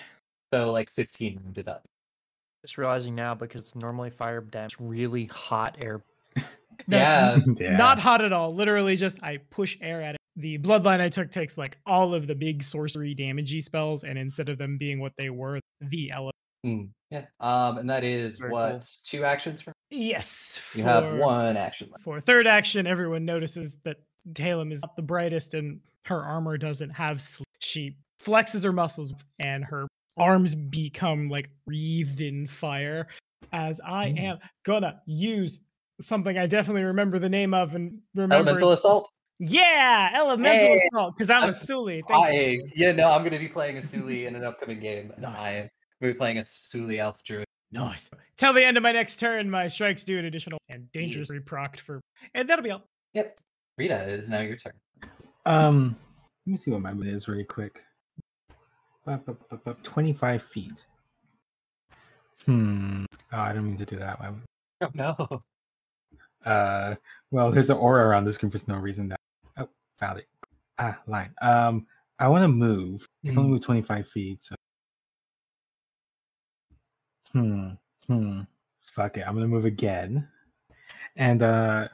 [SPEAKER 1] So like 15 rounded up.
[SPEAKER 4] Just realizing now because normally fire damage really hot air.
[SPEAKER 1] yeah.
[SPEAKER 2] Yeah.
[SPEAKER 3] Not hot at all. Literally just I push air at it. The bloodline I took takes like all of the big sorcery damagey spells, and instead of them being what they were, the element.
[SPEAKER 1] Mm, yeah. Um, and that is
[SPEAKER 4] Very
[SPEAKER 1] what
[SPEAKER 4] cool.
[SPEAKER 1] two actions for
[SPEAKER 3] Yes.
[SPEAKER 1] you have
[SPEAKER 3] for-
[SPEAKER 1] one action left.
[SPEAKER 3] For third action, everyone notices that Talem is not the brightest and her armor doesn't have sleep. She flexes her muscles and her arms become like wreathed in fire. As I
[SPEAKER 2] Mm.
[SPEAKER 3] am gonna use something I definitely remember the name of and remember.
[SPEAKER 1] Elemental assault.
[SPEAKER 3] Yeah, elemental
[SPEAKER 1] Hey.
[SPEAKER 3] assault. Because that
[SPEAKER 1] I'm-
[SPEAKER 3] was Sully. Thank you.
[SPEAKER 1] I yeah no, I'm gonna be playing a Suli in an upcoming game, and I am gonna be playing a Suli elf druid.
[SPEAKER 3] Nice. Till the end of my next turn, my strikes do an additional and
[SPEAKER 1] Yeah.
[SPEAKER 3] dangerously procced for, and that'll be all.
[SPEAKER 1] Yep. Rita, it is now your turn.
[SPEAKER 2] Um, let me see what my movement is really quick. Bup, bup, bup, bup, Twenty-five feet. Hmm. Oh, I didn't mean to do that one.
[SPEAKER 1] Oh no.
[SPEAKER 2] Uh, well, there's an aura around the screen for no reason. Now. Oh, found it. Ah, line. Um, I want to move. I
[SPEAKER 1] Mm.
[SPEAKER 2] can only move twenty-five feet. So. Hmm. Hmm. Fuck it. I'm gonna move again. And uh,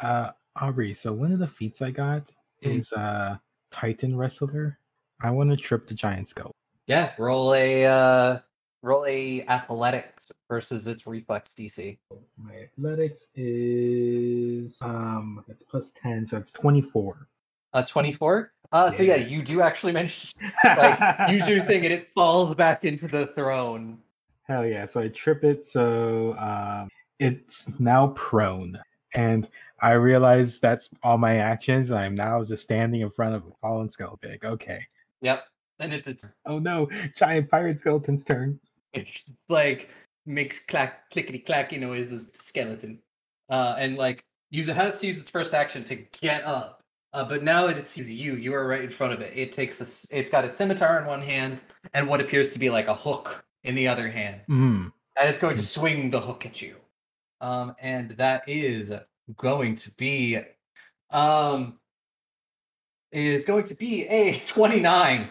[SPEAKER 2] uh, Aubrey. So one of the feats I got
[SPEAKER 1] Mm.
[SPEAKER 2] is uh, Titan Wrestler. I want to trip the giant skull.
[SPEAKER 1] Yeah, roll a uh roll a athletics versus its reflex DC.
[SPEAKER 2] My athletics is um, it's plus ten, so it's twenty-four.
[SPEAKER 1] Uh 24. Uh so yeah,
[SPEAKER 2] Yeah.
[SPEAKER 1] you do actually manage to like use your thing and it falls back into the throne.
[SPEAKER 2] Hell yeah. So I trip it. So um, it's now prone. And I realize that's all my actions. and I'm now just standing in front of a fallen skull pig. Okay.
[SPEAKER 1] Yep. And it's it's
[SPEAKER 2] Oh no, giant pirate skeleton's turn.
[SPEAKER 1] it just, like makes clack clickety clacky noises with the skeleton uh and like use it has to use its first action to get up uh, but now it sees you you are right in front of it it takes a, s- it's got a scimitar in one hand and what appears to be like a hook in the other hand
[SPEAKER 2] Mm.
[SPEAKER 1] and it's going to
[SPEAKER 2] Mm.
[SPEAKER 1] swing the hook at you um and that is going to be um is going to be a 29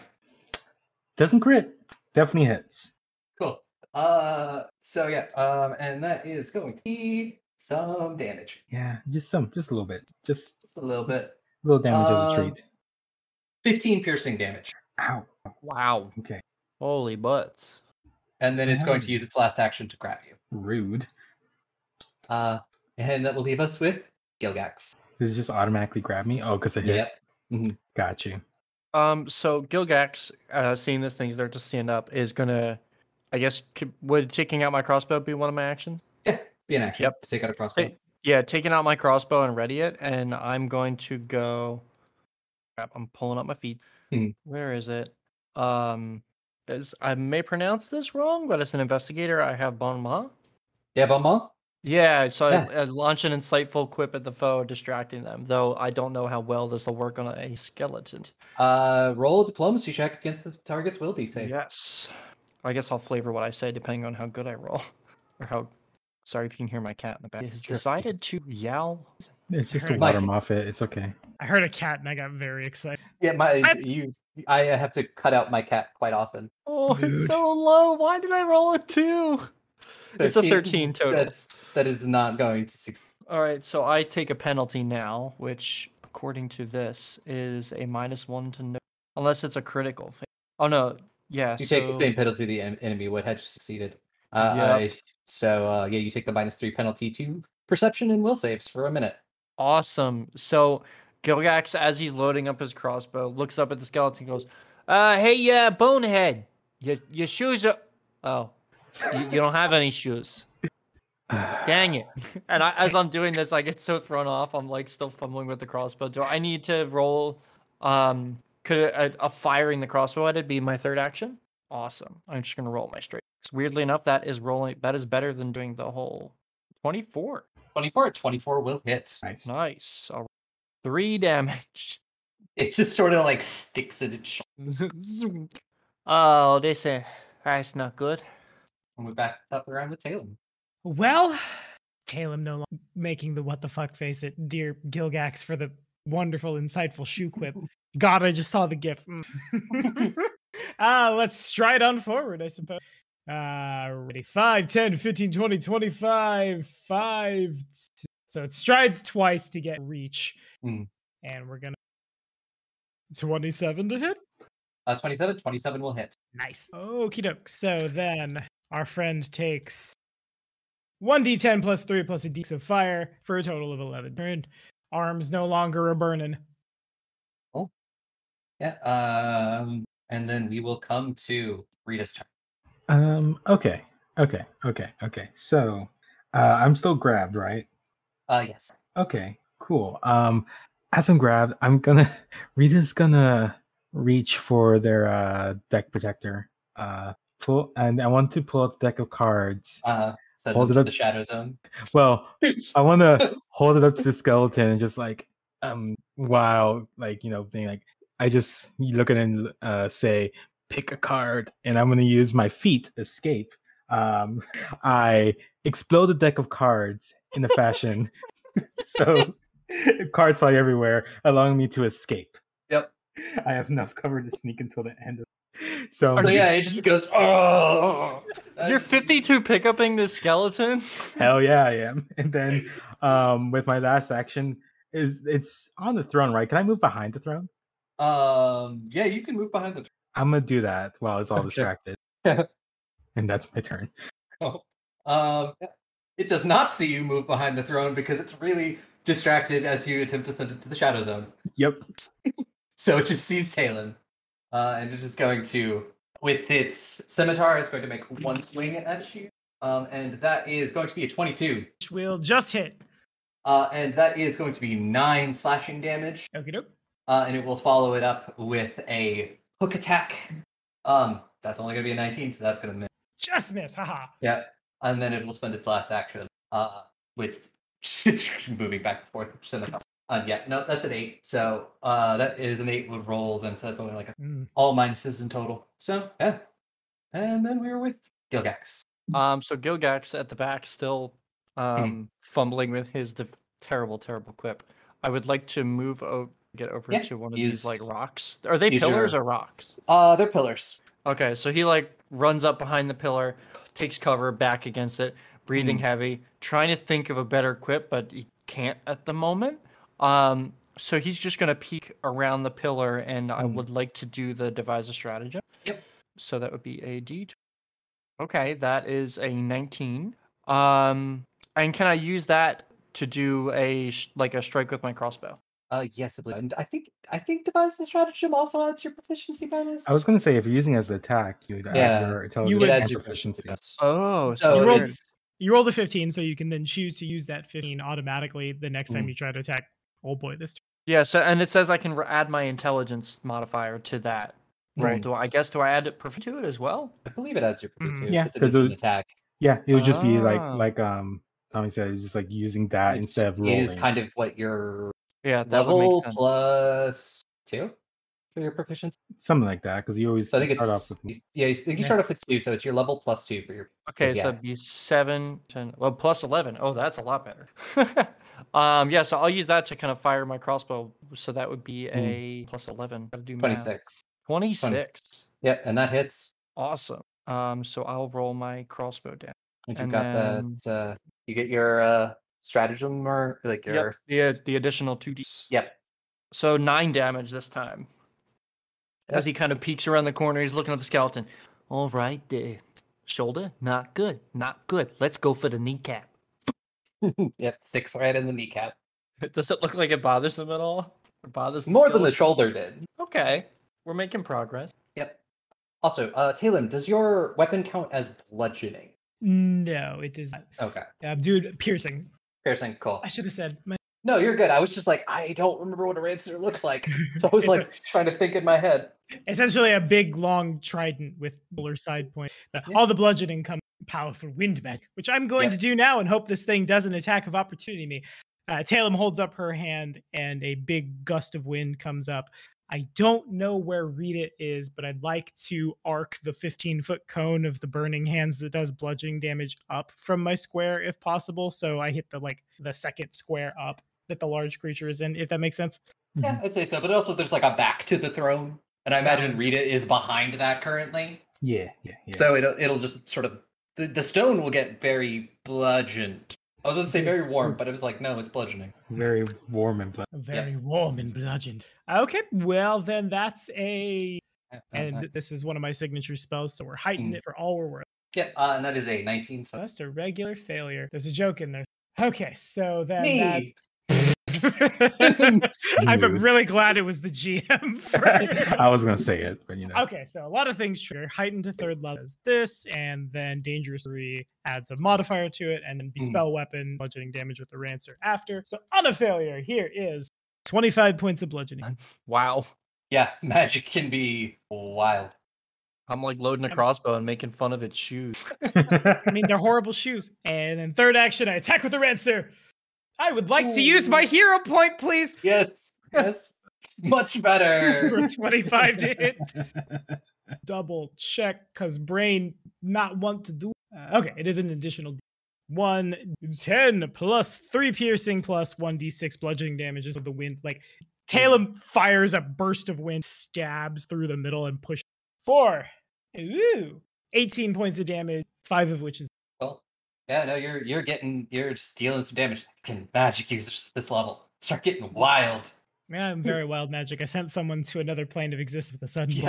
[SPEAKER 2] Doesn't crit. Definitely hits.
[SPEAKER 1] Cool. Uh, so yeah, um, and that is going to be some damage,
[SPEAKER 2] Yeah, just some, just a little bit. Just
[SPEAKER 1] just a little bit.
[SPEAKER 2] a little damage as a
[SPEAKER 1] Um,
[SPEAKER 2] treat.
[SPEAKER 1] Fifteen piercing damage,
[SPEAKER 2] Ow.
[SPEAKER 4] Wow.
[SPEAKER 2] Okay.
[SPEAKER 4] Holy butts.
[SPEAKER 1] and then it's going to
[SPEAKER 2] Nice.
[SPEAKER 1] use its last action to grab you.
[SPEAKER 2] Rude.
[SPEAKER 1] Uh, and that will leave us with Gilgax.
[SPEAKER 2] This just automatically grab me. Oh, because it hit.
[SPEAKER 1] Yep.
[SPEAKER 2] Got you.
[SPEAKER 4] Um, so Gilgax, uh, seeing this thing start to stand up, is gonna, I guess, c- would taking out my crossbow be one of my actions?
[SPEAKER 1] Be an action.
[SPEAKER 4] Yep.
[SPEAKER 1] To take out a crossbow.
[SPEAKER 4] Hey. Yeah, taking out my crossbow and ready it, and I'm going to go. crap, I'm pulling up my feet.
[SPEAKER 1] Hmm.
[SPEAKER 4] Where is it? Um, is, I may pronounce this wrong, but as an investigator, I have bon mot.
[SPEAKER 1] Yeah, Bomba.
[SPEAKER 4] Yeah, so I,
[SPEAKER 1] Yeah.
[SPEAKER 4] I launch an insightful quip at the foe, distracting them. Though I don't know how well this will work on a skeleton.
[SPEAKER 1] Uh, roll a diplomacy check against the target's will DC.
[SPEAKER 4] Yes. I guess I'll flavor what I say depending on how good I roll, or how. Sorry if you can hear my cat in the back. He has
[SPEAKER 1] Sure.
[SPEAKER 4] decided to yowl.
[SPEAKER 2] It's just a
[SPEAKER 3] Alright.
[SPEAKER 2] water
[SPEAKER 1] Mike.
[SPEAKER 2] moffat. It's okay.
[SPEAKER 3] I heard a cat and I got very excited.
[SPEAKER 1] Yeah, my
[SPEAKER 3] That's-
[SPEAKER 1] you. I have to cut out my cat quite often.
[SPEAKER 4] Oh, it's
[SPEAKER 2] Dude.
[SPEAKER 4] so low. Why did I roll a two? It's a 13 total.
[SPEAKER 1] That's that is not going to succeed.
[SPEAKER 4] All right, so I take a penalty now, which, according to this, is a minus one to no, unless it's a critical thing. Oh no, yeah.
[SPEAKER 1] You
[SPEAKER 4] so,
[SPEAKER 1] take the same penalty the en- enemy would had you succeeded. Uh,
[SPEAKER 4] Yep.
[SPEAKER 1] I- so uh, yeah, you take the minus three penalty to perception and will saves for a minute.
[SPEAKER 4] Awesome. So Gilgax, as he's loading up his crossbow, looks up at the skeleton and goes, uh, hey, uh, bonehead, your, your shoes are, oh, you, you don't have any shoes. Dang it. And I, as I'm doing this, I get so thrown off. I'm like still fumbling with the crossbow. Do I need to roll, um, could a, a firing the crossbow at it be my third action? Awesome. I'm just gonna roll my straight. 'Cause Weirdly enough, that is rolling. That is better than doing the whole twenty-four.
[SPEAKER 1] 24 24 will hit.
[SPEAKER 2] Nice.
[SPEAKER 4] Nice. All right. Three damage.
[SPEAKER 1] It just sort of like sticks in its shoulder.
[SPEAKER 4] Zoom. oh, this uh, that's not good.
[SPEAKER 1] And we're back up around the tail.
[SPEAKER 3] Well, Talem no longer making the what the fuck face at dear Gilgax for the wonderful, insightful shoe quip. God, I just saw the gif. Mm. Ah, let's stride on forward, I suppose. Uh, ready. 5, 10, 15, 20, 25, 5. t- So it strides twice to get reach.
[SPEAKER 1] Mm.
[SPEAKER 3] And we're going to 27 to hit.
[SPEAKER 1] Uh, 27 27 will hit.
[SPEAKER 3] Nice. Okie doke. So then our friend takes 1d10 plus 3 plus a d6 of fire for a total of 11. Turned. Arms no longer a burning.
[SPEAKER 1] Yeah. Um, and then we will come to Rita's turn.
[SPEAKER 2] Um. Okay. Okay. Okay. Okay. So, uh, I'm still grabbed, right?
[SPEAKER 1] Uh, yes.
[SPEAKER 2] Okay. Cool. Um, as I'm grabbed, I'm gonna Rita's gonna reach for their uh deck protector. Uh, pull, and I want to pull out the deck of cards.
[SPEAKER 1] Uh, so
[SPEAKER 2] Hold it
[SPEAKER 1] the
[SPEAKER 2] up.
[SPEAKER 1] shadow zone.
[SPEAKER 2] Well, I want to hold it up to the skeleton and just like, um, wow, like you know, being like, I just you look at it and uh, say, pick a card, and I'm gonna use my feet escape. Um, I explode a deck of cards in a fashion, so cards fly everywhere, allowing me to escape.
[SPEAKER 1] Yep.
[SPEAKER 2] I have enough cover to sneak until the end of. So
[SPEAKER 1] So yeah, it just goes. Oh,
[SPEAKER 4] You're 52 pick upping this skeleton.
[SPEAKER 2] Hell yeah, I am. And then um with my last action is it's on the throne, right? Can I move behind the throne?
[SPEAKER 1] Um, yeah, you can move behind the.
[SPEAKER 2] I'm gonna do that while it's all
[SPEAKER 1] Okay.
[SPEAKER 2] distracted. and that's my turn.
[SPEAKER 1] Oh. Um, it does not see you move behind the throne because it's really distracted as you attempt to send it to the shadow zone.
[SPEAKER 2] Yep.
[SPEAKER 1] So it just sees Talon, uh, and it is going to, with its scimitar, it's going to make one swing at you, um, and that is going to be a twenty-two,
[SPEAKER 3] Which will just hit.
[SPEAKER 1] uh, and that is going to be nine slashing damage.
[SPEAKER 3] Okie doke.
[SPEAKER 1] uh, and it will follow it up with a hook attack. Um, that's only going to be a 19, so that's going to miss.
[SPEAKER 3] Just miss. Haha.
[SPEAKER 1] And then it will spend its last action uh, with moving back and forth. Which is in the um, yeah, no, that's an eight. So uh, that is an eight with rolls, and so that's only like a,
[SPEAKER 3] Mm.
[SPEAKER 1] all minuses in total. So yeah. And then we are with Gilgax.
[SPEAKER 4] Um, so Gilgax at the back still
[SPEAKER 1] Hmm.
[SPEAKER 4] um fumbling with his the terrible, terrible quip. I would like to move over, get over
[SPEAKER 1] Yeah,
[SPEAKER 4] to one of these
[SPEAKER 1] use-
[SPEAKER 4] like rocks. Are they
[SPEAKER 1] use
[SPEAKER 4] pillars
[SPEAKER 1] your-
[SPEAKER 4] or rocks?
[SPEAKER 1] Uh, they're pillars.
[SPEAKER 4] Okay, so he like runs up behind the pillar, takes cover, back against it, breathing
[SPEAKER 1] Mhm.
[SPEAKER 4] heavy, trying to think of a better quip, but he can't at the moment. Um, so he's just gonna peek around the pillar, and I
[SPEAKER 1] Mm.
[SPEAKER 4] would like to do the devise a stratagem.
[SPEAKER 1] Yep.
[SPEAKER 4] So that would be a D. Okay, that is a nineteen. Um, and can I use that to do a sh- like a strike with my crossbow?
[SPEAKER 1] Uh, yes, I believe. And I think I think devise the stratagem also adds your proficiency bonus.
[SPEAKER 2] I was gonna say if you're using it as an attack, you'd add
[SPEAKER 1] Yeah.
[SPEAKER 2] your
[SPEAKER 1] you
[SPEAKER 2] intelligence
[SPEAKER 1] would
[SPEAKER 2] and
[SPEAKER 1] add your
[SPEAKER 2] proficiency.
[SPEAKER 1] proficiency. bonus.
[SPEAKER 4] Oh,
[SPEAKER 1] So
[SPEAKER 3] you rolled-
[SPEAKER 1] it's-
[SPEAKER 3] You rolled a 15, so you can then choose to use that 15 automatically the next time
[SPEAKER 1] Mm.
[SPEAKER 3] you try to attack. Oh boy, this.
[SPEAKER 4] Yeah, so and it says I can re- add my intelligence modifier to that. roll.
[SPEAKER 1] Right.
[SPEAKER 4] Do I, I guess do I add it perfect to it as well?
[SPEAKER 1] I believe it adds your
[SPEAKER 3] Mm.
[SPEAKER 1] proficiency.
[SPEAKER 2] Yeah,
[SPEAKER 1] because it
[SPEAKER 2] 'cause
[SPEAKER 1] is an
[SPEAKER 2] it-
[SPEAKER 1] attack.
[SPEAKER 2] Yeah, it would just be like
[SPEAKER 4] Ah.
[SPEAKER 2] like um Tommy said, it's just like using that
[SPEAKER 1] Oh. It's-
[SPEAKER 2] instead of rolling.
[SPEAKER 1] It is kind of what your
[SPEAKER 4] Yeah, that would
[SPEAKER 1] level
[SPEAKER 4] make sense.
[SPEAKER 1] plus two for your proficiency.
[SPEAKER 2] Something like that, because you always
[SPEAKER 1] So I think
[SPEAKER 2] start
[SPEAKER 1] it's
[SPEAKER 2] off with
[SPEAKER 1] you- yeah. You, I think you
[SPEAKER 4] Yeah.
[SPEAKER 1] start off with two, so it's your level plus two for your.
[SPEAKER 4] okay,
[SPEAKER 1] yeah.
[SPEAKER 4] so it'd be seven, ten, well, plus eleven. Oh, that's a lot better. um, yeah, so I'll use that to kind of fire my crossbow. So that would be
[SPEAKER 1] Mm.
[SPEAKER 4] a plus eleven. Gotta do math.
[SPEAKER 1] Twenty six.
[SPEAKER 4] 26.
[SPEAKER 1] Yep, and that hits.
[SPEAKER 4] Awesome. Um, so I'll roll my crossbow down.
[SPEAKER 1] And you
[SPEAKER 4] And
[SPEAKER 1] got
[SPEAKER 4] then-
[SPEAKER 1] that. Uh, you get your uh, stratagem or like
[SPEAKER 4] Yep,
[SPEAKER 1] your.
[SPEAKER 4] the ad- the additional two d.
[SPEAKER 1] Yep.
[SPEAKER 4] So nine damage this time. As he kind of peeks around the corner, he's looking at the skeleton. All right, the shoulder, not good, not good. Let's go for the kneecap.
[SPEAKER 1] yep, sticks right in the kneecap.
[SPEAKER 4] Does it look like it bothers him at all? It bothers
[SPEAKER 1] More than the
[SPEAKER 4] skeleton?
[SPEAKER 1] shoulder did.
[SPEAKER 4] Okay, we're making progress.
[SPEAKER 1] Yep. Also, uh, Talon, does your weapon count as bludgeoning?
[SPEAKER 3] No, it does not.
[SPEAKER 1] Okay,
[SPEAKER 3] Uh, dude, piercing.
[SPEAKER 1] piercing. Cool.
[SPEAKER 3] I should have said. My-
[SPEAKER 1] No, you're good. I was just like, I don't remember what a rancer looks like, so I was like trying to think in my head.
[SPEAKER 3] essentially a big long trident with blur side point. Uh,
[SPEAKER 1] Yeah.
[SPEAKER 3] All the bludgeoning comes from powerful wind magic, which I'm going
[SPEAKER 1] Yeah.
[SPEAKER 3] to do now and hope this thing doesn't attack of opportunity me. Uh, Talem holds up her hand and a big gust of wind comes up. I don't know where Rita is, but I'd like to arc the 15 foot cone of the burning hands that does bludgeoning damage up from my square if possible. So I hit the like the second square up that the large creature is in, if that makes sense.
[SPEAKER 1] Yeah,
[SPEAKER 3] Mm-hmm.
[SPEAKER 1] I'd say so. But also, there's like a back to the throne, and I imagine Rita is behind that currently.
[SPEAKER 2] Yeah, yeah, yeah.
[SPEAKER 1] So it'll it'll just sort of the, the stone will get very bludgeoned. I was going to say very warm, but it was like no, it's bludgeoning.
[SPEAKER 2] very warm and blood.
[SPEAKER 3] Very warm and bludgeoned. Okay, well then that's a
[SPEAKER 1] Uh, uh,
[SPEAKER 3] and
[SPEAKER 1] uh,
[SPEAKER 3] th- this is one of my signature spells, so we're heightening
[SPEAKER 1] Mm.
[SPEAKER 3] it for all we're worth.
[SPEAKER 1] yeah, uh, and that is a 19. So
[SPEAKER 3] Just a regular failure. There's a joke in there. Okay, so then that-
[SPEAKER 1] me.
[SPEAKER 3] I'm
[SPEAKER 2] Rude.
[SPEAKER 3] really glad it was the GM. For...
[SPEAKER 2] I was gonna say it, but you know.
[SPEAKER 3] Okay, so a lot of things trigger. Heightened to third level is this, and then Dangerous 3 adds a modifier to it, and then
[SPEAKER 1] Mm.
[SPEAKER 3] Bespell Weapon, bludgeoning damage with the Rancer after. So on a failure, here is 25 points of bludgeoning.
[SPEAKER 4] Wow.
[SPEAKER 1] Yeah, magic can be wild.
[SPEAKER 4] I'm like loading a crossbow and making fun of its shoes.
[SPEAKER 3] I mean, they're horrible shoes. And then third action, I attack with the Rancer. I would like to use my
[SPEAKER 1] Ooh.
[SPEAKER 3] hero point, please,
[SPEAKER 1] Yes, that's much better.
[SPEAKER 3] for 25 to hit. double check because brain not want to do. Uh, okay, it is an additional d- one ten plus three piercing plus one d six bludgeoning damages of the wind. Like Talem fires a burst of wind, stabs through the middle and push four. Ooh, 18 points of damage, five of which is
[SPEAKER 1] Well, yeah, no, you're you're getting you're stealing some damage. Can magic users at this level start getting wild?
[SPEAKER 3] yeah, I'm very wild magic. I sent someone to another plane of existence with a sudden.
[SPEAKER 1] Yeah.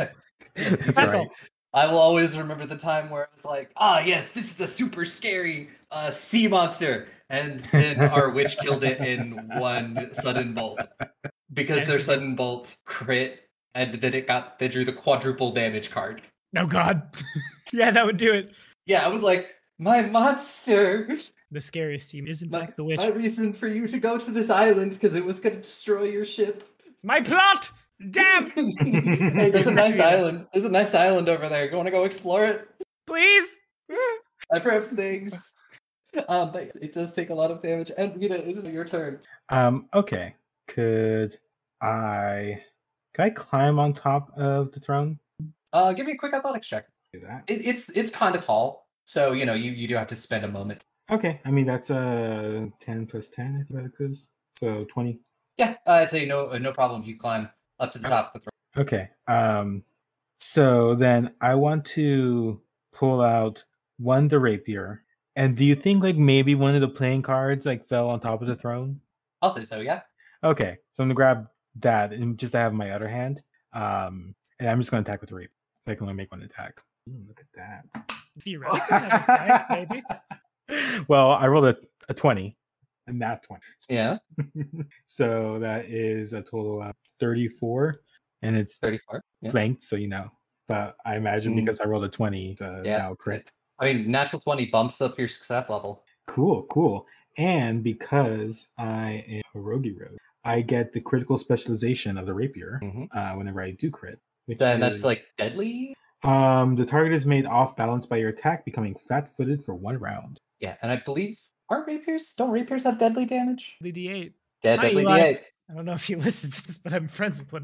[SPEAKER 3] blow.
[SPEAKER 2] That's
[SPEAKER 3] That's
[SPEAKER 2] right.
[SPEAKER 3] all.
[SPEAKER 1] I will always remember the time where I was like, ah, yes, this is a super scary uh, sea monster. And then our witch killed it in one sudden bolt because their
[SPEAKER 3] Yes.
[SPEAKER 1] sudden bolt crit. And then it got, they drew the quadruple damage card.
[SPEAKER 3] No god. yeah, that would do it.
[SPEAKER 1] Yeah, I was like, my monster,
[SPEAKER 3] The scariest team is in
[SPEAKER 1] My-
[SPEAKER 3] fact the witch.
[SPEAKER 1] my reason for you to go to this island because it was going to destroy your ship.
[SPEAKER 3] My plot. Damn.
[SPEAKER 1] hey, there's a nice island. There's a nice island over there. You want to go explore it?
[SPEAKER 3] Please.
[SPEAKER 1] I prep things. Um, but it does take a lot of damage. And Rita, it is your turn.
[SPEAKER 2] Um, okay. Could I could I climb on top of the throne?
[SPEAKER 1] Uh, give me a quick athletics check.
[SPEAKER 2] Do that.
[SPEAKER 1] It, it's it's kind of tall, so you know you, you do have to spend a moment.
[SPEAKER 2] Okay. I mean that's uh ten plus ten athletics is so twenty.
[SPEAKER 1] Yeah, uh, I'd say no uh, no problem. You climb up to the top of the throne.
[SPEAKER 2] Okay. Um so then I want to pull out one the rapier. And do you think like maybe one of the playing cards like fell on top of the throne?
[SPEAKER 1] I'll say so. Yeah.
[SPEAKER 2] Okay. So I'm gonna grab that and just I have my other hand. Um and I'm just gonna attack with the rapier. So I can only make one attack. Ooh, look at that.
[SPEAKER 3] Theoretically, that was fine, maybe.
[SPEAKER 2] well, I rolled a, a 20 and that 20.
[SPEAKER 1] Yeah.
[SPEAKER 2] So that is a total of 34 and it's
[SPEAKER 1] Thirty four. Yeah.
[SPEAKER 2] flanked. So, you know, but I imagine
[SPEAKER 1] Mm.
[SPEAKER 2] because I rolled a 20, it's a
[SPEAKER 1] Yeah,
[SPEAKER 2] now crit.
[SPEAKER 1] I mean, natural twenty bumps up your success level.
[SPEAKER 2] Cool, cool. And because I am a roguey rogue, I get the critical specialization of the rapier
[SPEAKER 1] Mhm.
[SPEAKER 2] uh, whenever I do crit. which
[SPEAKER 1] Then that's
[SPEAKER 2] is,
[SPEAKER 1] like deadly.
[SPEAKER 2] um, the target is made off balance by your attack, becoming flat footed for one round.
[SPEAKER 1] Yeah, and I believe aren't rapiers? Don't rapiers have deadly damage?
[SPEAKER 3] The D8.
[SPEAKER 1] Yeah,
[SPEAKER 3] Hi,
[SPEAKER 1] deadly
[SPEAKER 3] Eli.
[SPEAKER 1] d8.
[SPEAKER 3] I don't know if you listen to this, but I'm friends with one.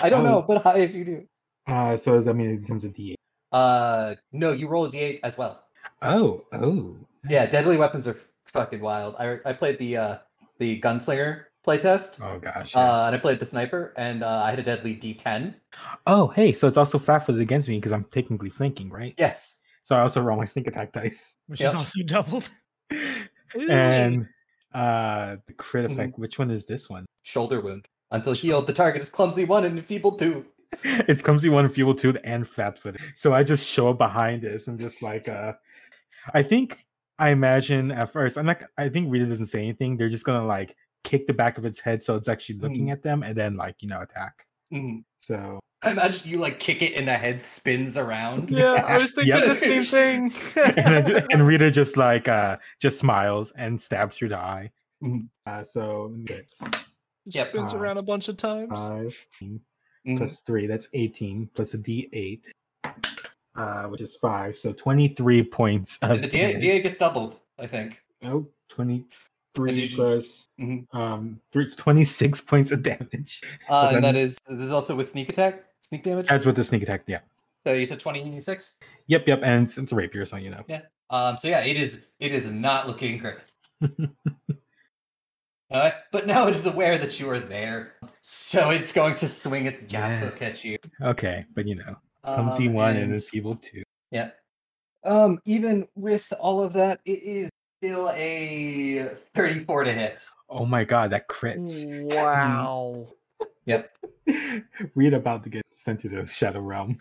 [SPEAKER 1] I don't
[SPEAKER 2] Oh.
[SPEAKER 1] know, but hi if you do.
[SPEAKER 2] uh, so, does that mean it becomes a D8?
[SPEAKER 1] Uh, no, you roll a d8 as well.
[SPEAKER 2] Oh, oh.
[SPEAKER 1] Yeah, deadly weapons are fucking wild. I I played the uh the gunslinger playtest.
[SPEAKER 2] Oh gosh. yeah.
[SPEAKER 1] Uh, and I played the sniper, and uh, I had a deadly D10.
[SPEAKER 2] oh, hey, so it's also flat-footed against me because I'm technically flanking, right?
[SPEAKER 1] Yes.
[SPEAKER 2] So I also roll my sneak attack dice,
[SPEAKER 3] which
[SPEAKER 1] Yep.
[SPEAKER 3] is also doubled. Ooh.
[SPEAKER 2] and uh, the crit
[SPEAKER 1] Mhm.
[SPEAKER 2] effect. Which one is this one?
[SPEAKER 1] Shoulder wound. Until healed, the target is clumsy one and enfeebled two.
[SPEAKER 2] It's clumsy one, fuel two, and flat-footed. So I just show up behind this and just like, uh, I think I imagine at first. I'm like, I think Rita doesn't say anything. They're just gonna like kick the back of its head so it's actually looking at them, and then like you know attack.
[SPEAKER 1] Mm.
[SPEAKER 2] So
[SPEAKER 1] I imagine you like kick it and the head spins around.
[SPEAKER 4] Yeah, I was thinking
[SPEAKER 2] Yep.
[SPEAKER 4] the same thing.
[SPEAKER 2] and, I ju- and Rita just like uh just smiles and stabs through the eye.
[SPEAKER 1] Mhm.
[SPEAKER 2] Uh, so six,
[SPEAKER 1] Yep.
[SPEAKER 4] Spins
[SPEAKER 2] Uh,
[SPEAKER 4] around a bunch of times.
[SPEAKER 2] five,
[SPEAKER 1] Mhm.
[SPEAKER 2] plus three. That's 18 plus a d8, uh, which is five. So 23 points. Of
[SPEAKER 1] The DA,
[SPEAKER 2] damage.
[SPEAKER 1] DA gets doubled, I think.
[SPEAKER 2] Oh, 23
[SPEAKER 1] Did you-
[SPEAKER 2] plus
[SPEAKER 1] Mhm.
[SPEAKER 2] um, three, it's 26 points of damage.
[SPEAKER 1] Uh,
[SPEAKER 2] Does
[SPEAKER 1] and
[SPEAKER 2] that
[SPEAKER 1] that is this is also with sneak attack, sneak damage.
[SPEAKER 2] That's with the sneak attack. Yeah.
[SPEAKER 1] So you said twenty six.
[SPEAKER 2] Yep, yep. And it's, it's a rapier, so you know.
[SPEAKER 1] Um, so yeah, it is it is not looking great. Uh, but now it is aware that you are there, so it's going to swing its
[SPEAKER 2] Yeah.
[SPEAKER 1] javelin at you.
[SPEAKER 2] Okay, but you know, come
[SPEAKER 1] Um,
[SPEAKER 2] team one and it's people two.
[SPEAKER 1] yeah. Um, even with all of that, it is still a thirty-four to hit.
[SPEAKER 2] Oh my god, that
[SPEAKER 4] Hmm.
[SPEAKER 2] crits.
[SPEAKER 4] Wow.
[SPEAKER 2] We're about to get sent to the Shadow Realm.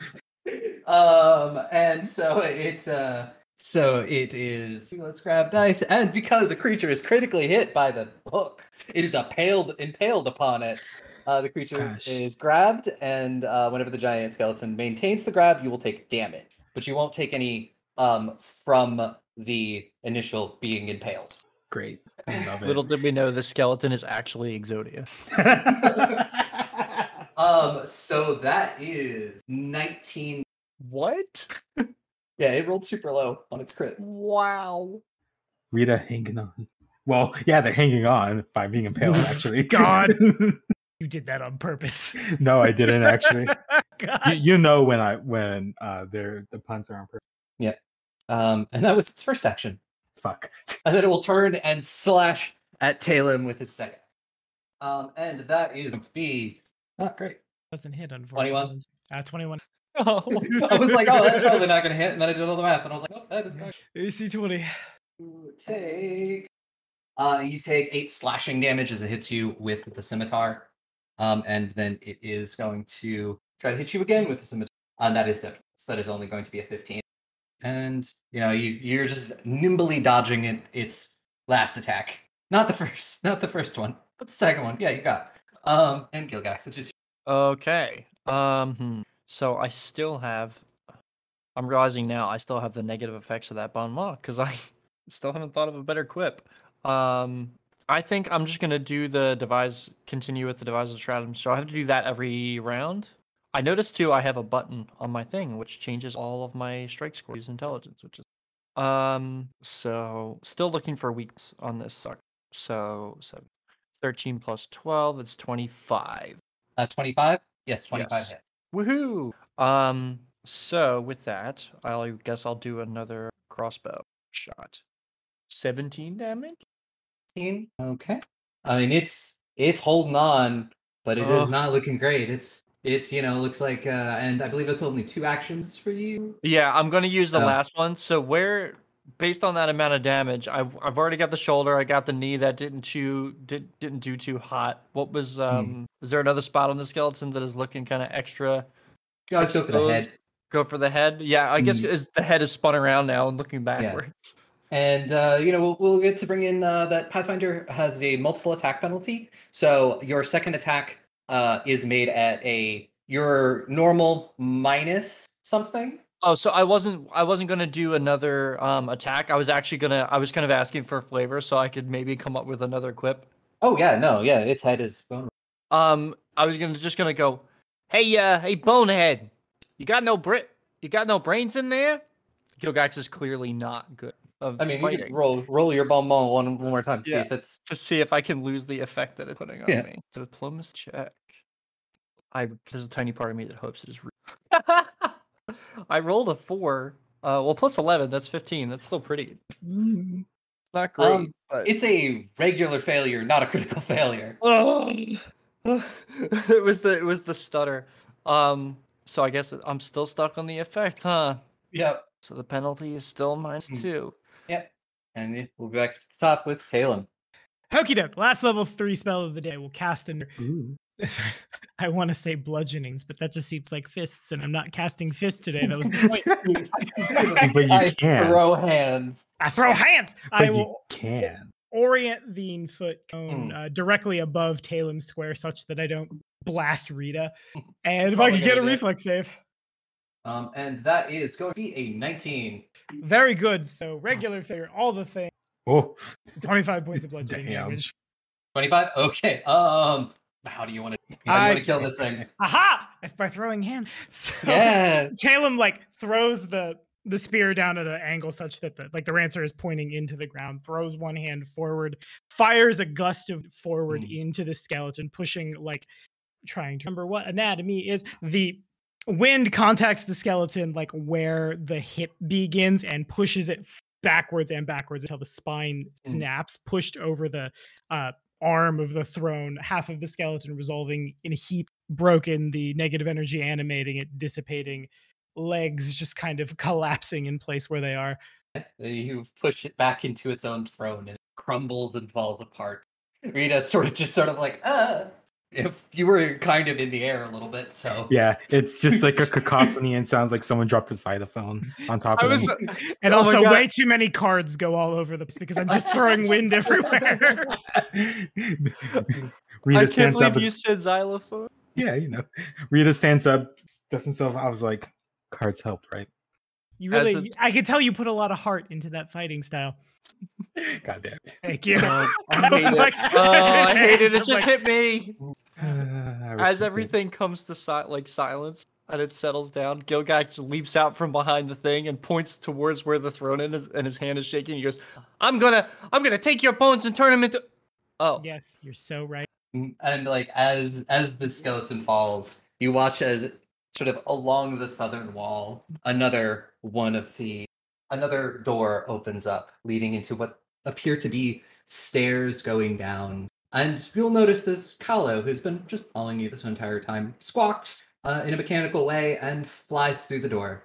[SPEAKER 1] Um, and so it's uh, so it is. Let's grab dice, and because a creature is critically hit by the hook, it is impaled impaled upon it. Uh, the creature
[SPEAKER 2] Gosh.
[SPEAKER 1] is grabbed, and uh, whenever the giant skeleton maintains the grab, you will take damage, but you won't take any um from the initial being impaled.
[SPEAKER 2] Great. I love it.
[SPEAKER 4] Little did we know the skeleton is actually Exodia.
[SPEAKER 1] Um, so that is nineteen.
[SPEAKER 4] What?
[SPEAKER 1] Yeah, it rolled super low on its crit.
[SPEAKER 4] Wow.
[SPEAKER 2] Rita hanging on. Well, yeah, they're hanging on by being impaled, actually.
[SPEAKER 3] God. You did that on purpose.
[SPEAKER 2] no, I didn't actually. You,
[SPEAKER 3] God.
[SPEAKER 2] you know when I when uh their the puns are on purpose.
[SPEAKER 1] Um, and that was its first action.
[SPEAKER 2] Fuck.
[SPEAKER 1] and then it will turn and slash at Talon with its second. Um, and that is going to be not great.
[SPEAKER 3] Doesn't hit, unfortunately.
[SPEAKER 1] 21.
[SPEAKER 3] Uh, 21.
[SPEAKER 4] Oh,
[SPEAKER 1] I was like, oh, that's probably not going to hit. And then I did all the math, and I was like, oh, that is going
[SPEAKER 3] AC 20.
[SPEAKER 1] to take. Uh, you take eight slashing damage as it hits you with the scimitar, um, and then it is going to try to hit you again with the scimitar, and that is definitely so that is only going to be a fifteen. And you know you you're just nimbly dodging it, its last attack, not the first, not the first one, but the second one. Yeah, you got. Um, and Gilgax, it's just
[SPEAKER 4] Okay. Um. hmm. So I still have. I'm realizing now I still have the negative effects of that bon mot because I still haven't thought of a better quip. Um. I think I'm just gonna do the devise. Continue with the devise of stratum. So I have to do that every round. I noticed too. I have a button on my thing which changes all of my strike scores, intelligence, which is. Um. So still looking for weeks on this suck. So so, 13 plus 12. It's 25.
[SPEAKER 1] uh, twenty five. Yes, twenty five
[SPEAKER 4] Yes.
[SPEAKER 1] hit.
[SPEAKER 4] Woohoo! Um, so with that, I guess I'll do another crossbow shot. Seventeen damage.
[SPEAKER 1] 15. Okay. I mean, it's it's holding on, but it is
[SPEAKER 4] Ugh.
[SPEAKER 1] not looking great. It's it's you know looks like, uh, and I believe that's only two actions for you.
[SPEAKER 4] Yeah, I'm gonna use the
[SPEAKER 1] Oh.
[SPEAKER 4] last one. So where, based on that amount of damage, I've I've already got the shoulder. I got the knee that didn't too did didn't do too hot. What
[SPEAKER 1] Hmm.
[SPEAKER 4] was um? Is there another spot on the skeleton that is looking kind of extra?
[SPEAKER 1] You always go for the head, Hmm.
[SPEAKER 4] Go for the head. Yeah, I guess is the head is spun around now and looking backwards.
[SPEAKER 1] and uh, you know we'll, we'll get to bring in uh, that Pathfinder has a multiple attack penalty. So your second attack uh, is made at a your normal minus something.
[SPEAKER 4] Oh, so I wasn't I wasn't gonna do another um attack. I was actually gonna I was kind of asking for flavor so I could maybe come up with another quip.
[SPEAKER 1] Oh yeah, no, yeah, its head is vulnerable.
[SPEAKER 4] Um I was gonna just gonna go, Hey uh hey bonehead, you got no brit you got no brains in there? Gilgax is clearly not good of
[SPEAKER 1] I mean, you
[SPEAKER 4] fighting
[SPEAKER 1] could roll roll your bon mot one one more time to
[SPEAKER 4] Yeah.
[SPEAKER 1] see if it's
[SPEAKER 4] to see if I can lose the effect that it's putting on
[SPEAKER 1] Yeah.
[SPEAKER 4] me. Diplomacy check. I there's a tiny part of me that hopes it is real. I rolled a four. Uh, well, plus eleven, that's fifteen. That's still pretty. It's not great.
[SPEAKER 1] Um,
[SPEAKER 4] but...
[SPEAKER 1] it's a regular failure, not a critical failure. Oh.
[SPEAKER 4] it was the it was the stutter. Um, so I guess I'm still stuck on the effect, huh?
[SPEAKER 1] Yep.
[SPEAKER 4] So the penalty is still minus
[SPEAKER 1] Mm.
[SPEAKER 4] two.
[SPEAKER 1] And yeah, we'll be back to the top with Talon.
[SPEAKER 3] Hokey Doke, last level three spell of the day. We'll cast under. I want to say bludgeonings, but that just seems like fists, and I'm not casting fists today. That was the point.
[SPEAKER 2] But you
[SPEAKER 1] I
[SPEAKER 2] can.
[SPEAKER 1] Throw hands.
[SPEAKER 3] I throw hands.
[SPEAKER 2] But
[SPEAKER 3] I
[SPEAKER 2] you
[SPEAKER 3] will
[SPEAKER 2] can.
[SPEAKER 3] orient the nine foot cone uh, directly above Talon Square such that I don't blast Rita. And if I
[SPEAKER 1] Probably
[SPEAKER 3] can get a
[SPEAKER 1] gonna do it.
[SPEAKER 3] reflex save,
[SPEAKER 1] Um, and that is going to be a 19.
[SPEAKER 3] very good. So regular failure, all the things.
[SPEAKER 2] Oh,
[SPEAKER 3] 25 points of bludgeoning
[SPEAKER 2] Damn.
[SPEAKER 3] damage.
[SPEAKER 1] 25? Okay. Um, How do you want to? How do you want
[SPEAKER 3] I-
[SPEAKER 1] to kill this thing?
[SPEAKER 3] Aha! It's by throwing hand. So
[SPEAKER 1] Yeah.
[SPEAKER 3] Talem like throws the the spear down at an angle such that the like the rancer is pointing into the ground, throws one hand forward, fires a gust of forward
[SPEAKER 1] Mm.
[SPEAKER 3] into the skeleton, pushing like trying to remember what anatomy is. The wind contacts the skeleton like where the hip begins and pushes it f- backwards and backwards until the spine
[SPEAKER 1] Mm.
[SPEAKER 3] snaps, pushed over the uh, arm of the throne, half of the skeleton resolving in a heap, broken, the negative energy animating it, dissipating, legs just kind of collapsing in place where they are.
[SPEAKER 1] You push it back into its own throne and it crumbles and falls apart. Rita sort of just sort of like, uh, if you were kind of in the air a little bit, so
[SPEAKER 2] Yeah, it's just like a cacophony and sounds like someone dropped a xylophone on top
[SPEAKER 5] I
[SPEAKER 2] of
[SPEAKER 5] was
[SPEAKER 2] it.
[SPEAKER 4] uh,
[SPEAKER 3] And
[SPEAKER 5] Oh my
[SPEAKER 3] also,
[SPEAKER 5] God.
[SPEAKER 3] way too many cards go all over the place because I'm just throwing wind everywhere.
[SPEAKER 2] Rita
[SPEAKER 4] I can't
[SPEAKER 2] stands up.
[SPEAKER 4] believe
[SPEAKER 2] and-
[SPEAKER 4] you said xylophone.
[SPEAKER 2] Yeah, you know. Rita stands up, dusts himself. I was like, cards helped, right?
[SPEAKER 3] You
[SPEAKER 5] As
[SPEAKER 3] really,
[SPEAKER 5] it's-
[SPEAKER 3] I could tell you put a lot of heart into that fighting style.
[SPEAKER 2] Goddamn.
[SPEAKER 3] Thank you.
[SPEAKER 4] Oh, I hate it. Oh, I hate it. It just hit me.
[SPEAKER 2] Ah,
[SPEAKER 4] As everything comes to si- like silence and it settles down, Gilgax leaps out from behind the thing and points towards where the throne is, and his hand is shaking. He goes, "I'm gonna, I'm gonna take your bones and turn them into." Oh,
[SPEAKER 3] Yes, you're so right.
[SPEAKER 1] Mm, and like as as the skeleton falls you watch as sort of along the southern wall another one of the another door opens up leading into what appear to be stairs going down and you'll notice this Kalo, who's been just following you this entire time, squawks uh, in a mechanical way and flies through the door.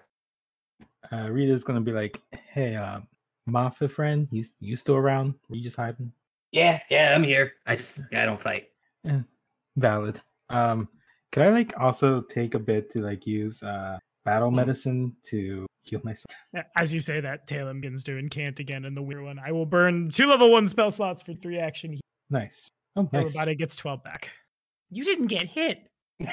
[SPEAKER 2] uh, Rita's gonna be like, "Hey, uh, Mafia friend, you s- you still around? Were you just hiding?"
[SPEAKER 1] Yeah, yeah, I'm here. I just I don't fight.
[SPEAKER 2] Eh, Valid. Um, could I like also take a bit to like use uh battle
[SPEAKER 1] Mm.
[SPEAKER 2] medicine to heal myself?
[SPEAKER 3] Uh, As you say that, Talon begins to incant again in the weird one. I will burn two level one spell slots for three action.
[SPEAKER 2] Nice. Oh, nice.
[SPEAKER 3] Everybody gets 12 back. You didn't get hit.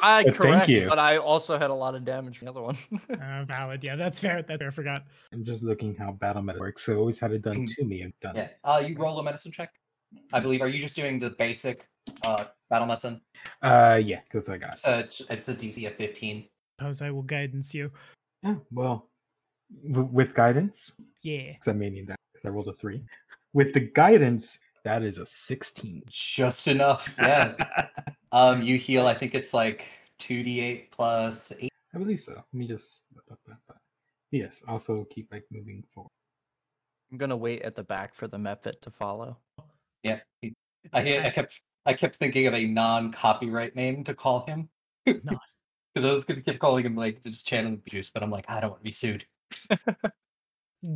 [SPEAKER 4] I
[SPEAKER 2] Thank
[SPEAKER 4] correct,
[SPEAKER 2] you.
[SPEAKER 4] but I also had a lot of damage from the other one.
[SPEAKER 3] Uh, valid. Yeah, that's fair. That's fair. I forgot.
[SPEAKER 2] I'm just looking how battle medicine works. So I always had it done
[SPEAKER 1] Mm.
[SPEAKER 2] to me. I've done.
[SPEAKER 1] Yeah.
[SPEAKER 2] it.
[SPEAKER 1] Uh, you roll a medicine check. I believe. Are you just doing the basic uh, battle medicine?
[SPEAKER 2] Uh, yeah, that's what I got.
[SPEAKER 1] So it's it's a DC of 15.
[SPEAKER 3] Suppose I will guidance you.
[SPEAKER 2] Yeah. Well, w- with guidance,
[SPEAKER 3] Yeah.
[SPEAKER 2] because I may need that. Because I rolled a three. With the guidance, that is a sixteen.
[SPEAKER 1] Just enough. Yeah. um, you heal. I think it's like two d8 plus eight.
[SPEAKER 2] I believe so. Let me just. Yes. Also keep like moving forward.
[SPEAKER 4] I'm gonna wait at the back for the method to follow.
[SPEAKER 1] Yeah. he- I, he- I kept I kept thinking of a non-copyright name to call him.
[SPEAKER 3] Not.
[SPEAKER 1] Because I was going to keep calling him like just channeling juice, but I'm like I don't want to be sued.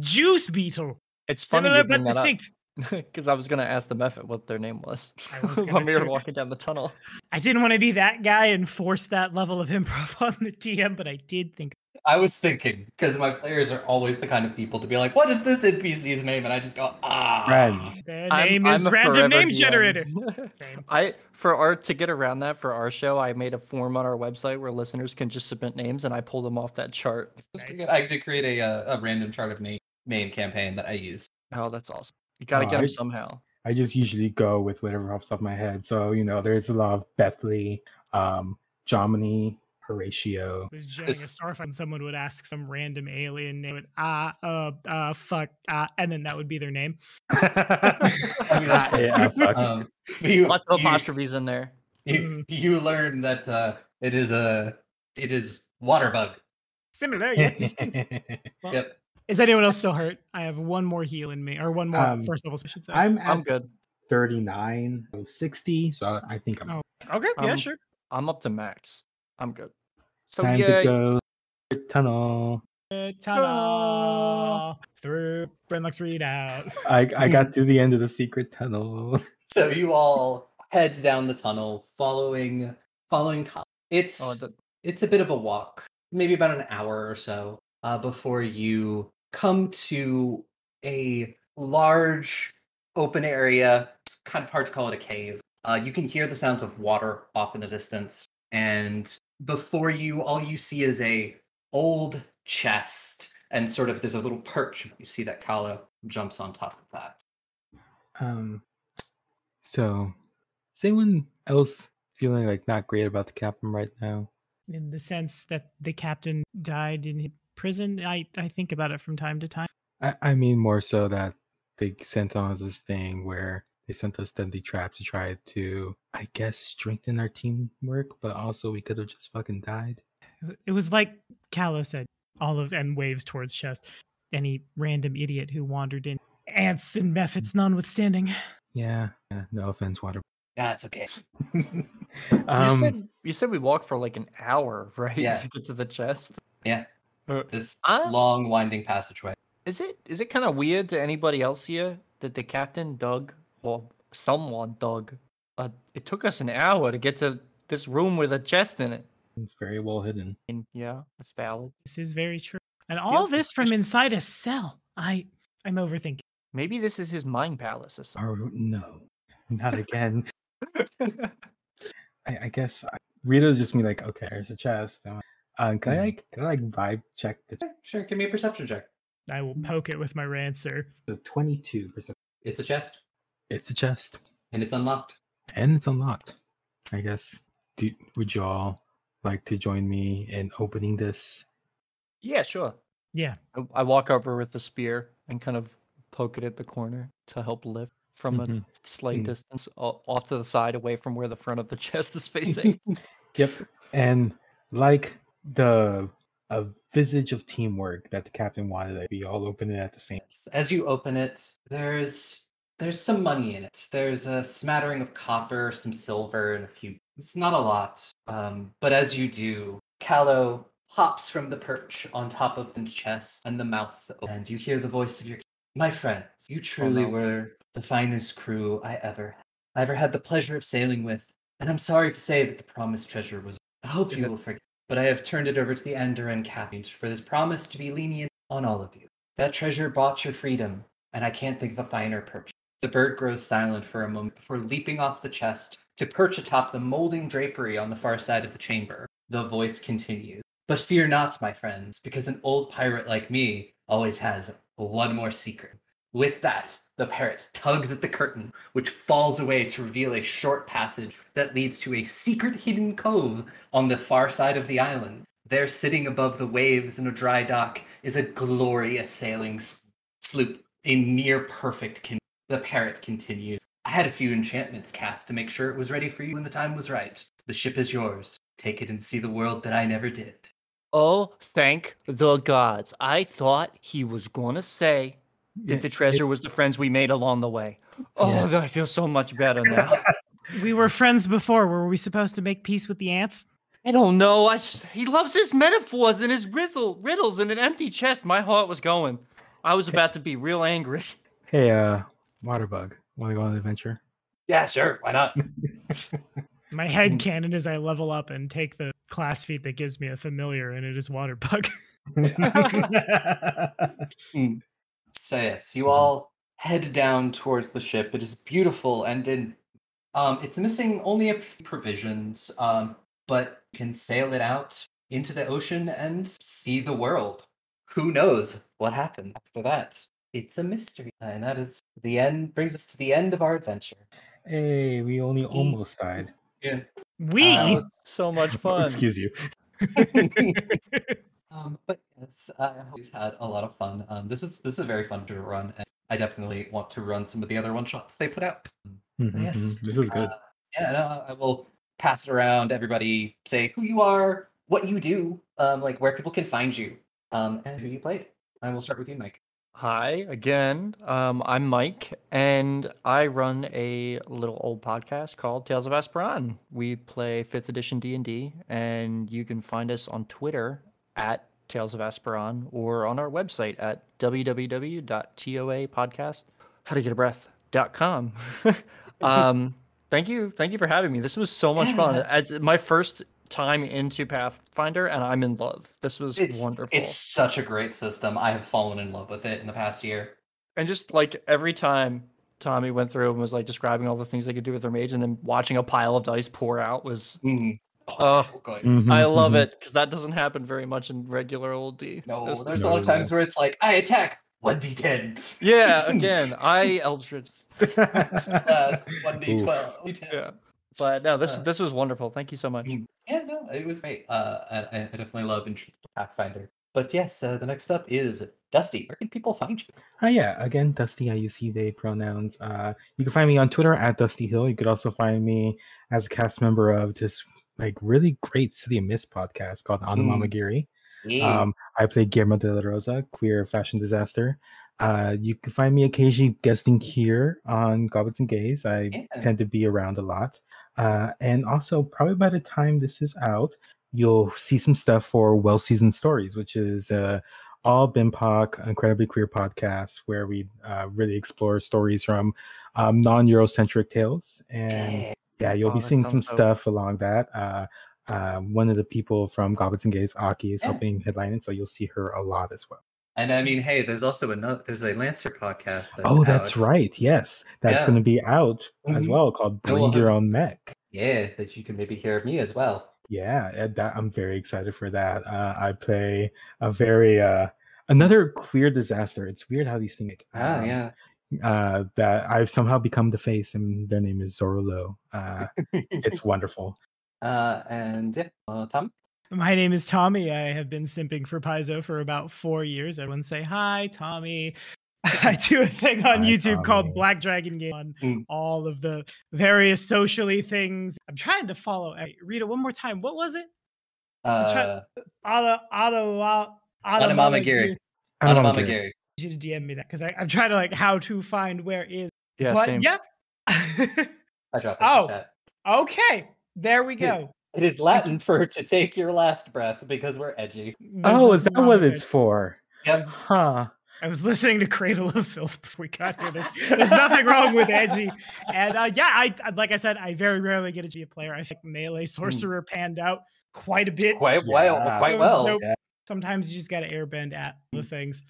[SPEAKER 3] Juice beetle.
[SPEAKER 4] It's funny
[SPEAKER 3] Similar
[SPEAKER 4] you
[SPEAKER 3] but
[SPEAKER 4] bring that up
[SPEAKER 3] distinct.
[SPEAKER 4] because I was gonna ask the method what their name was
[SPEAKER 3] I was gonna
[SPEAKER 4] when we were
[SPEAKER 3] too.
[SPEAKER 4] walking down the tunnel.
[SPEAKER 3] I didn't want to be that guy and force that level of improv on the DM, but I did think
[SPEAKER 1] I was thinking because my players are always the kind of people to be like, "What is this NPC's name?" and I just go, "Ah,
[SPEAKER 2] Friend.
[SPEAKER 3] the
[SPEAKER 4] I'm-
[SPEAKER 3] name is
[SPEAKER 4] I'm a
[SPEAKER 3] random
[SPEAKER 4] forever
[SPEAKER 3] name
[SPEAKER 4] DM.
[SPEAKER 3] generator. Same.
[SPEAKER 4] I for our to get around that for our show, I made a form on our website where listeners can just submit names, and I pulled them off that chart.
[SPEAKER 1] Just
[SPEAKER 3] Nice.
[SPEAKER 1] forget- I did create a uh, a random chart of name main campaign that I use.
[SPEAKER 4] Oh, that's awesome! You gotta
[SPEAKER 2] Oh,
[SPEAKER 4] get them
[SPEAKER 2] I-
[SPEAKER 4] somehow.
[SPEAKER 2] I just usually go with whatever pops up my head. So you know, there's a lot of Bethley, um, Jomini, Horatio.
[SPEAKER 3] was jamming a
[SPEAKER 1] This-
[SPEAKER 3] scarf and someone would ask some random alien name it ah uh uh fuck ah and then that would be their name.
[SPEAKER 1] I mean, that's-
[SPEAKER 2] Ah, Yeah, fuck.
[SPEAKER 1] um, you,
[SPEAKER 4] Lots of
[SPEAKER 1] you-
[SPEAKER 4] apostrophes in there.
[SPEAKER 1] you, you learn that uh, it is a it is water bug.
[SPEAKER 3] Similar, yes. Well,
[SPEAKER 1] Yep.
[SPEAKER 3] Is anyone else still hurt? I have one more heal in me, or one more
[SPEAKER 2] Um,
[SPEAKER 3] first level. I should say.
[SPEAKER 2] I'm
[SPEAKER 4] I'm
[SPEAKER 2] at
[SPEAKER 4] good.
[SPEAKER 2] 39 of 60, so I think I'm
[SPEAKER 3] Oh, okay, yeah,
[SPEAKER 4] um,
[SPEAKER 3] sure.
[SPEAKER 4] I'm up to max. I'm good. So
[SPEAKER 2] time
[SPEAKER 4] yeah,
[SPEAKER 2] to go to the tunnel.
[SPEAKER 3] Uh, ta-da! Through Brenlux readout.
[SPEAKER 2] I I got to the end of the secret tunnel.
[SPEAKER 1] So you all head down the tunnel, following following. Kyle. It's
[SPEAKER 4] oh, the-
[SPEAKER 1] it's a bit of a walk, maybe about an hour or so, uh, before you come to a large open area. It's kind of hard to call it a cave. Uh, you can hear the sounds of water off in the distance, and before you, all you see is a old chest and sort of there's a little perch. You see that Kala jumps on top of that.
[SPEAKER 2] Um, so, has anyone else feeling like not great about the captain right now.
[SPEAKER 3] in the sense that the captain died in hi- prison. I, I think about it from time to time.
[SPEAKER 2] I, I mean more so that they sent on us this thing where they sent us Dundee Trap to try to, I guess, strengthen our teamwork, but also we could have just fucking died.
[SPEAKER 3] It- It was like Callow said, all of and waves towards chest. Any random idiot who wandered in, ants and methods notwithstanding.
[SPEAKER 2] Yeah, yeah, no offense, water.
[SPEAKER 1] That's okay.
[SPEAKER 4] you,
[SPEAKER 2] Um,
[SPEAKER 4] said, you said we walked for like an hour, right?
[SPEAKER 1] Yeah.
[SPEAKER 4] To get to the chest.
[SPEAKER 1] Yeah.
[SPEAKER 4] Uh,
[SPEAKER 1] This
[SPEAKER 4] I-
[SPEAKER 1] long winding passageway.
[SPEAKER 4] Is it is it kind of weird to anybody else here that the captain dug or someone dug? Uh, it took us an hour to get to this room with a chest in it.
[SPEAKER 2] it's very well hidden.
[SPEAKER 4] And yeah, that's valid.
[SPEAKER 3] This is very true. And all
[SPEAKER 4] Feels
[SPEAKER 3] this from
[SPEAKER 4] suspicious.
[SPEAKER 3] inside a cell. I I'm overthinking.
[SPEAKER 4] Maybe this is his mind palace or something.
[SPEAKER 2] Or no, not again. I, I guess I, Rita's just me like, okay, there's a chest. I'm like, Um, can I
[SPEAKER 1] Mhm.
[SPEAKER 2] like, can I like vibe check the
[SPEAKER 1] Yeah, Sure, give me a perception check.
[SPEAKER 3] I will
[SPEAKER 4] Mm.
[SPEAKER 3] poke it with my rancer.
[SPEAKER 2] the twenty two percent?
[SPEAKER 1] It's a chest
[SPEAKER 2] It's a chest
[SPEAKER 1] and it's unlocked.
[SPEAKER 2] and it's unlocked. I guess. Do, would y'all like to join me in opening this?
[SPEAKER 4] yeah, sure.
[SPEAKER 3] Yeah.
[SPEAKER 4] I, I walk over with the spear and kind of poke it at the corner to help lift from
[SPEAKER 2] Mhm.
[SPEAKER 4] a slight
[SPEAKER 1] Mm.
[SPEAKER 4] distance o- off to the side, away from where the front of the chest is facing.
[SPEAKER 2] Yep. And like the a visage of teamwork that the captain wanted, like, we all open it at the same.
[SPEAKER 1] Yes. As you open it, there's there's some money in it. There's a smattering of copper, some silver, and a few. It's not a lot, um, but as you do, Callow hops from the perch on top of the chest and the mouth, and you hear the voice of your my friends. You truly
[SPEAKER 4] Oh, no.
[SPEAKER 1] were the finest crew I ever I ever had the pleasure of sailing with, and I'm sorry to say that the promised treasure was. I hope
[SPEAKER 4] Is
[SPEAKER 1] you
[SPEAKER 4] it-
[SPEAKER 1] will forget, but I have turned it over to the Andoran captain for this promise to be lenient on all of you. That treasure bought your freedom, and I can't think of a finer perch. The bird grows silent for a moment before leaping off the chest to perch atop the molding drapery on the far side of the chamber. The voice continues But fear not, my friends, because an old pirate like me always has one more secret. With that, the parrot tugs at the curtain, which falls away to reveal a short passage that leads to a secret hidden cove on the far side of the island. There, sitting above the waves in a dry dock, is a glorious sailing s- sloop in near perfect condition. The parrot continued. I had a few enchantments cast to make sure it was ready for you when the time was right. The ship is yours. Take it and see the world that I never did.
[SPEAKER 4] Oh, thank the gods. I thought he was going to say that
[SPEAKER 2] Yeah,
[SPEAKER 4] the treasure was the friends we made along the way. Oh, I feel so much better now.
[SPEAKER 3] We were friends before. Were we supposed to make peace with the ants?
[SPEAKER 4] I don't know. I just, he loves his metaphors and his rizzle, riddles and an empty chest. My heart was going. I was about to be real angry.
[SPEAKER 2] Hey, uh, Waterbug, want to go on an adventure?
[SPEAKER 1] Yeah, sure. Why not?
[SPEAKER 3] My
[SPEAKER 4] Mm.
[SPEAKER 3] head cannon is I level up and take the class feat that gives me a familiar, and it is water bug.
[SPEAKER 1] So yes, you all head down towards the ship. It is beautiful and in um it's missing only a few provisions, um, but you can sail it out into the ocean and see the world. Who knows what happened after that? It's a mystery. And that is the end brings us to the end of our adventure.
[SPEAKER 2] hey, we only almost died.
[SPEAKER 3] We
[SPEAKER 1] Uh,
[SPEAKER 4] That was so much fun.
[SPEAKER 2] Excuse you.
[SPEAKER 1] um, but yes, I always had a lot of fun. Um, this is this is very fun to run, and I definitely want to run some of the other one shots they put out.
[SPEAKER 2] Mhm,
[SPEAKER 1] Yes.
[SPEAKER 2] mhm, This is good.
[SPEAKER 1] Uh, yeah, no, I will pass it around. Everybody say who you are, what you do, um, like where people can find you, um, and who you played. I will start with you, Mike.
[SPEAKER 4] Hi again. Um, I'm Mike, and I run a little old podcast called Tales of Aspiron. We play Fifth Edition D and D, and you can find us on Twitter at Tales of Aspiron or on our website at www.toapodcast. How to get a breath.com. um, thank you, thank you for having me. This was so much fun.
[SPEAKER 1] Yeah.
[SPEAKER 4] It's my first time into Pathfinder, and I'm in love. This was wonderful.
[SPEAKER 1] It's such a great system. I have fallen in love with it in the past year.
[SPEAKER 4] And just like every time Tommy went through and was like describing all the things they could do with their mage, and then watching a pile of dice pour out was.
[SPEAKER 1] Mhm. Oh,
[SPEAKER 4] Oh,
[SPEAKER 1] so good.
[SPEAKER 2] Mm. Mm-hmm,
[SPEAKER 4] I love it because that doesn't happen very much in regular old D. This
[SPEAKER 1] No,
[SPEAKER 4] is-
[SPEAKER 1] there's a lot of
[SPEAKER 2] No.
[SPEAKER 1] times where it's like I attack one d10,
[SPEAKER 4] Yeah, again, I Eldritch.
[SPEAKER 1] plus one
[SPEAKER 2] Oof.
[SPEAKER 1] d12,
[SPEAKER 4] Yeah. But no, this
[SPEAKER 1] Uh,
[SPEAKER 4] this was wonderful. Thank you so much.
[SPEAKER 1] Mm. Yeah, no, it was great. Uh, I, I I definitely love Intruder Pathfinder. But yes, uh, the next up is Dusty. Where can people find you?
[SPEAKER 2] Uh, yeah, again, Dusty, I use he, they pronouns. Uh, you can find me on Twitter at Dusty Hill. You could also find me as a cast member of this like really great City of Mist podcast called
[SPEAKER 4] Mm.
[SPEAKER 2] Anamamagiri. Um, I play Guillermo de la Rosa, queer fashion disaster. Uh, you can find me occasionally guesting here on Goblins and Gays. I
[SPEAKER 1] Yeah.
[SPEAKER 2] tend to be around a lot. Uh, and also, probably by the time this is out, you'll see some stuff for Well Seasoned Stories, which is uh, all BIMPOC, incredibly queer podcast where we uh, really explore stories from um, non Eurocentric tales. And
[SPEAKER 1] Yeah.
[SPEAKER 2] yeah, you'll
[SPEAKER 4] Oh,
[SPEAKER 2] be
[SPEAKER 4] that
[SPEAKER 2] seeing some
[SPEAKER 4] sounds dope.
[SPEAKER 2] stuff along that. Uh, uh, one of the people from Goblins and Gays, Aki, is
[SPEAKER 1] Yeah.
[SPEAKER 2] helping headline it, so you'll see her a lot as well.
[SPEAKER 1] And I mean, hey, there's also another. There's a Lancer podcast. That's
[SPEAKER 2] oh, that's
[SPEAKER 1] out.
[SPEAKER 2] right. Yes, that's
[SPEAKER 1] Yeah.
[SPEAKER 2] going to be out as
[SPEAKER 1] Mhm.
[SPEAKER 2] well, called
[SPEAKER 1] I will
[SPEAKER 2] "Bring Your
[SPEAKER 1] have-
[SPEAKER 2] Own Mech."
[SPEAKER 1] Yeah, that you can maybe hear of me as well.
[SPEAKER 2] Yeah, and that I'm very excited for that. Uh, I play a very uh, another queer disaster. It's weird how these things.
[SPEAKER 3] Oh,
[SPEAKER 1] Ah,
[SPEAKER 2] um,
[SPEAKER 1] yeah.
[SPEAKER 2] uh, that I've somehow become the face, and their name is Zorolo. Uh, it's wonderful.
[SPEAKER 1] Uh, and yeah, uh, Tom.
[SPEAKER 3] My name is Tommy. I have been simping for Paizo for about four years. Everyone say hi, Tommy. I do a thing on
[SPEAKER 2] Hi,
[SPEAKER 3] YouTube
[SPEAKER 2] Tommy.
[SPEAKER 3] called Black Dragon Game on
[SPEAKER 1] Mm.
[SPEAKER 3] all of the various socially things. I'm trying to follow. every- Rita, one more time. What was it? I'm trying-
[SPEAKER 1] Uh,
[SPEAKER 3] Otto, Otto, Otto,
[SPEAKER 1] Anamama Gary.
[SPEAKER 2] I don't know,
[SPEAKER 1] Anamama
[SPEAKER 2] Gary.
[SPEAKER 1] Gary.
[SPEAKER 3] You to DM me that because I'm trying to like how to find where is.
[SPEAKER 4] Yeah,
[SPEAKER 3] but
[SPEAKER 4] same.
[SPEAKER 3] yeah.
[SPEAKER 1] I dropped it in
[SPEAKER 3] Oh.
[SPEAKER 1] the chat.
[SPEAKER 3] okay. There we
[SPEAKER 1] Yeah.
[SPEAKER 3] go.
[SPEAKER 1] It is Latin for to take your last breath because we're edgy.
[SPEAKER 3] There's
[SPEAKER 2] Oh,
[SPEAKER 3] nothing
[SPEAKER 2] is that
[SPEAKER 3] wrong
[SPEAKER 2] what
[SPEAKER 3] with
[SPEAKER 2] it's
[SPEAKER 3] it.
[SPEAKER 2] for?
[SPEAKER 1] Yep.
[SPEAKER 2] Huh.
[SPEAKER 3] I was listening to Cradle of Filth before we got here. There's, there's nothing wrong with edgy, and uh, yeah, I I- like I said, I very rarely get a G player. I think
[SPEAKER 1] Hmm.
[SPEAKER 3] melee sorcerer panned out quite a bit.
[SPEAKER 1] Quite well.
[SPEAKER 2] Yeah.
[SPEAKER 3] It
[SPEAKER 1] Quite
[SPEAKER 3] was
[SPEAKER 1] well.
[SPEAKER 3] dope.
[SPEAKER 2] yeah.
[SPEAKER 3] Sometimes you just got to airbend at the things.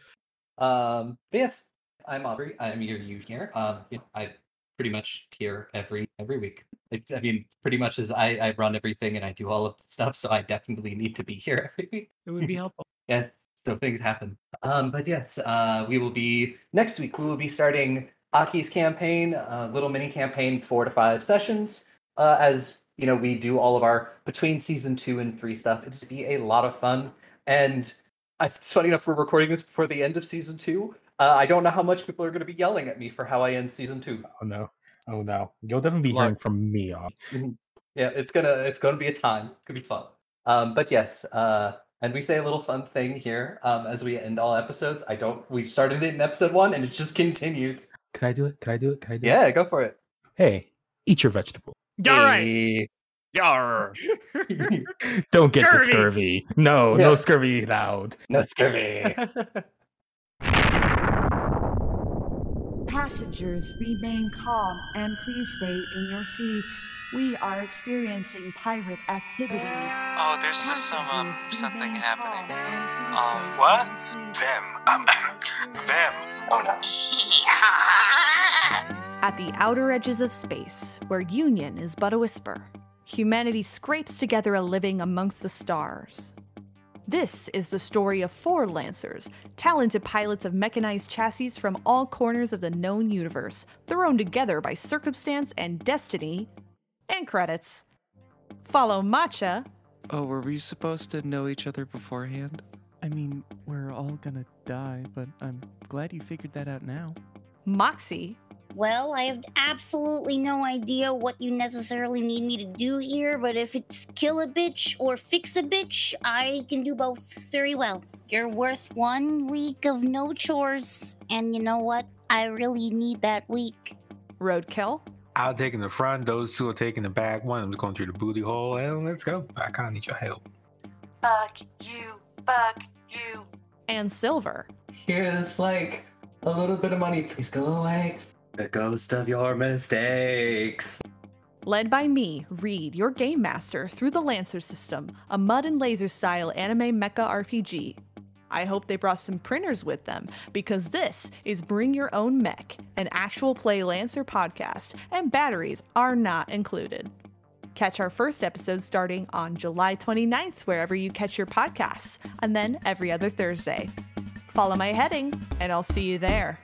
[SPEAKER 1] Um, but yes, I'm Aubrey. I'm your new here. Um, you know, I pretty much here every every week. It, I mean, pretty much as I I run everything and I do all of the stuff, so I definitely need to be here every week.
[SPEAKER 3] It would be helpful.
[SPEAKER 1] Yes, so things happen. Um, but yes, uh, we will be next week. We will be starting Aki's campaign, uh, little mini campaign, four to five sessions. Uh, as you know, we do all of our between season two and three stuff. It's be a lot of fun, and I, it's funny enough we're recording this before the end of season two. Uh, I don't know how much people are going to be yelling at me for how I end season two.
[SPEAKER 2] Oh no. Oh no. You'll definitely be
[SPEAKER 4] Look.
[SPEAKER 2] hearing from me on.
[SPEAKER 1] Yeah, it's gonna it's gonna be a time. It's gonna be fun. Um, but yes, uh, and we say a little fun thing here um, as we end all episodes. I don't. We started it in episode one, and it's just continued.
[SPEAKER 2] Can I do it? Can I do it? Can I do it?
[SPEAKER 1] Yeah, go for it.
[SPEAKER 2] Hey, eat your vegetable.
[SPEAKER 3] All right.
[SPEAKER 1] Hey.
[SPEAKER 4] Yarr.
[SPEAKER 2] Don't get
[SPEAKER 3] Scurvy.
[SPEAKER 2] the scurvy. No,
[SPEAKER 1] Yeah.
[SPEAKER 2] no scurvy allowed.
[SPEAKER 1] No scurvy.
[SPEAKER 5] Passengers, remain calm and please stay in your seats. We are experiencing pirate activity.
[SPEAKER 6] Oh, there's just some um
[SPEAKER 5] Passengers,
[SPEAKER 6] something
[SPEAKER 5] remain
[SPEAKER 6] happening.
[SPEAKER 5] calm
[SPEAKER 6] Um,
[SPEAKER 5] and please stay in
[SPEAKER 6] what? Them,
[SPEAKER 5] your seats. We
[SPEAKER 6] um,
[SPEAKER 5] are experiencing
[SPEAKER 6] them.
[SPEAKER 5] pirate
[SPEAKER 7] At the outer edges of space, where union is but a whisper, humanity scrapes together a living amongst the stars. This is the story of four Lancers, talented pilots of mechanized chassis from all corners of the known universe, thrown together by circumstance and destiny. And credits. Follow Matcha.
[SPEAKER 6] Oh, were we supposed to know each other beforehand?
[SPEAKER 8] I mean, we're all gonna die, but I'm glad you figured that out now.
[SPEAKER 7] Moxie,
[SPEAKER 9] Well, I have absolutely no idea what you necessarily need me to do here, but if it's kill a bitch or fix a bitch, I can do both very well. You're worth one week of no chores, and you know what? I really need that week.
[SPEAKER 7] Roadkill,
[SPEAKER 10] I'll take in the front. Those two are taking the back. One of them's going through the booty hole. And let's go. I kind of need your help.
[SPEAKER 5] Fuck you, fuck you.
[SPEAKER 7] and Silver.
[SPEAKER 1] Here's like a little bit of money. Please go away. The ghost of your mistakes.
[SPEAKER 7] Led by me, Reed, your game master, through the Lancer system, a mud and laser style anime mecha RPG. I hope they brought some printers with them, because this is Bring Your Own Mech, an actual play Lancer podcast, and batteries are not included. Catch our first episode starting on July 29th, wherever you catch your podcasts, and then every other Thursday. Follow my heading, and I'll see you there.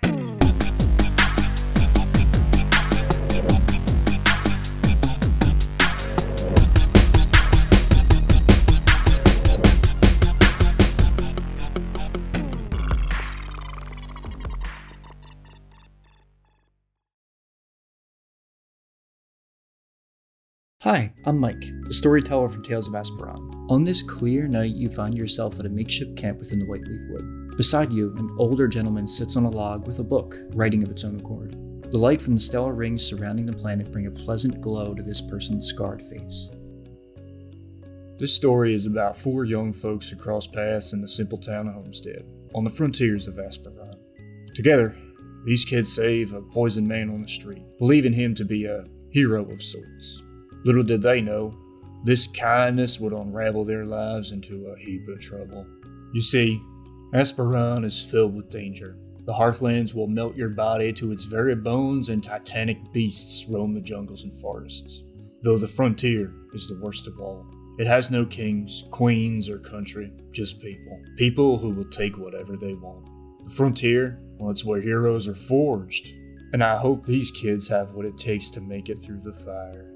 [SPEAKER 11] Hi, I'm Mike, the storyteller from Tales of Asperon. On this clear night, you find yourself at a makeshift camp within the Whiteleaf Wood. Beside you, an older gentleman sits on a log with a book, writing of its own accord. The light from the stellar rings surrounding the planet bring a pleasant glow to this person's scarred face.
[SPEAKER 4] This story is about four young folks who cross paths in the simple town of Homestead, on the frontiers of Asperon. Together, these kids save a poisoned man on the street, believing him to be a hero of sorts. Little did they know, this kindness would unravel their lives into a heap of trouble. You see, Asperon is filled with danger. The Hearthlands will melt your body to its very bones, and titanic beasts roam the jungles and forests. Though the frontier is the worst of all. It has no kings, queens, or country, just people. People who will take whatever they want. The frontier, well, it's where heroes are forged. And I hope these kids have what it takes to make it through the fire.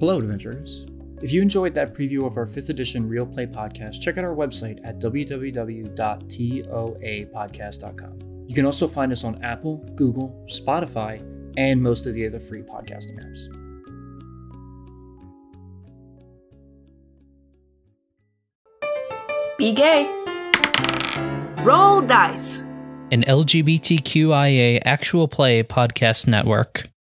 [SPEAKER 11] Hello, adventurers. If you enjoyed that preview of our 5th edition Real Play podcast, check out our website at www.toapodcast.com. You can also find us on Apple, Google, Spotify, and most of the other free podcasting apps.
[SPEAKER 5] Be gay. Roll dice.
[SPEAKER 12] an LGBTQIA actual play podcast network.